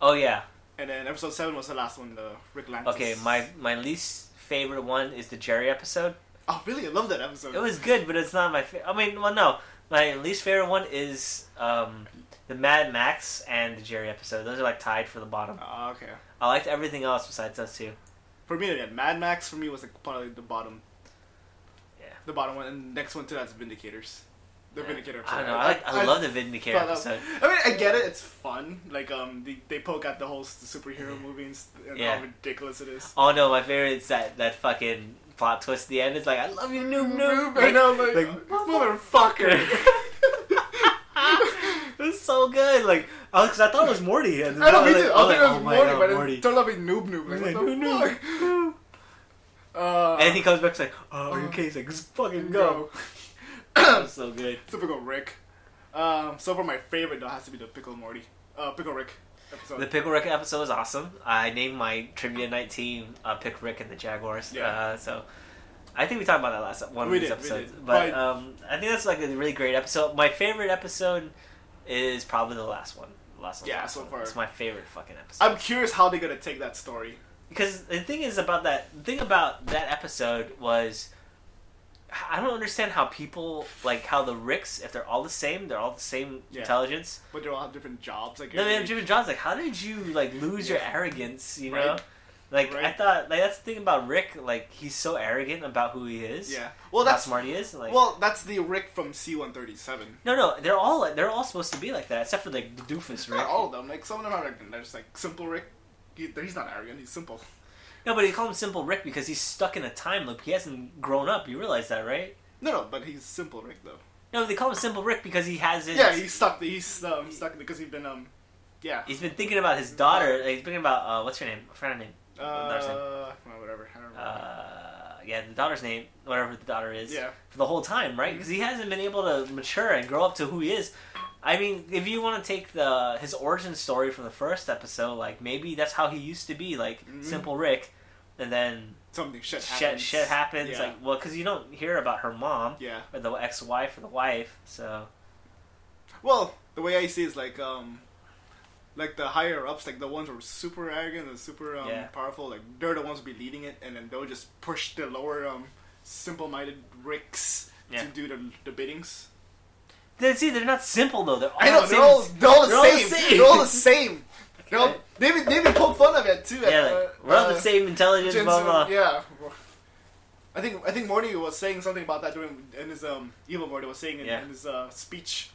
Speaker 1: oh yeah.
Speaker 2: and then episode seven was the last one, the Rick Lantis.
Speaker 1: Okay, my my least favorite one is the Jerry episode.
Speaker 2: Oh, really? I love that episode.
Speaker 1: It was good, but it's not my. Fa- I mean, well, no, my least favorite one is um, the Mad Max and the Jerry episode. Those are like tied for the bottom.
Speaker 2: Ah, okay.
Speaker 1: I liked everything else besides those two.
Speaker 2: For me, yeah, Mad Max for me was like probably the bottom.
Speaker 1: Yeah.
Speaker 2: The bottom one, and next one to that's Vindicators. The Vindicator.
Speaker 1: I
Speaker 2: episode.
Speaker 1: don't know. I, like, I, love the Vindicator
Speaker 2: thought that-
Speaker 1: episode.
Speaker 2: I mean, I get it. It's fun. Like, um, they, they poke at the whole s- superhero movies and
Speaker 1: Mm-hmm. Yeah.
Speaker 2: how ridiculous it is.
Speaker 1: Oh no, my favorite is that that fucking plot twist at the end. It's like I love you, noob noob.
Speaker 2: I know, like,
Speaker 1: Like,
Speaker 2: motherfucker.
Speaker 1: it's so good. Like, I, was- 'cause I thought it was Morty. And
Speaker 2: I don't mean
Speaker 1: like,
Speaker 2: to.
Speaker 1: I
Speaker 2: I
Speaker 1: was
Speaker 2: think it
Speaker 1: like,
Speaker 2: was
Speaker 1: oh my
Speaker 2: Morty,
Speaker 1: God,
Speaker 2: but
Speaker 1: Morty.
Speaker 2: it turned out to be Noob Noob. Like,
Speaker 1: Like,
Speaker 2: what the
Speaker 1: noob,
Speaker 2: fuck? Uh,
Speaker 1: And he comes back, he's like, "Oh, are you
Speaker 2: Uh,
Speaker 1: okay?" He's like, "Just fucking go."
Speaker 2: go.
Speaker 1: That was so good.
Speaker 2: Typical Rick. Um, so for my favorite though has to be the Pickle Morty, uh, Pickle Rick episode.
Speaker 1: The Pickle Rick episode was awesome. I named my trivia night team uh, Pick Rick and the Jaguars.
Speaker 2: Yeah.
Speaker 1: Uh, so I think we talked about that last one
Speaker 2: We
Speaker 1: of these
Speaker 2: did, we
Speaker 1: episodes.
Speaker 2: did.
Speaker 1: But
Speaker 2: But-
Speaker 1: um, I think that's like a really great episode. My favorite episode is probably the last one. The last one.
Speaker 2: Yeah,
Speaker 1: last
Speaker 2: so
Speaker 1: one.
Speaker 2: far.
Speaker 1: it's my favorite fucking episode.
Speaker 2: I'm curious how they're gonna take that story.
Speaker 1: because the thing is about that the thing about that episode was I don't understand how people like how the Ricks if they're all the same they're all the same
Speaker 2: Yeah.
Speaker 1: intelligence
Speaker 2: But they all have different jobs. Like
Speaker 1: No, man, Jimmy John's like, how did you like lose your
Speaker 2: Yeah.
Speaker 1: arrogance? You
Speaker 2: Right.
Speaker 1: know, like I
Speaker 2: Right.
Speaker 1: thought, like that's the thing about Rick. Like he's so arrogant about who he is.
Speaker 2: yeah. Well,
Speaker 1: how
Speaker 2: that's
Speaker 1: smart he is. Like,
Speaker 2: well, that's the Rick from C137.
Speaker 1: no, no, they're all like, they're all supposed to be like that, except for like the doofus Rick.
Speaker 2: Not all of them. Like some of them are like they're just like simple Rick. He, he's not arrogant. He's simple.
Speaker 1: No, but they call him Simple Rick because he's stuck in a time loop. He hasn't grown up. You realize that, right?
Speaker 2: No, no, but he's simple Rick though.
Speaker 1: No, they call him Simple Rick because he has his.
Speaker 2: Yeah, he's stuck. He's um, stuck because he's been um, yeah.
Speaker 1: he's been thinking about his daughter. Like, he's thinking about uh, what's her name? I forgot her name.
Speaker 2: Uh, well, whatever. I don't remember.
Speaker 1: Uh, yeah, the daughter's name, whatever the daughter is,
Speaker 2: yeah,
Speaker 1: for the whole time, right?
Speaker 2: Mm-hmm.
Speaker 1: Because he hasn't been able to mature and grow up to who he is. I mean, if you want to take the his origin story from the first episode, like maybe that's how he used to be, like
Speaker 2: Mhm.
Speaker 1: Simple Rick, and then
Speaker 2: something shit
Speaker 1: shit
Speaker 2: happens.
Speaker 1: shit happens.
Speaker 2: Yeah.
Speaker 1: Like, well, because you don't hear about her mom
Speaker 2: yeah.
Speaker 1: or the ex-wife or the wife, so
Speaker 2: Well, the way I see it is like um, like the higher ups, like the ones who are super arrogant and super um,
Speaker 1: Yeah.
Speaker 2: powerful, like they're the ones who be leading it, and then they'll just push the lower um, simple-minded ricks
Speaker 1: Yeah.
Speaker 2: to do the the biddings.
Speaker 1: They- see, they're not simple though. They're all
Speaker 2: I know
Speaker 1: the
Speaker 2: they're
Speaker 1: same-
Speaker 2: all they're all the
Speaker 1: Oh, They're all the
Speaker 2: same.
Speaker 1: same.
Speaker 2: They're all the same. They're all,
Speaker 1: Right.
Speaker 2: they even they even poke fun of it too.
Speaker 1: yeah,
Speaker 2: uh,
Speaker 1: like, we're all
Speaker 2: uh,
Speaker 1: the same intelligence,
Speaker 2: Jensen-
Speaker 1: blah blah.
Speaker 2: Yeah. I think I think Morty was saying something about that during in his um evil Morty was saying in,
Speaker 1: Yeah.
Speaker 2: in his uh, speech.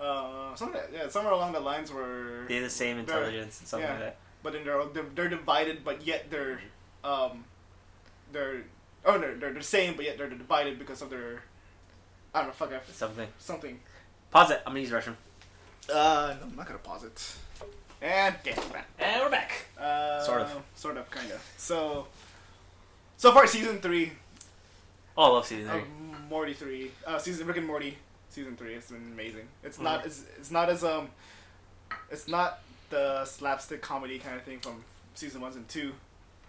Speaker 2: Uh, something yeah, somewhere along the lines where,
Speaker 1: They're the same intelligence and something
Speaker 2: yeah.
Speaker 1: like that.
Speaker 2: but then they're, they're they're divided, but yet they're um they're oh they're they're the same, but yet they're divided because of their I don't know fuck I,
Speaker 1: Something.
Speaker 2: something.
Speaker 1: Pause it. I'm gonna use Russian.
Speaker 2: Uh, no, I'm not gonna pause it. And damn it.
Speaker 1: And we're back.
Speaker 2: Uh,
Speaker 1: Sort of.
Speaker 2: sort of, kind of. So, so far season three
Speaker 1: Oh, I love season three.
Speaker 2: of Morty three, uh, season Rick and Morty season three. It's been amazing. It's
Speaker 1: Mhm.
Speaker 2: not it's, it's not as um, it's not the slapstick comedy kind of thing from season ones and two.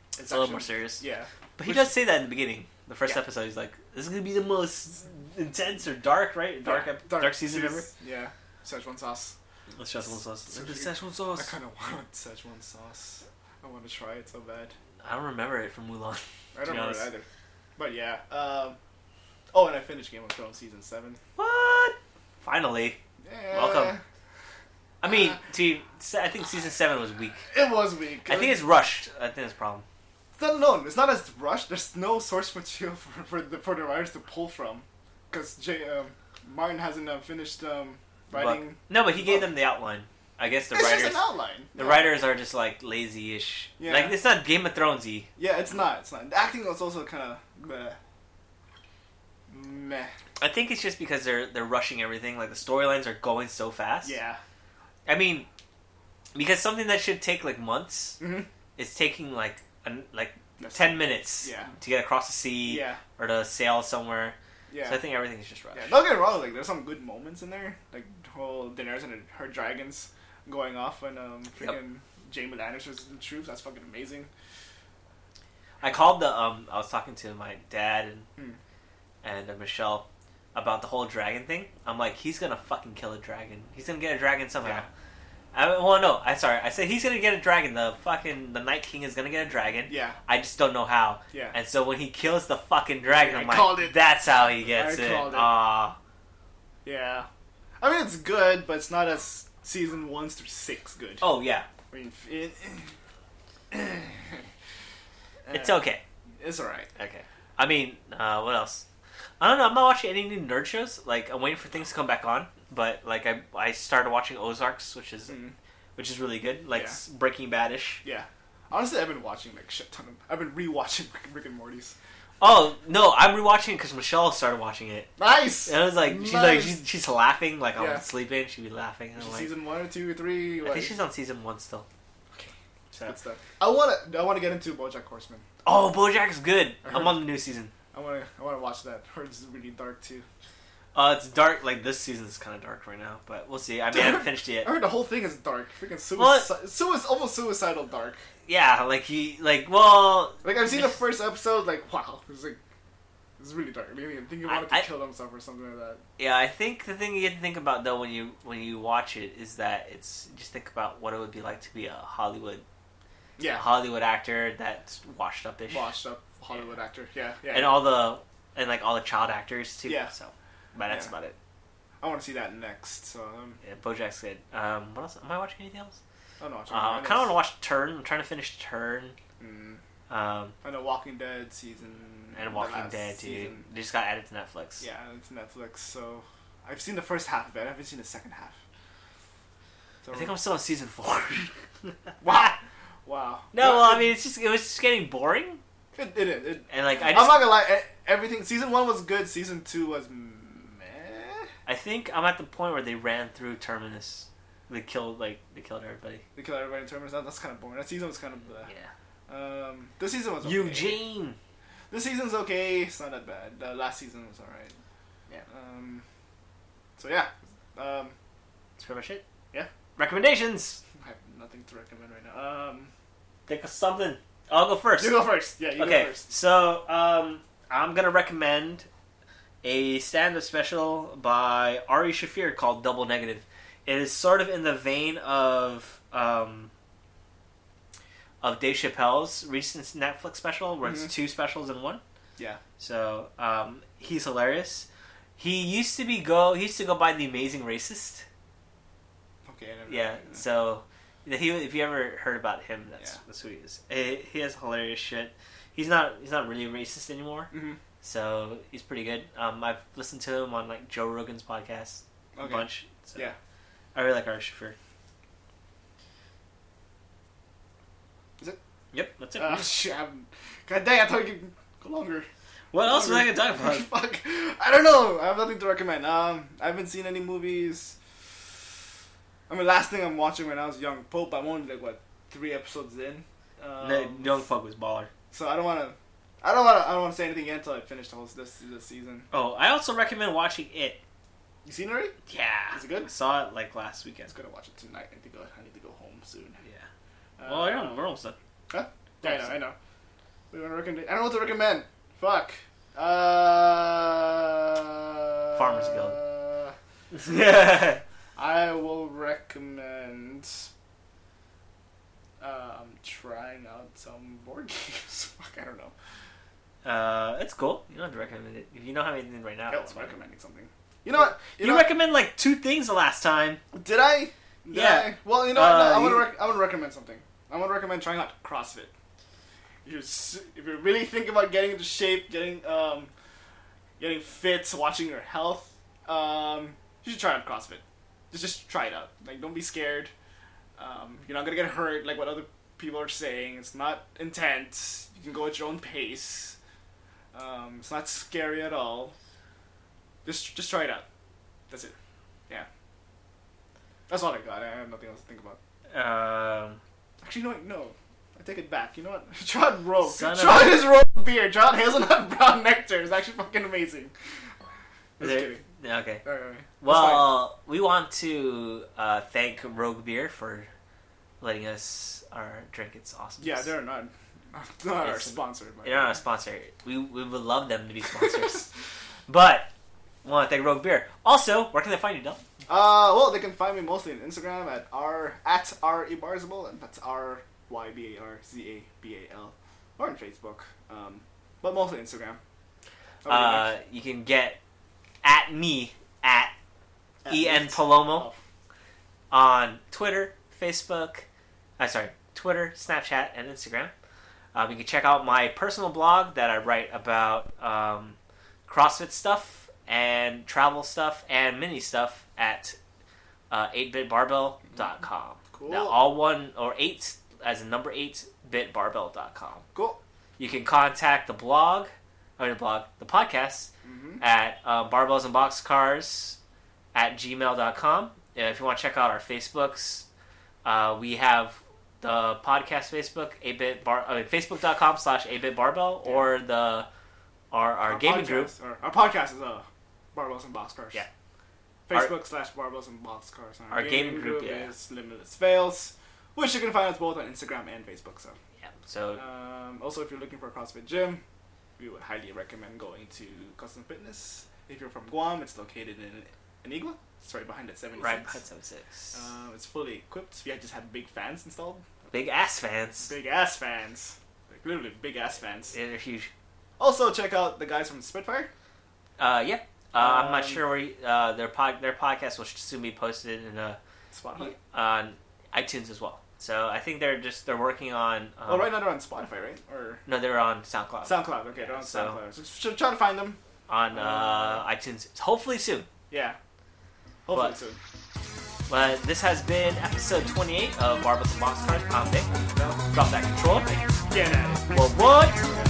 Speaker 2: It's,
Speaker 1: it's a little
Speaker 2: actually-
Speaker 1: more serious.
Speaker 2: Yeah,
Speaker 1: But he
Speaker 2: Which-
Speaker 1: does say that in the beginning, the first
Speaker 2: Yeah.
Speaker 1: episode. He's like, "This is gonna be the most intense or dark, right? Dark,
Speaker 2: Yeah.
Speaker 1: ep- dark, season ever."
Speaker 2: Yeah, Szechuan sauce.
Speaker 1: It's just one sauce.
Speaker 2: So
Speaker 1: Like the
Speaker 2: good.
Speaker 1: Szechuan
Speaker 2: I
Speaker 1: sauce.
Speaker 2: kind of want Szechuan sauce. I want to try it so bad.
Speaker 1: I don't remember it from Mulan.
Speaker 2: I
Speaker 1: To
Speaker 2: don't
Speaker 1: be
Speaker 2: know it
Speaker 1: honest.
Speaker 2: either. But yeah. Um, oh, and I finished Game of Thrones season seven.
Speaker 1: What? Finally.
Speaker 2: Yeah.
Speaker 1: Welcome. I mean,
Speaker 2: Uh,
Speaker 1: to, I think season seven was weak.
Speaker 2: It was weak.
Speaker 1: I think it's rushed. I think that's the problem.
Speaker 2: it's not known. It's not as rushed. There's no source material for, for the for the writers to pull from, because J. Um, Martin hasn't uh, finished um,
Speaker 1: But-
Speaker 2: writing.
Speaker 1: no, but he gave them
Speaker 2: Look.
Speaker 1: the outline. I guess the
Speaker 2: it's
Speaker 1: writers,
Speaker 2: just an outline.
Speaker 1: the
Speaker 2: Yeah.
Speaker 1: writers are just like lazy-ish.
Speaker 2: Yeah.
Speaker 1: Like it's not Game of Thronesy.
Speaker 2: Yeah, it's not. It's not. The acting was also kind of meh.
Speaker 1: I think it's just because they're they're rushing everything. Like the storylines are going so fast.
Speaker 2: Yeah.
Speaker 1: I mean, because something that should take like months
Speaker 2: hmm
Speaker 1: is taking like an, like
Speaker 2: That's-
Speaker 1: ten minutes
Speaker 2: Yeah.
Speaker 1: to get across the sea
Speaker 2: Yeah.
Speaker 1: or to sail somewhere.
Speaker 2: Yeah.
Speaker 1: So I think everything is just rushed.
Speaker 2: Yeah, don't get me wrong. Like, there's some good moments in there, like the whole Daenerys and her dragons going off and um freaking Jaime Lannister's troops. That's fucking amazing.
Speaker 1: I called the um I was talking to my dad and
Speaker 2: Hmm.
Speaker 1: and uh, Michelle about the whole dragon thing. I'm like, he's gonna fucking kill a dragon. He's gonna get a dragon somehow.
Speaker 2: Yeah.
Speaker 1: I well no, I sorry. I said he's gonna get a dragon. The fucking the Night King is gonna get a dragon.
Speaker 2: Yeah,
Speaker 1: I just don't know how.
Speaker 2: yeah.
Speaker 1: And so when he kills the fucking dragon,
Speaker 2: I
Speaker 1: I'm like,
Speaker 2: called it.
Speaker 1: that's how he gets
Speaker 2: I
Speaker 1: it.
Speaker 2: called it.
Speaker 1: Ah,
Speaker 2: Yeah. I mean, it's good, but it's not as season one through six good.
Speaker 1: oh yeah,
Speaker 2: I mean, it,
Speaker 1: it's
Speaker 2: Uh,
Speaker 1: okay.
Speaker 2: It's alright.
Speaker 1: Okay. I mean, uh, what else? I don't know. I'm not watching any new nerd shows. Like I'm waiting for things to come back on. But like I, I started watching Ozarks, which is
Speaker 2: Mm.
Speaker 1: which is really good. Like
Speaker 2: Yeah.
Speaker 1: s Breaking Badish.
Speaker 2: Yeah. Honestly, I've been watching like shit ton of. I've been rewatching Rick and Morty's.
Speaker 1: Oh no, I'm rewatching it because Michelle started watching it.
Speaker 2: Nice.
Speaker 1: And I was like, she's like,
Speaker 2: Nice.
Speaker 1: she's, she's laughing. Like
Speaker 2: Yeah.
Speaker 1: I'm sleeping, she'd be laughing. And
Speaker 2: Which
Speaker 1: I'm
Speaker 2: is
Speaker 1: like,
Speaker 2: season one or two or three.
Speaker 1: I
Speaker 2: Like,
Speaker 1: think she's on season one still.
Speaker 2: Okay.
Speaker 1: So.
Speaker 2: good stuff. I want to. I want to get into BoJack Horseman.
Speaker 1: Oh, BoJack's good.
Speaker 2: I heard-
Speaker 1: I'm on the new season.
Speaker 2: I want to. I want to watch that. Heard it's really dark too.
Speaker 1: Uh, it's dark. Like this season's kind of dark right now, but we'll see. I mean, I haven't finished it
Speaker 2: I
Speaker 1: yet.
Speaker 2: heard the whole thing is dark. Freaking
Speaker 1: Well,
Speaker 2: suicide. Suicide. Almost suicidal dark.
Speaker 1: Yeah, like he, like well,
Speaker 2: Like I've seen the first episode. Like wow, it's like it's really dark. Like, I think he wanted
Speaker 1: I- I-
Speaker 2: to kill himself or something like that.
Speaker 1: yeah. I think the thing you have to think about though when you when you watch it is that it's just think about what it would be like to be a Hollywood a
Speaker 2: Yeah.
Speaker 1: Hollywood actor that's washed up ish,
Speaker 2: Washed up Hollywood actor. Yeah. Yeah.
Speaker 1: and uh, all the and like all the child actors too.
Speaker 2: Yeah.
Speaker 1: So, but that's
Speaker 2: Yeah.
Speaker 1: about it.
Speaker 2: I want to see that next. So um,
Speaker 1: Yeah, BoJack's good. Um, what else? Am I watching anything else?
Speaker 2: I don't know.
Speaker 1: Uh, I kind of want to watch Turn. I'm trying to finish Turn.
Speaker 2: Mm,
Speaker 1: Um,
Speaker 2: I know Walking Dead season.
Speaker 1: and
Speaker 2: the
Speaker 1: Walking
Speaker 2: last
Speaker 1: Dead, dude.
Speaker 2: season.
Speaker 1: They just got added to Netflix.
Speaker 2: Yeah, it's Netflix. So I've seen the first half of it. I haven't seen the second half. So,
Speaker 1: I think I'm still on season four.
Speaker 2: Wow. wow.
Speaker 1: No, well,
Speaker 2: it-
Speaker 1: I mean, it's just it was just getting boring,
Speaker 2: It, it, is, it,
Speaker 1: and like I
Speaker 2: I'm
Speaker 1: just
Speaker 2: not gonna lie. e- Everything season one was good. Season two was meh.
Speaker 1: I think I'm at the point where they ran through Terminus. They killed like they killed everybody.
Speaker 2: They kill everybody in Terminus. That, that's kind of boring. That season was kind of bleh.
Speaker 1: Yeah.
Speaker 2: Um, this season was okay.
Speaker 1: Eugene.
Speaker 2: This season's okay. It's not that bad. The last season was alright.
Speaker 1: Yeah.
Speaker 2: Um, so yeah, um,
Speaker 1: That's pretty much it.
Speaker 2: Yeah.
Speaker 1: Recommendations.
Speaker 2: I have nothing to recommend right now. Um,
Speaker 1: Think of something. I'll go first.
Speaker 2: you go first. Yeah, you
Speaker 1: okay.
Speaker 2: go first.
Speaker 1: So um, I'm gonna recommend a stand-up special by Ari Shafir called Double Negative. It is sort of in the vein of um, of Dave Chappelle's recent Netflix special, where
Speaker 2: Mhm.
Speaker 1: it's two specials in one.
Speaker 2: Yeah.
Speaker 1: So um, he's hilarious. He used to be go. He used to go by the Amazing Racist.
Speaker 2: Okay. I never
Speaker 1: Yeah. So he, if you ever heard about him, that's
Speaker 2: Yeah.
Speaker 1: that's who he is. He, he has hilarious shit. He's not he's not really racist anymore,
Speaker 2: hmm
Speaker 1: so he's pretty good. Um, I've listened to him on like Joe Rogan's podcast
Speaker 2: Okay.
Speaker 1: a bunch. So.
Speaker 2: Yeah.
Speaker 1: I really like Arish Shafir.
Speaker 2: Is it?
Speaker 1: Yep, that's it.
Speaker 2: Ah, shit, I'm- God dang! I thought you could go longer.
Speaker 1: what else was I gonna talk about?
Speaker 2: Fuck. I don't know. I have nothing to recommend. Um, I haven't seen any movies. I mean, last thing I'm watching when I was young, Pope. I'm only like what three episodes in. Um,
Speaker 1: No, Young Fuck was baller.
Speaker 2: So I don't want to. I don't want to. I don't want to say anything yet until I finish the whole this this season.
Speaker 1: Oh, I also recommend watching it.
Speaker 2: You seen it already?
Speaker 1: Yeah,
Speaker 2: Is it good?
Speaker 1: I saw it like last
Speaker 2: I
Speaker 1: weekend.
Speaker 2: was gonna watch it tonight. I need to go. I need to go home soon. Uh,
Speaker 1: Yeah. Well, I don't. We're almost done.
Speaker 2: Yeah, I know, I know. We want to recommend. I don't know what to recommend. Fuck. Uh,
Speaker 1: Farmers Guild.
Speaker 2: I will recommend. Uh, I'm trying out some board games. Fuck, I don't know.
Speaker 1: Uh, it's cool. You don't have to recommend it. If you don't have anything right now,
Speaker 2: I
Speaker 1: it's
Speaker 2: was
Speaker 1: fine.
Speaker 2: recommending something. You know what?
Speaker 1: You,
Speaker 2: You, know,
Speaker 1: recommend like two things the last time.
Speaker 2: what? did I? Did
Speaker 1: Yeah.
Speaker 2: I? Well, you know, what? no,
Speaker 1: Uh,
Speaker 2: I want to.
Speaker 1: you-
Speaker 2: Rec- I want to recommend something. I want to recommend trying out CrossFit. If you s- if you really think about getting into shape, getting um, getting fit, watching your health, um, you should try out CrossFit. Just just try it out. Like, don't be scared. Um, you're not gonna get hurt, like what other people are saying. It's not intense. You can go at your own pace. Um, it's not scary at all. Just just try it out. That's it. Yeah. That's all I got. I have nothing else to think about.
Speaker 1: Um,
Speaker 2: Actually, no, wait, no. I take it back. You know what? John Roe.
Speaker 1: Son of
Speaker 2: John his Roe beer. John Hazelnut Brown Nectar is actually fucking amazing. Just
Speaker 1: there-
Speaker 2: kidding.
Speaker 1: yeah, okay.
Speaker 2: All right, all right. That's fine.
Speaker 1: Well, uh, we want to uh, thank Rogue Beer for letting us our drink. It's awesome.
Speaker 2: yeah, they're not, not our
Speaker 1: It's-
Speaker 2: sponsor. But
Speaker 1: they're not a sponsor. We we would love them to be sponsors, but we want to thank Rogue Beer. Also, where can they find you, Del?
Speaker 2: Uh, well, they can find me mostly on Instagram at r at r ebarzabal, and that's r y b a r z a b a l, or on Facebook, um, but mostly Instagram. How about
Speaker 1: Uh, you can get at me at
Speaker 2: you, Nick?
Speaker 1: E N
Speaker 2: At-
Speaker 1: Palomo
Speaker 2: Oh.
Speaker 1: on Twitter, Facebook, I sorry, Twitter, Snapchat, and Instagram. Um, you can check out my personal blog that I write about um, CrossFit stuff and travel stuff and mini stuff at uh, 8bitbarbell.com.
Speaker 2: Cool.
Speaker 1: Now, all one or eight as a number eight bitbarbell.com.
Speaker 2: Cool.
Speaker 1: You can contact the blog, I mean, the blog, the podcast
Speaker 2: hmm
Speaker 1: at uh, barbells and boxcars at gmail.com Yeah, Uh, if you want to check out our facebooks uh, we have the podcast facebook 8-bit bar uh, I mean, facebook.com slash 8-bit barbell or the our, our, gaming
Speaker 2: podcast,
Speaker 1: group
Speaker 2: Our, our podcast is uh, Barbells and Boxcars.
Speaker 1: Yeah.
Speaker 2: Facebook slash Barbells and Boxcars. And
Speaker 1: Our gaming group, yeah.
Speaker 2: is Limitless Fails, which you can find us both on Instagram and Facebook. So,
Speaker 1: yeah, so
Speaker 2: um, also if you're looking for a CrossFit gym, we would highly recommend going to Custom Fitness. If you're from Guam, it's located in Anigua. It's right behind that 76.
Speaker 1: right behind 76
Speaker 2: Um, it's fully equipped. We just had big fans installed.
Speaker 1: big ass fans
Speaker 2: Big ass fans. Like literally big ass fans.
Speaker 1: they're huge
Speaker 2: Also check out the guys from Spitfire.
Speaker 1: uh, yeah uh, I'm not
Speaker 2: Um,
Speaker 1: sure where you- uh, their pod, their podcast will soon be posted in uh,
Speaker 2: Spotify.
Speaker 1: on iTunes as well. So I think they're just they're working on. Um,
Speaker 2: oh, right now they're on Spotify, right? Or
Speaker 1: No, they're on SoundCloud.
Speaker 2: SoundCloud. Okay, they're on
Speaker 1: so-
Speaker 2: SoundCloud. So, sh- try to find them.
Speaker 1: on uh, iTunes. Hopefully soon.
Speaker 2: Yeah. Hopefully
Speaker 1: But-
Speaker 2: soon.
Speaker 1: But this has been episode 28 of Barbells and Boxcars. I'm Vic. Drop that controller.
Speaker 2: Get at it.
Speaker 1: Well, what?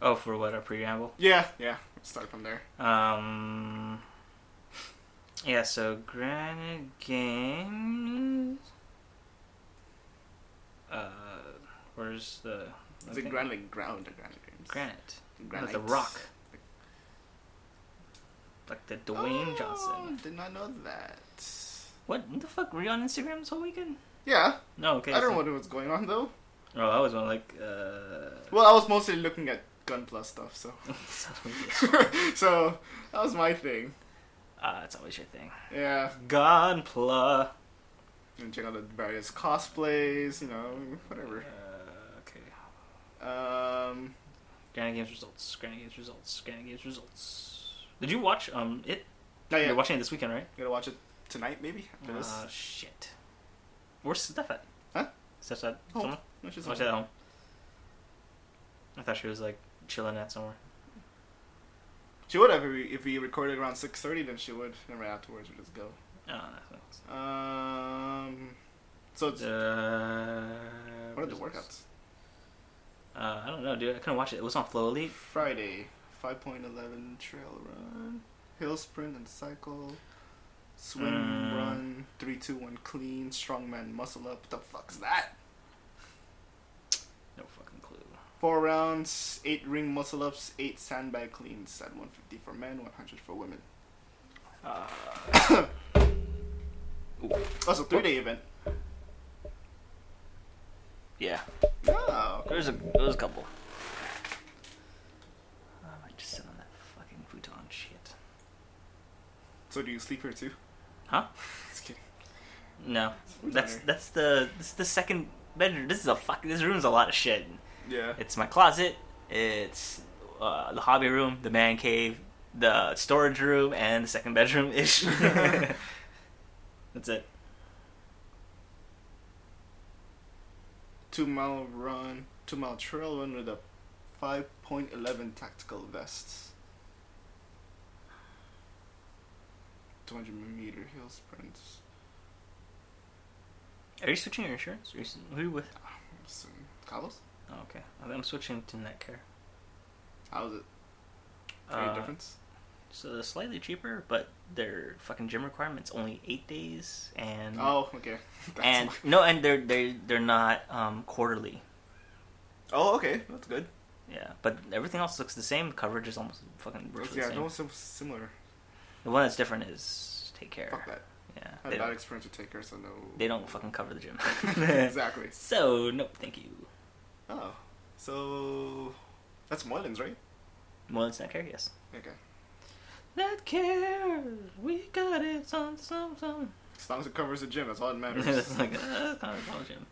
Speaker 1: over Oh, what our preamble.
Speaker 2: Yeah, yeah. Let's start from there.
Speaker 1: Um, yeah, so Granite Games. Uh, where's the.
Speaker 2: Is it
Speaker 1: okay.
Speaker 2: Granite like ground or Granite Games?
Speaker 1: Granite.
Speaker 2: Granite.
Speaker 1: Like the Rock. Like the Dwayne Johnson.
Speaker 2: Oh, Did not know that.
Speaker 1: What, what the fuck? Were you on Instagram this whole weekend?
Speaker 2: Yeah,
Speaker 1: No, okay.
Speaker 2: I
Speaker 1: so-
Speaker 2: don't know what was going on though.
Speaker 1: Oh, I was on like. Uh,
Speaker 2: Well, I was mostly looking at Gun Plus stuff, so
Speaker 1: it's
Speaker 2: so that was my thing.
Speaker 1: uh, it's always your thing.
Speaker 2: Yeah,
Speaker 1: Gunpla.
Speaker 2: and check out the various cosplays, you know, whatever.
Speaker 1: Uh, okay.
Speaker 2: Um,
Speaker 1: Granite Games results. Granite Games results. Granite Games results. Did you watch um it?
Speaker 2: not yet.
Speaker 1: You're watching it this weekend, right?
Speaker 2: Gonna watch it tonight, maybe after this.
Speaker 1: Uh, shit. Where's Steph at?
Speaker 2: Huh?
Speaker 1: Steph's at
Speaker 2: Home.
Speaker 1: someone?
Speaker 2: No, she's
Speaker 1: Oh, she's
Speaker 2: on.
Speaker 1: at home. I thought she was like chilling at somewhere.
Speaker 2: She would have if we, if we recorded around six thirty. Then she would, and right afterwards we just go.
Speaker 1: Oh, no.
Speaker 2: Um, so it's,
Speaker 1: Uh,
Speaker 2: what are the
Speaker 1: results.
Speaker 2: workouts?
Speaker 1: Uh, I don't know, dude. I couldn't watch it. It was on Flow Elite.
Speaker 2: Friday, five point eleven trail run, hill sprint and cycle, swim
Speaker 1: Mm.
Speaker 2: run, three two one clean, strongman muscle up. The fuck's that?
Speaker 1: No fucking clue.
Speaker 2: Four rounds, eight ring muscle ups, eight sandbag cleans at 150 for men, 100 for women.
Speaker 1: Uh,
Speaker 2: Also, three day Oh, event.
Speaker 1: yeah.
Speaker 2: Oh,
Speaker 1: There's a there's a couple. Oh, I might just sit on that fucking futon shit.
Speaker 2: so do you sleep here too?
Speaker 1: Huh?
Speaker 2: Just kidding.
Speaker 1: No,
Speaker 2: Futon
Speaker 1: that's
Speaker 2: area.
Speaker 1: that's the this is the second bedroom. This is a fuck. This room's a lot of shit.
Speaker 2: Yeah.
Speaker 1: It's my closet. It's uh, the hobby room, the man cave, the storage room, and the second bedroom ish. that's it.
Speaker 2: Two mile run, two mile trail run with a 5.11 tactical vests. 200 meter hill sprints.
Speaker 1: Are you switching your insurance? Are you, s- who you with?
Speaker 2: So, Carlos?
Speaker 1: Oh, okay, I think I'm switching to Netcare.
Speaker 2: How is it? Any
Speaker 1: Uh,
Speaker 2: difference?
Speaker 1: So they're uh, slightly cheaper, but their fucking gym requirement's only eight days, and
Speaker 2: Oh, okay. That's
Speaker 1: and
Speaker 2: why.
Speaker 1: no, and they're they they're not um, quarterly.
Speaker 2: Oh, okay. That's good.
Speaker 1: Yeah, but everything else looks the same. Coverage is almost fucking virtually
Speaker 2: Yeah,
Speaker 1: the same.
Speaker 2: no, sim- similar.
Speaker 1: The one that's different is take care.
Speaker 2: Fuck that.
Speaker 1: Yeah, they
Speaker 2: I had a bad
Speaker 1: don't,
Speaker 2: experience with Taker, so no.
Speaker 1: they don't fucking cover the gym.
Speaker 2: exactly.
Speaker 1: So nope, thank you.
Speaker 2: Oh, so that's Moylan's, right?
Speaker 1: Well, it's not care. Yes,
Speaker 2: Okay.
Speaker 1: not care. We got it. Some some some.
Speaker 2: As long as it covers the gym, that's all that matters.
Speaker 1: it's like uh, kind of college gym.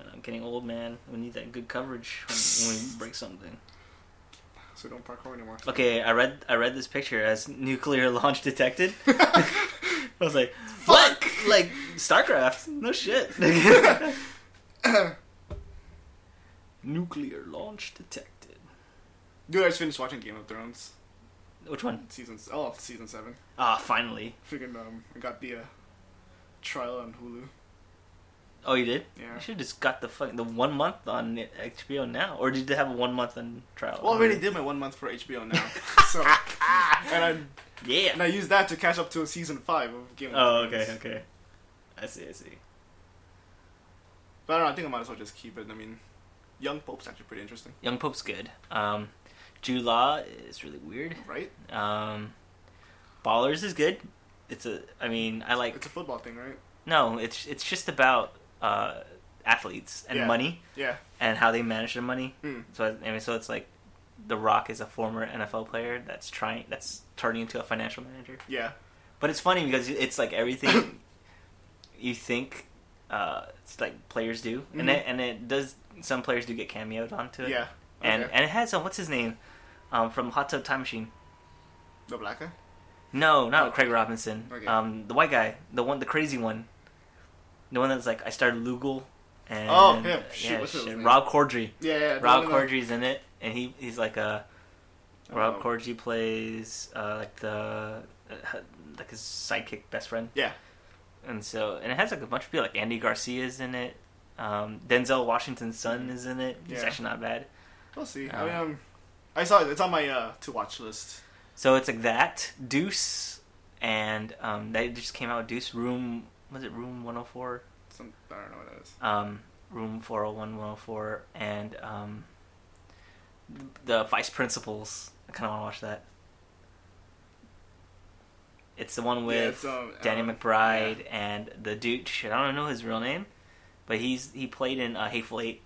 Speaker 1: And I'm getting old, man. We need that good coverage when, when we break something.
Speaker 2: so we don't parkour anymore.
Speaker 1: Okay, I read I read this picture as nuclear launch detected. I was like,
Speaker 2: Fuck!
Speaker 1: what? Like StarCraft? No shit. nuclear launch detected.
Speaker 2: Dude, I just finished watching Game of Thrones
Speaker 1: Which one?
Speaker 2: season. s- Oh, season seven.
Speaker 1: Ah, finally.
Speaker 2: Freaking um, I got the uh, trial on Hulu.
Speaker 1: Oh, you did?
Speaker 2: Yeah.
Speaker 1: You should have just got the fuck the one month on HBO now, or did they have a one month on trial?
Speaker 2: Well, I already did my one month for HBO now, so and I
Speaker 1: Yeah.
Speaker 2: and I used that to catch up to season five of Game of
Speaker 1: oh,
Speaker 2: Thrones.
Speaker 1: okay, okay. I see, I see.
Speaker 2: But I don't know. I think I might as well just keep it. I mean, Young Pope's actually pretty interesting,
Speaker 1: Young Pope's good. Um, Jude Law is really weird.
Speaker 2: right?
Speaker 1: Um, Ballers is good. It's a. I mean, I like.
Speaker 2: It's a football thing, right?
Speaker 1: No, it's it's just about uh, athletes and
Speaker 2: Yeah.
Speaker 1: money
Speaker 2: Yeah.
Speaker 1: and how they manage their money.
Speaker 2: Hmm.
Speaker 1: So I mean, so it's like, The Rock is a former NFL player that's trying that's turning into a financial manager.
Speaker 2: Yeah.
Speaker 1: But it's funny because it's like everything you think. Uh, it's like players do, and
Speaker 2: Mhm.
Speaker 1: it, and it does. Some players do get cameoed onto it.
Speaker 2: Yeah.
Speaker 1: and
Speaker 2: okay.
Speaker 1: and it has um, what's his name, um, from Hot Tub Time Machine.
Speaker 2: the black guy.
Speaker 1: No, not Craig Robinson.
Speaker 2: Oh. Okay.
Speaker 1: Um, the white guy, the one, the crazy one, the one that's like I started Lugal. And,
Speaker 2: Oh, him. Shit,
Speaker 1: yeah,
Speaker 2: what's his
Speaker 1: shit.
Speaker 2: name?
Speaker 1: Rob Corddry.
Speaker 2: Yeah, uh, yeah.
Speaker 1: Rob Corddry's in it, and he he's like a Rob
Speaker 2: Oh.
Speaker 1: Corddry plays uh, like the uh, like his sidekick best friend,
Speaker 2: Yeah.
Speaker 1: and so and it has like a bunch of people like Andy Garcia's in it. Um, Denzel Washington's son
Speaker 2: Mhm.
Speaker 1: is in it. He's
Speaker 2: Yeah.
Speaker 1: actually not bad.
Speaker 2: We'll see.
Speaker 1: Uh,
Speaker 2: I mean, um, I saw it. It's on my uh, to watch list.
Speaker 1: So it's like that Deuce, and um, they just came out with Deuce Room. Was it Room 104?
Speaker 2: Some, I don't know what that is.
Speaker 1: Um, room 401, 104, and um, the Vice Principals. I kind of want to watch that. It's the one
Speaker 2: yeah,
Speaker 1: with
Speaker 2: it's, um,
Speaker 1: Danny
Speaker 2: uh,
Speaker 1: McBride and the dude. Shit, I don't know his real name, but he's he played in uh, Hateful Eight.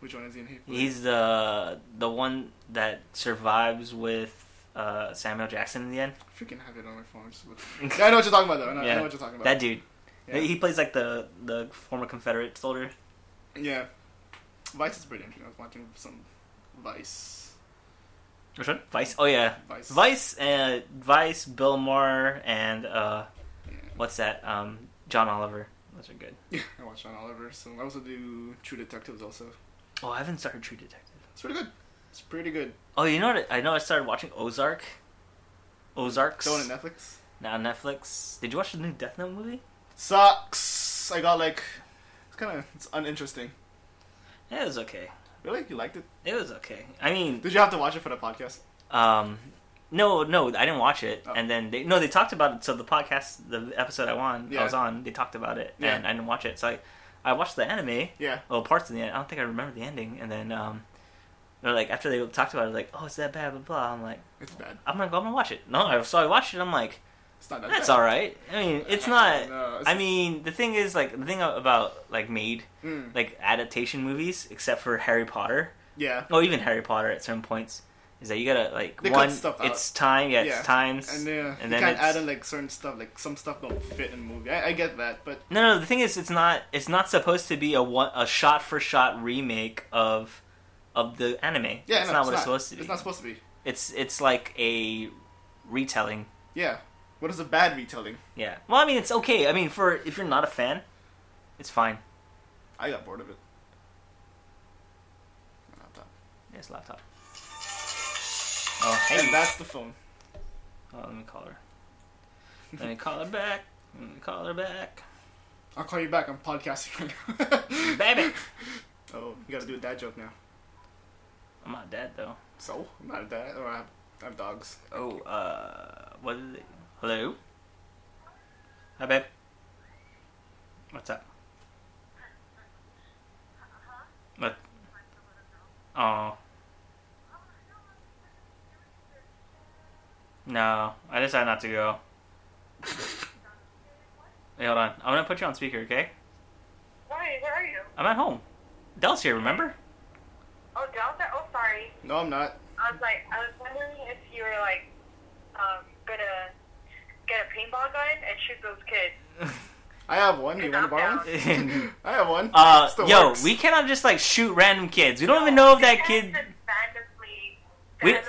Speaker 2: Which one is he in? Hateful Eight?
Speaker 1: He's the the one that survives with uh, Samuel Jackson in the end.
Speaker 2: I freaking have it on my phone. Just look- yeah, I know what you're talking about though. I know, I
Speaker 1: Yeah.
Speaker 2: know what you're talking about.
Speaker 1: That dude.
Speaker 2: yeah.
Speaker 1: He plays like the the former Confederate soldier.
Speaker 2: yeah. Vice is pretty interesting. I was watching some Vice.
Speaker 1: Which one? Vice. Oh yeah,
Speaker 2: Vice.
Speaker 1: Vice. Uh, Vice. Bill Maher and uh,
Speaker 2: Yeah.
Speaker 1: what's that? Um, John Oliver. Those are good.
Speaker 2: I watched John Oliver. So I also do True Detectives. Also,
Speaker 1: Oh, I haven't started True Detective.
Speaker 2: it's pretty good. It's pretty good.
Speaker 1: Oh, you know what? I know. I started watching Ozark. Ozarks.
Speaker 2: So on Netflix.
Speaker 1: Now on Netflix. Did you watch the new Death Note movie?
Speaker 2: Sucks. I got like. It's kind of it's uninteresting.
Speaker 1: It was okay.
Speaker 2: Really, you liked it?
Speaker 1: It was okay. I mean,
Speaker 2: Did you have to watch it for the podcast?
Speaker 1: um, no, no, I didn't watch it.
Speaker 2: Oh.
Speaker 1: And then they no, they talked about it. So the podcast, the episode I won, I
Speaker 2: Yeah.
Speaker 1: was on, they talked about it,
Speaker 2: Yeah.
Speaker 1: and I didn't watch it. So I, I watched the anime.
Speaker 2: Yeah.
Speaker 1: Well, parts of the end. I don't think I remember the ending. And then, um, they're like after they talked about it, like, oh, it's that bad, blah blah. I'm like,
Speaker 2: It's bad.
Speaker 1: I'm gonna go, I'm gonna watch it. No, I, so I watched it. I'm like,
Speaker 2: It's not that
Speaker 1: that's
Speaker 2: bad.
Speaker 1: all right. I mean, it's not.
Speaker 2: No, it's-
Speaker 1: I mean, the thing is, like, the thing about like made
Speaker 2: Mm.
Speaker 1: like adaptation movies, except for Harry Potter.
Speaker 2: yeah.
Speaker 1: Oh, even Harry Potter at certain points is that you gotta like
Speaker 2: They cut
Speaker 1: one.
Speaker 2: stuff out.
Speaker 1: It's time. Yeah,
Speaker 2: Yeah.
Speaker 1: it's times.
Speaker 2: And, uh,
Speaker 1: and
Speaker 2: you
Speaker 1: then
Speaker 2: can't
Speaker 1: it's-
Speaker 2: add in like certain stuff. Like some stuff don't fit in movie. I, I get that, but
Speaker 1: no, no. The thing is, it's not. It's not supposed to be a one, a shot for shot remake of of the anime.
Speaker 2: yeah,
Speaker 1: it's
Speaker 2: no,
Speaker 1: not what it's supposed to be.
Speaker 2: It's not supposed to be.
Speaker 1: It's it's like a retelling.
Speaker 2: Yeah. What is a bad retelling?
Speaker 1: Yeah. Well, I mean, it's okay. I mean, for if you're not a fan, it's fine.
Speaker 2: I got bored of it. My laptop.
Speaker 1: It's laptop. Oh, hey.
Speaker 2: And that's the phone.
Speaker 1: Oh, let me call her. Let me call her back. Let me call her back.
Speaker 2: I'll call you back. I'm podcasting right now.
Speaker 1: Baby.
Speaker 2: Oh, you gotta do a dad joke now.
Speaker 1: I'm not dead though.
Speaker 2: So I'm not a dad. Or I have, I have dogs.
Speaker 1: Oh, uh, what is it? Hello? Hi, babe. What's up? What? Oh. No, I decided not to go. Hey, hold on. I'm gonna put you on speaker, okay?
Speaker 3: Why? Where are you?
Speaker 1: I'm at home. Dell's here, remember?
Speaker 3: Oh, Delta. Oh, sorry.
Speaker 2: No, I'm not.
Speaker 3: I was like, I was wondering if you were like, um, gonna get a paintball gun and shoot those kids.
Speaker 2: I have one. You want to borrow one? I have one.
Speaker 1: uh,
Speaker 2: Still
Speaker 1: yo,
Speaker 2: works.
Speaker 1: we cannot just like shoot random kids. We don't even know if that kid.
Speaker 3: Randomly
Speaker 1: We-
Speaker 3: vandalized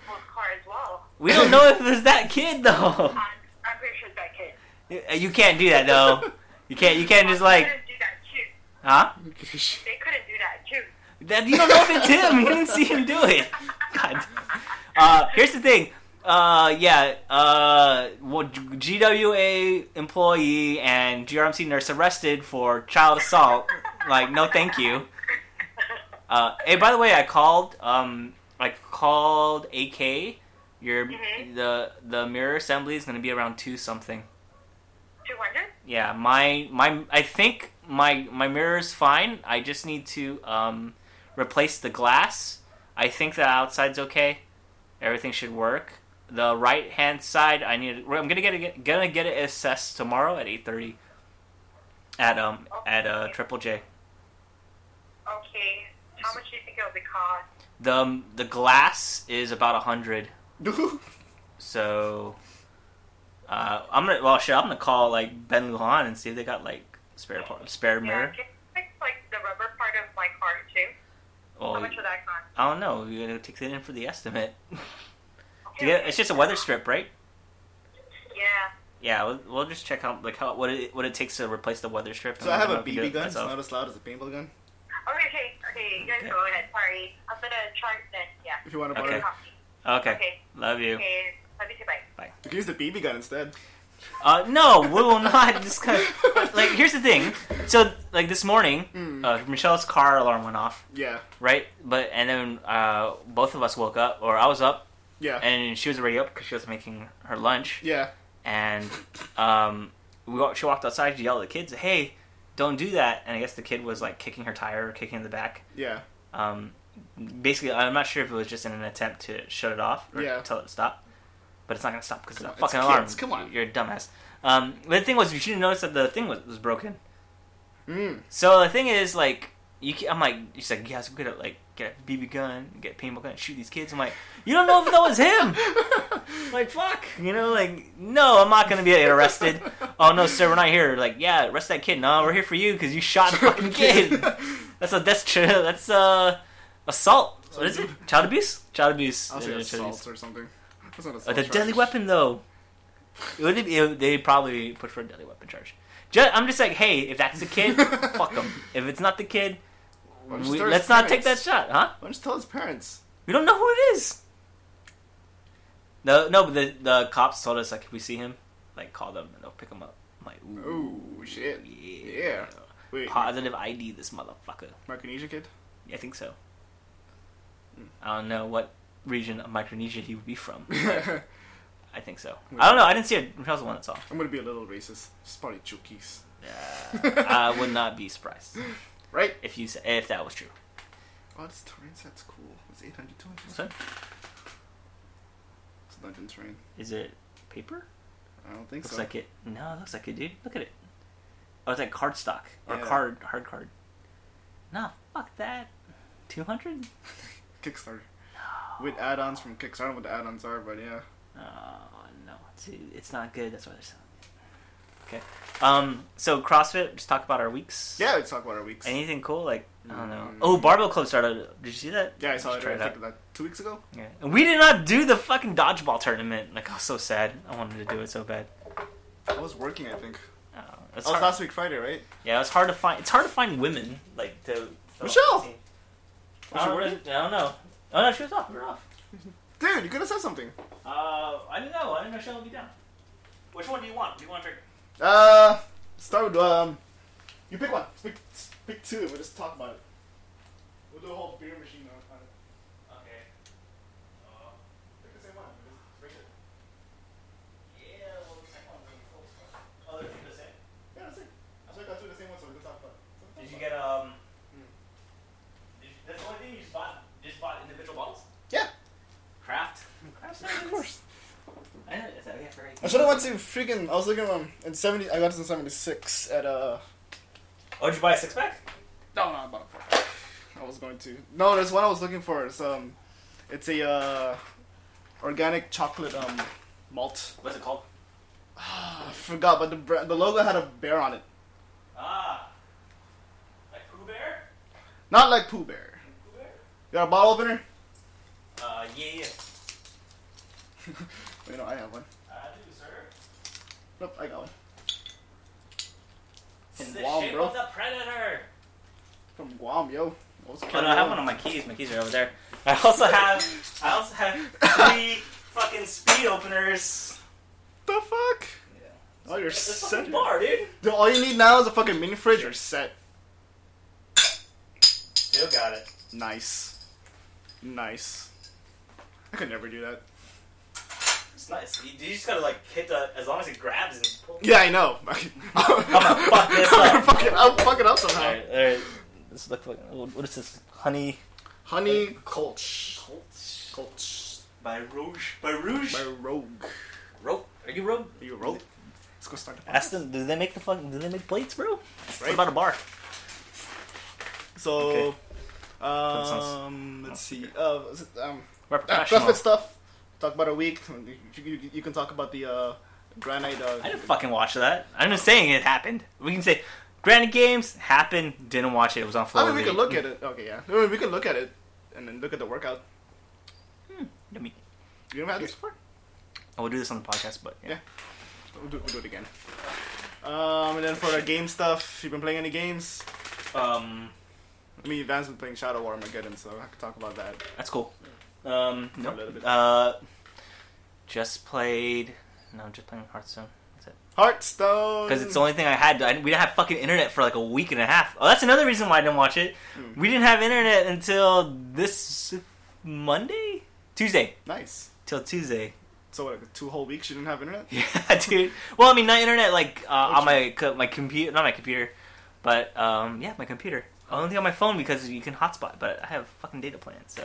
Speaker 3: people's car as well.
Speaker 1: We don't know if it's that kid though.
Speaker 3: I'm, I'm pretty sure it's that kid.
Speaker 1: You can't do that though. You can't. You can't just
Speaker 3: They
Speaker 1: like,
Speaker 3: couldn't do that too.
Speaker 1: huh?
Speaker 3: They couldn't do that too.
Speaker 1: That you don't know if it's him. You didn't see him do it. God. Uh, here's the thing. Uh, yeah. Uh, well, G- GWA employee and GRMC nurse arrested for child assault. Like, no, thank you. Uh, hey, by the way, I called. Um, I called AK. Your
Speaker 3: Mhm.
Speaker 1: the the mirror assembly is going to be around two something.
Speaker 3: Two hundred.
Speaker 1: Yeah, my my I think my my mirror is fine. I just need to um replace the glass. I think the outside's okay. Everything should work. The right hand side, I need. I'm gonna get it, gonna get it assessed tomorrow at eight thirty. At um at uh Triple J.
Speaker 3: Okay. How much do you think it'll be cost?
Speaker 1: The um, the glass is about a hundred.
Speaker 2: Dude,
Speaker 1: So uh, I'm gonna well shit. I'm gonna call like Ben Luhan and see if they got like spare part, spare
Speaker 3: Yeah.
Speaker 1: mirror.
Speaker 3: Can you fix like the rubber part of my car too?
Speaker 1: Well,
Speaker 3: How much would that cost?
Speaker 1: I don't know. You're gonna take that in for the estimate.
Speaker 3: Okay,
Speaker 1: Do you get-
Speaker 3: okay.
Speaker 1: it's just a weather strip, right?
Speaker 3: Yeah.
Speaker 1: Yeah, we'll, we'll just check out like how what it what it takes to replace the weather strip.
Speaker 2: so
Speaker 1: and
Speaker 2: I have
Speaker 1: don't know
Speaker 2: a
Speaker 1: if you do
Speaker 2: BB
Speaker 1: it
Speaker 2: gun. It's
Speaker 1: myself.
Speaker 2: not as loud as a paintball gun.
Speaker 3: Okay, okay, okay. You guys
Speaker 1: Okay.
Speaker 3: go ahead. Sorry, I'm gonna charge then. Yeah.
Speaker 2: If you want to borrow,
Speaker 1: Okay.
Speaker 3: Copy.
Speaker 1: Okay.
Speaker 3: Okay.
Speaker 1: love you.
Speaker 3: Okay. Love you too. Bye.
Speaker 2: you can use the BB gun instead.
Speaker 1: Uh, no, we will not. This kind of- like, here's the thing. So, like this morning,
Speaker 2: Mm.
Speaker 1: uh, Michelle's car alarm went off,
Speaker 2: yeah,
Speaker 1: right? But and then uh, both of us woke up, or I was up,
Speaker 2: yeah,
Speaker 1: and she was already up because she was making her lunch.
Speaker 2: yeah.
Speaker 1: And um, we wa- she walked outside to yell at the kids, "Hey, don't do that!" And I guess the kid was like kicking her tire, kicking in the back.
Speaker 2: Yeah,
Speaker 1: Um, basically, I'm not sure if it was just in an attempt to shut it off or
Speaker 2: Yeah.
Speaker 1: tell it to stop, but it's not gonna stop because it's a
Speaker 2: Come on, it's
Speaker 1: fucking alarm.
Speaker 2: kids, come on.
Speaker 1: you're a dumbass. Um, but the thing was, you should have noticed that the thing was, was broken.
Speaker 2: mm.
Speaker 1: So the thing is, like, you, ca- I'm like, she's like, you guys get a like get a BB gun, get a paintball gun, shoot these kids. I'm like, you don't know if that was him. like, fuck, you know, like, no, I'm not gonna be arrested. oh no, sir, we're not here. Like, yeah, arrest that kid. No, we're here for you because you shot a fucking kid. That's a that's true. That's uh assault. What is it? Child abuse? Child abuse.
Speaker 2: I'll
Speaker 1: Yeah,
Speaker 2: say
Speaker 1: child
Speaker 2: assault
Speaker 1: abuse.
Speaker 2: or something. That's not
Speaker 1: Uh,
Speaker 2: assault.
Speaker 1: the
Speaker 2: charge.
Speaker 1: deadly weapon though. It would be, it, they probably put for a deadly weapon charge. Just, I'm just like, hey, if that's the kid, fuck them. If it's not the kid,
Speaker 2: Why don't you
Speaker 1: we-
Speaker 2: tell his
Speaker 1: let's not take that
Speaker 2: parents?
Speaker 1: shot, huh?
Speaker 2: Why don't you tell his parents?
Speaker 1: We don't know who it is. No, no, but the the cops told us like if we see him, like call them and they'll pick him up. I'm like, ooh,
Speaker 2: Oh shit!
Speaker 1: yeah,
Speaker 2: Wait,
Speaker 1: positive ID this motherfucker.
Speaker 2: Micronesia kid?
Speaker 1: I think so. I don't know what region of Micronesia he would be from. but I think so. I don't know. I didn't see it. Michelle's the one that saw.
Speaker 2: I'm gonna be a little racist. It's probably Chukis,
Speaker 1: Uh, I would not be surprised
Speaker 2: right?
Speaker 1: if you sa- if that was true.
Speaker 2: Oh, this terrain set's cool. It's 800 to
Speaker 1: What's that?
Speaker 2: It's Dungeon terrain.
Speaker 1: Is it paper?
Speaker 2: I don't think
Speaker 1: Looks
Speaker 2: so.
Speaker 1: like it. No, it looks like it, dude. Look at it. Oh, it's like cardstock or
Speaker 2: Yeah.
Speaker 1: card hard card. Nah, fuck that. Two hundred.
Speaker 2: Kickstarter. With add-ons from Kickstarter. I don't know what the add-ons are, but yeah.
Speaker 1: Oh no, it's, it's not good. That's why they're selling it. Okay. Um. So CrossFit. Just talk about our weeks.
Speaker 2: Yeah, let's talk about our weeks.
Speaker 1: Anything cool? Like I don't know.
Speaker 2: Mm.
Speaker 1: Oh, Barbell Club started. Did you see that?
Speaker 2: yeah, I
Speaker 1: You
Speaker 2: saw
Speaker 1: should
Speaker 2: it,
Speaker 1: Try
Speaker 2: I
Speaker 1: it
Speaker 2: think
Speaker 1: out.
Speaker 2: like two weeks ago.
Speaker 1: Yeah. And we did not do the fucking dodgeball tournament. Like I was so sad. I wanted to do it so bad.
Speaker 2: I was working, I think.
Speaker 1: Oh,
Speaker 2: That
Speaker 1: it's
Speaker 2: was
Speaker 1: hard.
Speaker 2: last week Friday, right?
Speaker 1: Yeah, it's hard to find. It's hard to find women like to.
Speaker 2: Michelle! Was
Speaker 1: I
Speaker 2: she
Speaker 1: don't,
Speaker 2: working?
Speaker 1: know, I don't know. Oh no, she was off. We were off.
Speaker 2: Dude, you could have said something.
Speaker 1: Uh, I didn't know. I didn't know Michelle would be down. Which one do you want? Do you want to drink?
Speaker 2: Uh, start with, um, you pick one. Pick, pick two, and we'll just talk about it. We'll do a whole beer machine on on it.
Speaker 1: Okay. Uh,
Speaker 2: Pick the same one. and just drink it.
Speaker 1: yeah. Well, the second one's really cool. Oh, they're the same.
Speaker 2: Yeah, that's it. That's why I got two of the same ones, so we can talk about it.
Speaker 1: Did you get um?
Speaker 2: Hmm.
Speaker 1: Did you, that's the only thing you just bought. Just bought individual bottles.
Speaker 2: Yeah,
Speaker 1: Craft. Craft.
Speaker 2: of course.
Speaker 1: I know. Is that, yeah, very
Speaker 2: I should have went to freaking. I was looking um in seventy. I got this in seventy six at uh.
Speaker 1: Oh, did you buy a six pack?
Speaker 2: No, no, I bought a four. I was going to. No, there's one I was looking for. It's um, it's a uh, organic chocolate um malt.
Speaker 1: What's it called?
Speaker 2: Ah, I forgot, but the br- the logo had a bear on it.
Speaker 1: Ah. Like Pooh Bear.
Speaker 2: Not like Pooh Bear.
Speaker 1: Pooh Bear.
Speaker 2: You got a bottle opener?
Speaker 1: Uh, yeah. yeah.
Speaker 2: Wait, no, I have one.
Speaker 1: I do, sir.
Speaker 2: Nope, I got one.
Speaker 1: It's
Speaker 2: From
Speaker 1: the
Speaker 2: Guam,
Speaker 1: shape
Speaker 2: bro.
Speaker 1: of the predator.
Speaker 2: From Guam, yo. I was
Speaker 1: Oh no, I have one on my keys. My keys are over there. I also have. I also have three fucking speed openers.
Speaker 2: The fuck?
Speaker 1: Yeah.
Speaker 2: Oh, you're
Speaker 1: It's a
Speaker 2: set.
Speaker 1: fucking bar, dude.
Speaker 2: Dude, all you need now is a fucking mini fridge. You're set.
Speaker 1: Still got it.
Speaker 2: Nice. Nice. I could never do that.
Speaker 1: It's nice. You, you just gotta like hit the as long as it grabs and pulls.
Speaker 2: Yeah, I know. I'm gonna
Speaker 1: fuck this
Speaker 2: I'm
Speaker 1: up.
Speaker 2: Fuck it, I'll fuck it up somehow.
Speaker 1: Alright, alright. This looks like what is this? Honey
Speaker 2: Honey Kolch.
Speaker 1: Colts
Speaker 2: Kolch.
Speaker 1: by Rouge by Rouge.
Speaker 2: By Rogue.
Speaker 1: Rope? Are you Rogue?
Speaker 2: Are you Rogue? Let's go start the podcast.
Speaker 1: Ask them. Do they make the fucking? Do they make plates, bro?
Speaker 2: Right.
Speaker 1: What about a bar?
Speaker 2: So,
Speaker 1: Okay.
Speaker 2: um, let's see. Uh, was it, um,
Speaker 1: We're
Speaker 2: yeah,
Speaker 1: professional.
Speaker 2: CrossFit stuff. Talk about a week. You, you- you can talk about the uh, granite. Uh,
Speaker 1: I didn't fucking watch that. I'm just saying it happened. We can say Granite Games happened. Didn't watch it. It was on
Speaker 2: I
Speaker 1: Flow.
Speaker 2: mean, we can look at it. Okay, yeah. I mean, we can look at it and then look at the workout.
Speaker 1: I mean,
Speaker 2: You ever had this before?
Speaker 1: I will do this on the podcast, but yeah.
Speaker 2: Yeah. We'll do, we'll do it again. Um, and then for the game stuff, you been playing any games?
Speaker 1: Um,
Speaker 2: I mean, Van's been playing Shadow War Armageddon, so I could talk about that.
Speaker 1: that's cool. Um,
Speaker 2: For a little bit.
Speaker 1: no, uh, just played. No, just playing Hearthstone. That's it.
Speaker 2: Hearthstone.
Speaker 1: because it's the only thing I had. I, we didn't have fucking internet for like a week and a half. Oh, that's another reason why I didn't watch it.
Speaker 2: Hmm.
Speaker 1: We didn't have internet until this Monday, Tuesday,
Speaker 2: nice.
Speaker 1: till Tuesday.
Speaker 2: So what, like two whole weeks you didn't have internet?
Speaker 1: Yeah, dude. Well, I mean, not internet, like uh, on my co- my computer, not my computer, but um, yeah, my computer. Only on my phone because you can hotspot, but I have a fucking data plan, so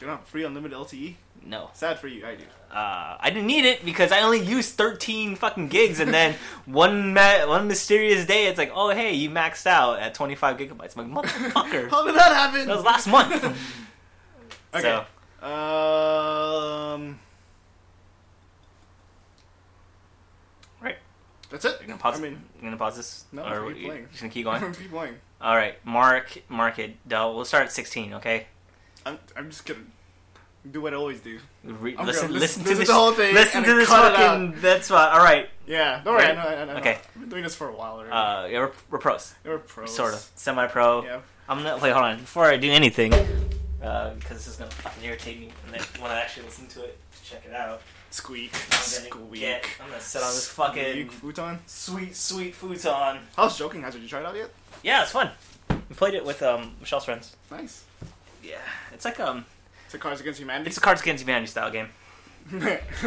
Speaker 2: You don't have free unlimited LTE?
Speaker 1: no.
Speaker 2: Sad for you, I do.
Speaker 1: Uh, I didn't need it because I only used thirteen fucking gigs, and then one ma- one mysterious day, it's like, oh hey, you maxed out at twenty five gigabytes. I'm like, motherfucker,
Speaker 2: How did that happen?
Speaker 1: that was last month.
Speaker 2: Okay.
Speaker 1: So
Speaker 2: Um.
Speaker 1: Right.
Speaker 2: That's it.
Speaker 1: you gonna pause?
Speaker 2: I mean,
Speaker 1: you gonna pause this?
Speaker 2: No,
Speaker 1: or
Speaker 2: keep
Speaker 1: you,
Speaker 2: playing.
Speaker 1: you just gonna keep
Speaker 2: I'm
Speaker 1: going?
Speaker 2: gonna keep going.
Speaker 1: All right, mark mark it. Uh, we'll start at sixteen, okay?
Speaker 2: I'm, I'm just gonna do what I always do.
Speaker 1: Re-
Speaker 2: I'm
Speaker 1: listen, listen,
Speaker 2: gonna listen-
Speaker 1: to
Speaker 2: listen
Speaker 1: this.
Speaker 2: to the whole thing
Speaker 1: listen
Speaker 2: and
Speaker 1: to
Speaker 2: then
Speaker 1: this
Speaker 2: cut it
Speaker 1: fucking. That's why. All right,
Speaker 2: Yeah, don't worry. I
Speaker 1: Right?
Speaker 2: know, I know, I know.
Speaker 1: Okay.
Speaker 2: I've been doing this for a while already.
Speaker 1: uh, yeah, we're, we're pros,
Speaker 2: You're pros.
Speaker 1: sort of, semi-pro.
Speaker 2: Yeah.
Speaker 1: I'm gonna wait. Hold on, before I do anything, uh, because this is gonna fucking irritate me, and then when I actually listen to it, to check it out,
Speaker 2: Squeak.
Speaker 1: I'm gonna
Speaker 2: Squeak.
Speaker 1: get. I'm gonna sit on this fucking
Speaker 2: Squeak futon.
Speaker 1: sweet, sweet futon.
Speaker 2: I was joking. Has it? Did you try it out yet?
Speaker 1: Yeah, it's fun. We played it with um, Michelle's friends.
Speaker 2: Nice.
Speaker 1: Yeah, it's like um,
Speaker 2: It's a Cards Against Humanity.
Speaker 1: it's a Cards Against Humanity style game.
Speaker 2: but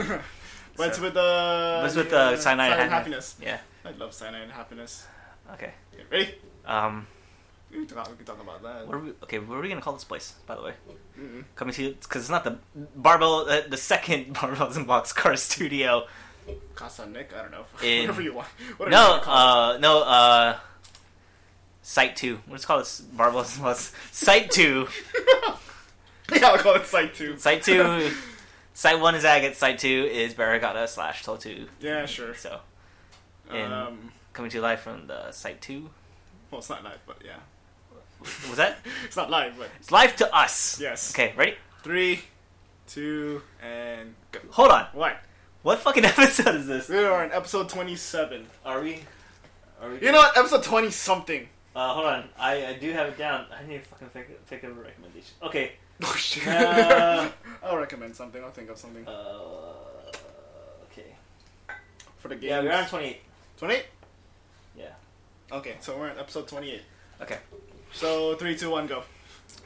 Speaker 2: it's
Speaker 1: So-
Speaker 2: with uh,
Speaker 1: But it's with,
Speaker 2: the,
Speaker 1: uh, Cyanide and
Speaker 2: Happiness.
Speaker 1: Yeah.
Speaker 2: I love Cyanide and Happiness.
Speaker 1: Okay.
Speaker 2: Okay, ready?
Speaker 1: Um,
Speaker 2: We can talk, we can talk about that.
Speaker 1: what are we? Okay, what are we gonna call this place? By the way.
Speaker 2: Mm-mm.
Speaker 1: coming to you because it's not the barbell uh, the second barbells and boxcar studio
Speaker 2: Casa Nick? I don't know.
Speaker 1: In-
Speaker 2: Whatever you want. Whatever
Speaker 1: no
Speaker 2: you want to call it.
Speaker 1: uh no uh site 2 let's call this barbells and boxcars site 2
Speaker 2: yeah, I'll call it Site 2.
Speaker 1: site 2 site 1 is agate site 2 is barragata slash totu
Speaker 2: yeah, sure.
Speaker 1: so in-
Speaker 2: Um,
Speaker 1: coming to you live from the site 2
Speaker 2: well, it's not live, but yeah.
Speaker 1: was that
Speaker 2: It's not live, but
Speaker 1: it's live to us
Speaker 2: yes.
Speaker 1: okay ready
Speaker 2: Three, two, and go.
Speaker 1: hold on
Speaker 2: What?
Speaker 1: what fucking episode is this
Speaker 2: We are in episode 27.
Speaker 1: are we are we
Speaker 2: You know what? Episode 20 something.
Speaker 1: uh, hold on I, I do have it down I need to fucking pick, pick up a recommendation okay
Speaker 2: Oh, shit.
Speaker 1: Uh,
Speaker 2: I'll recommend something. I'll think of something.
Speaker 1: Uh, okay.
Speaker 2: For the game.
Speaker 1: Yeah, we're on 28.
Speaker 2: 28?
Speaker 1: Yeah.
Speaker 2: Okay, so we're at episode 28.
Speaker 1: Okay.
Speaker 2: So, three, two, one, go.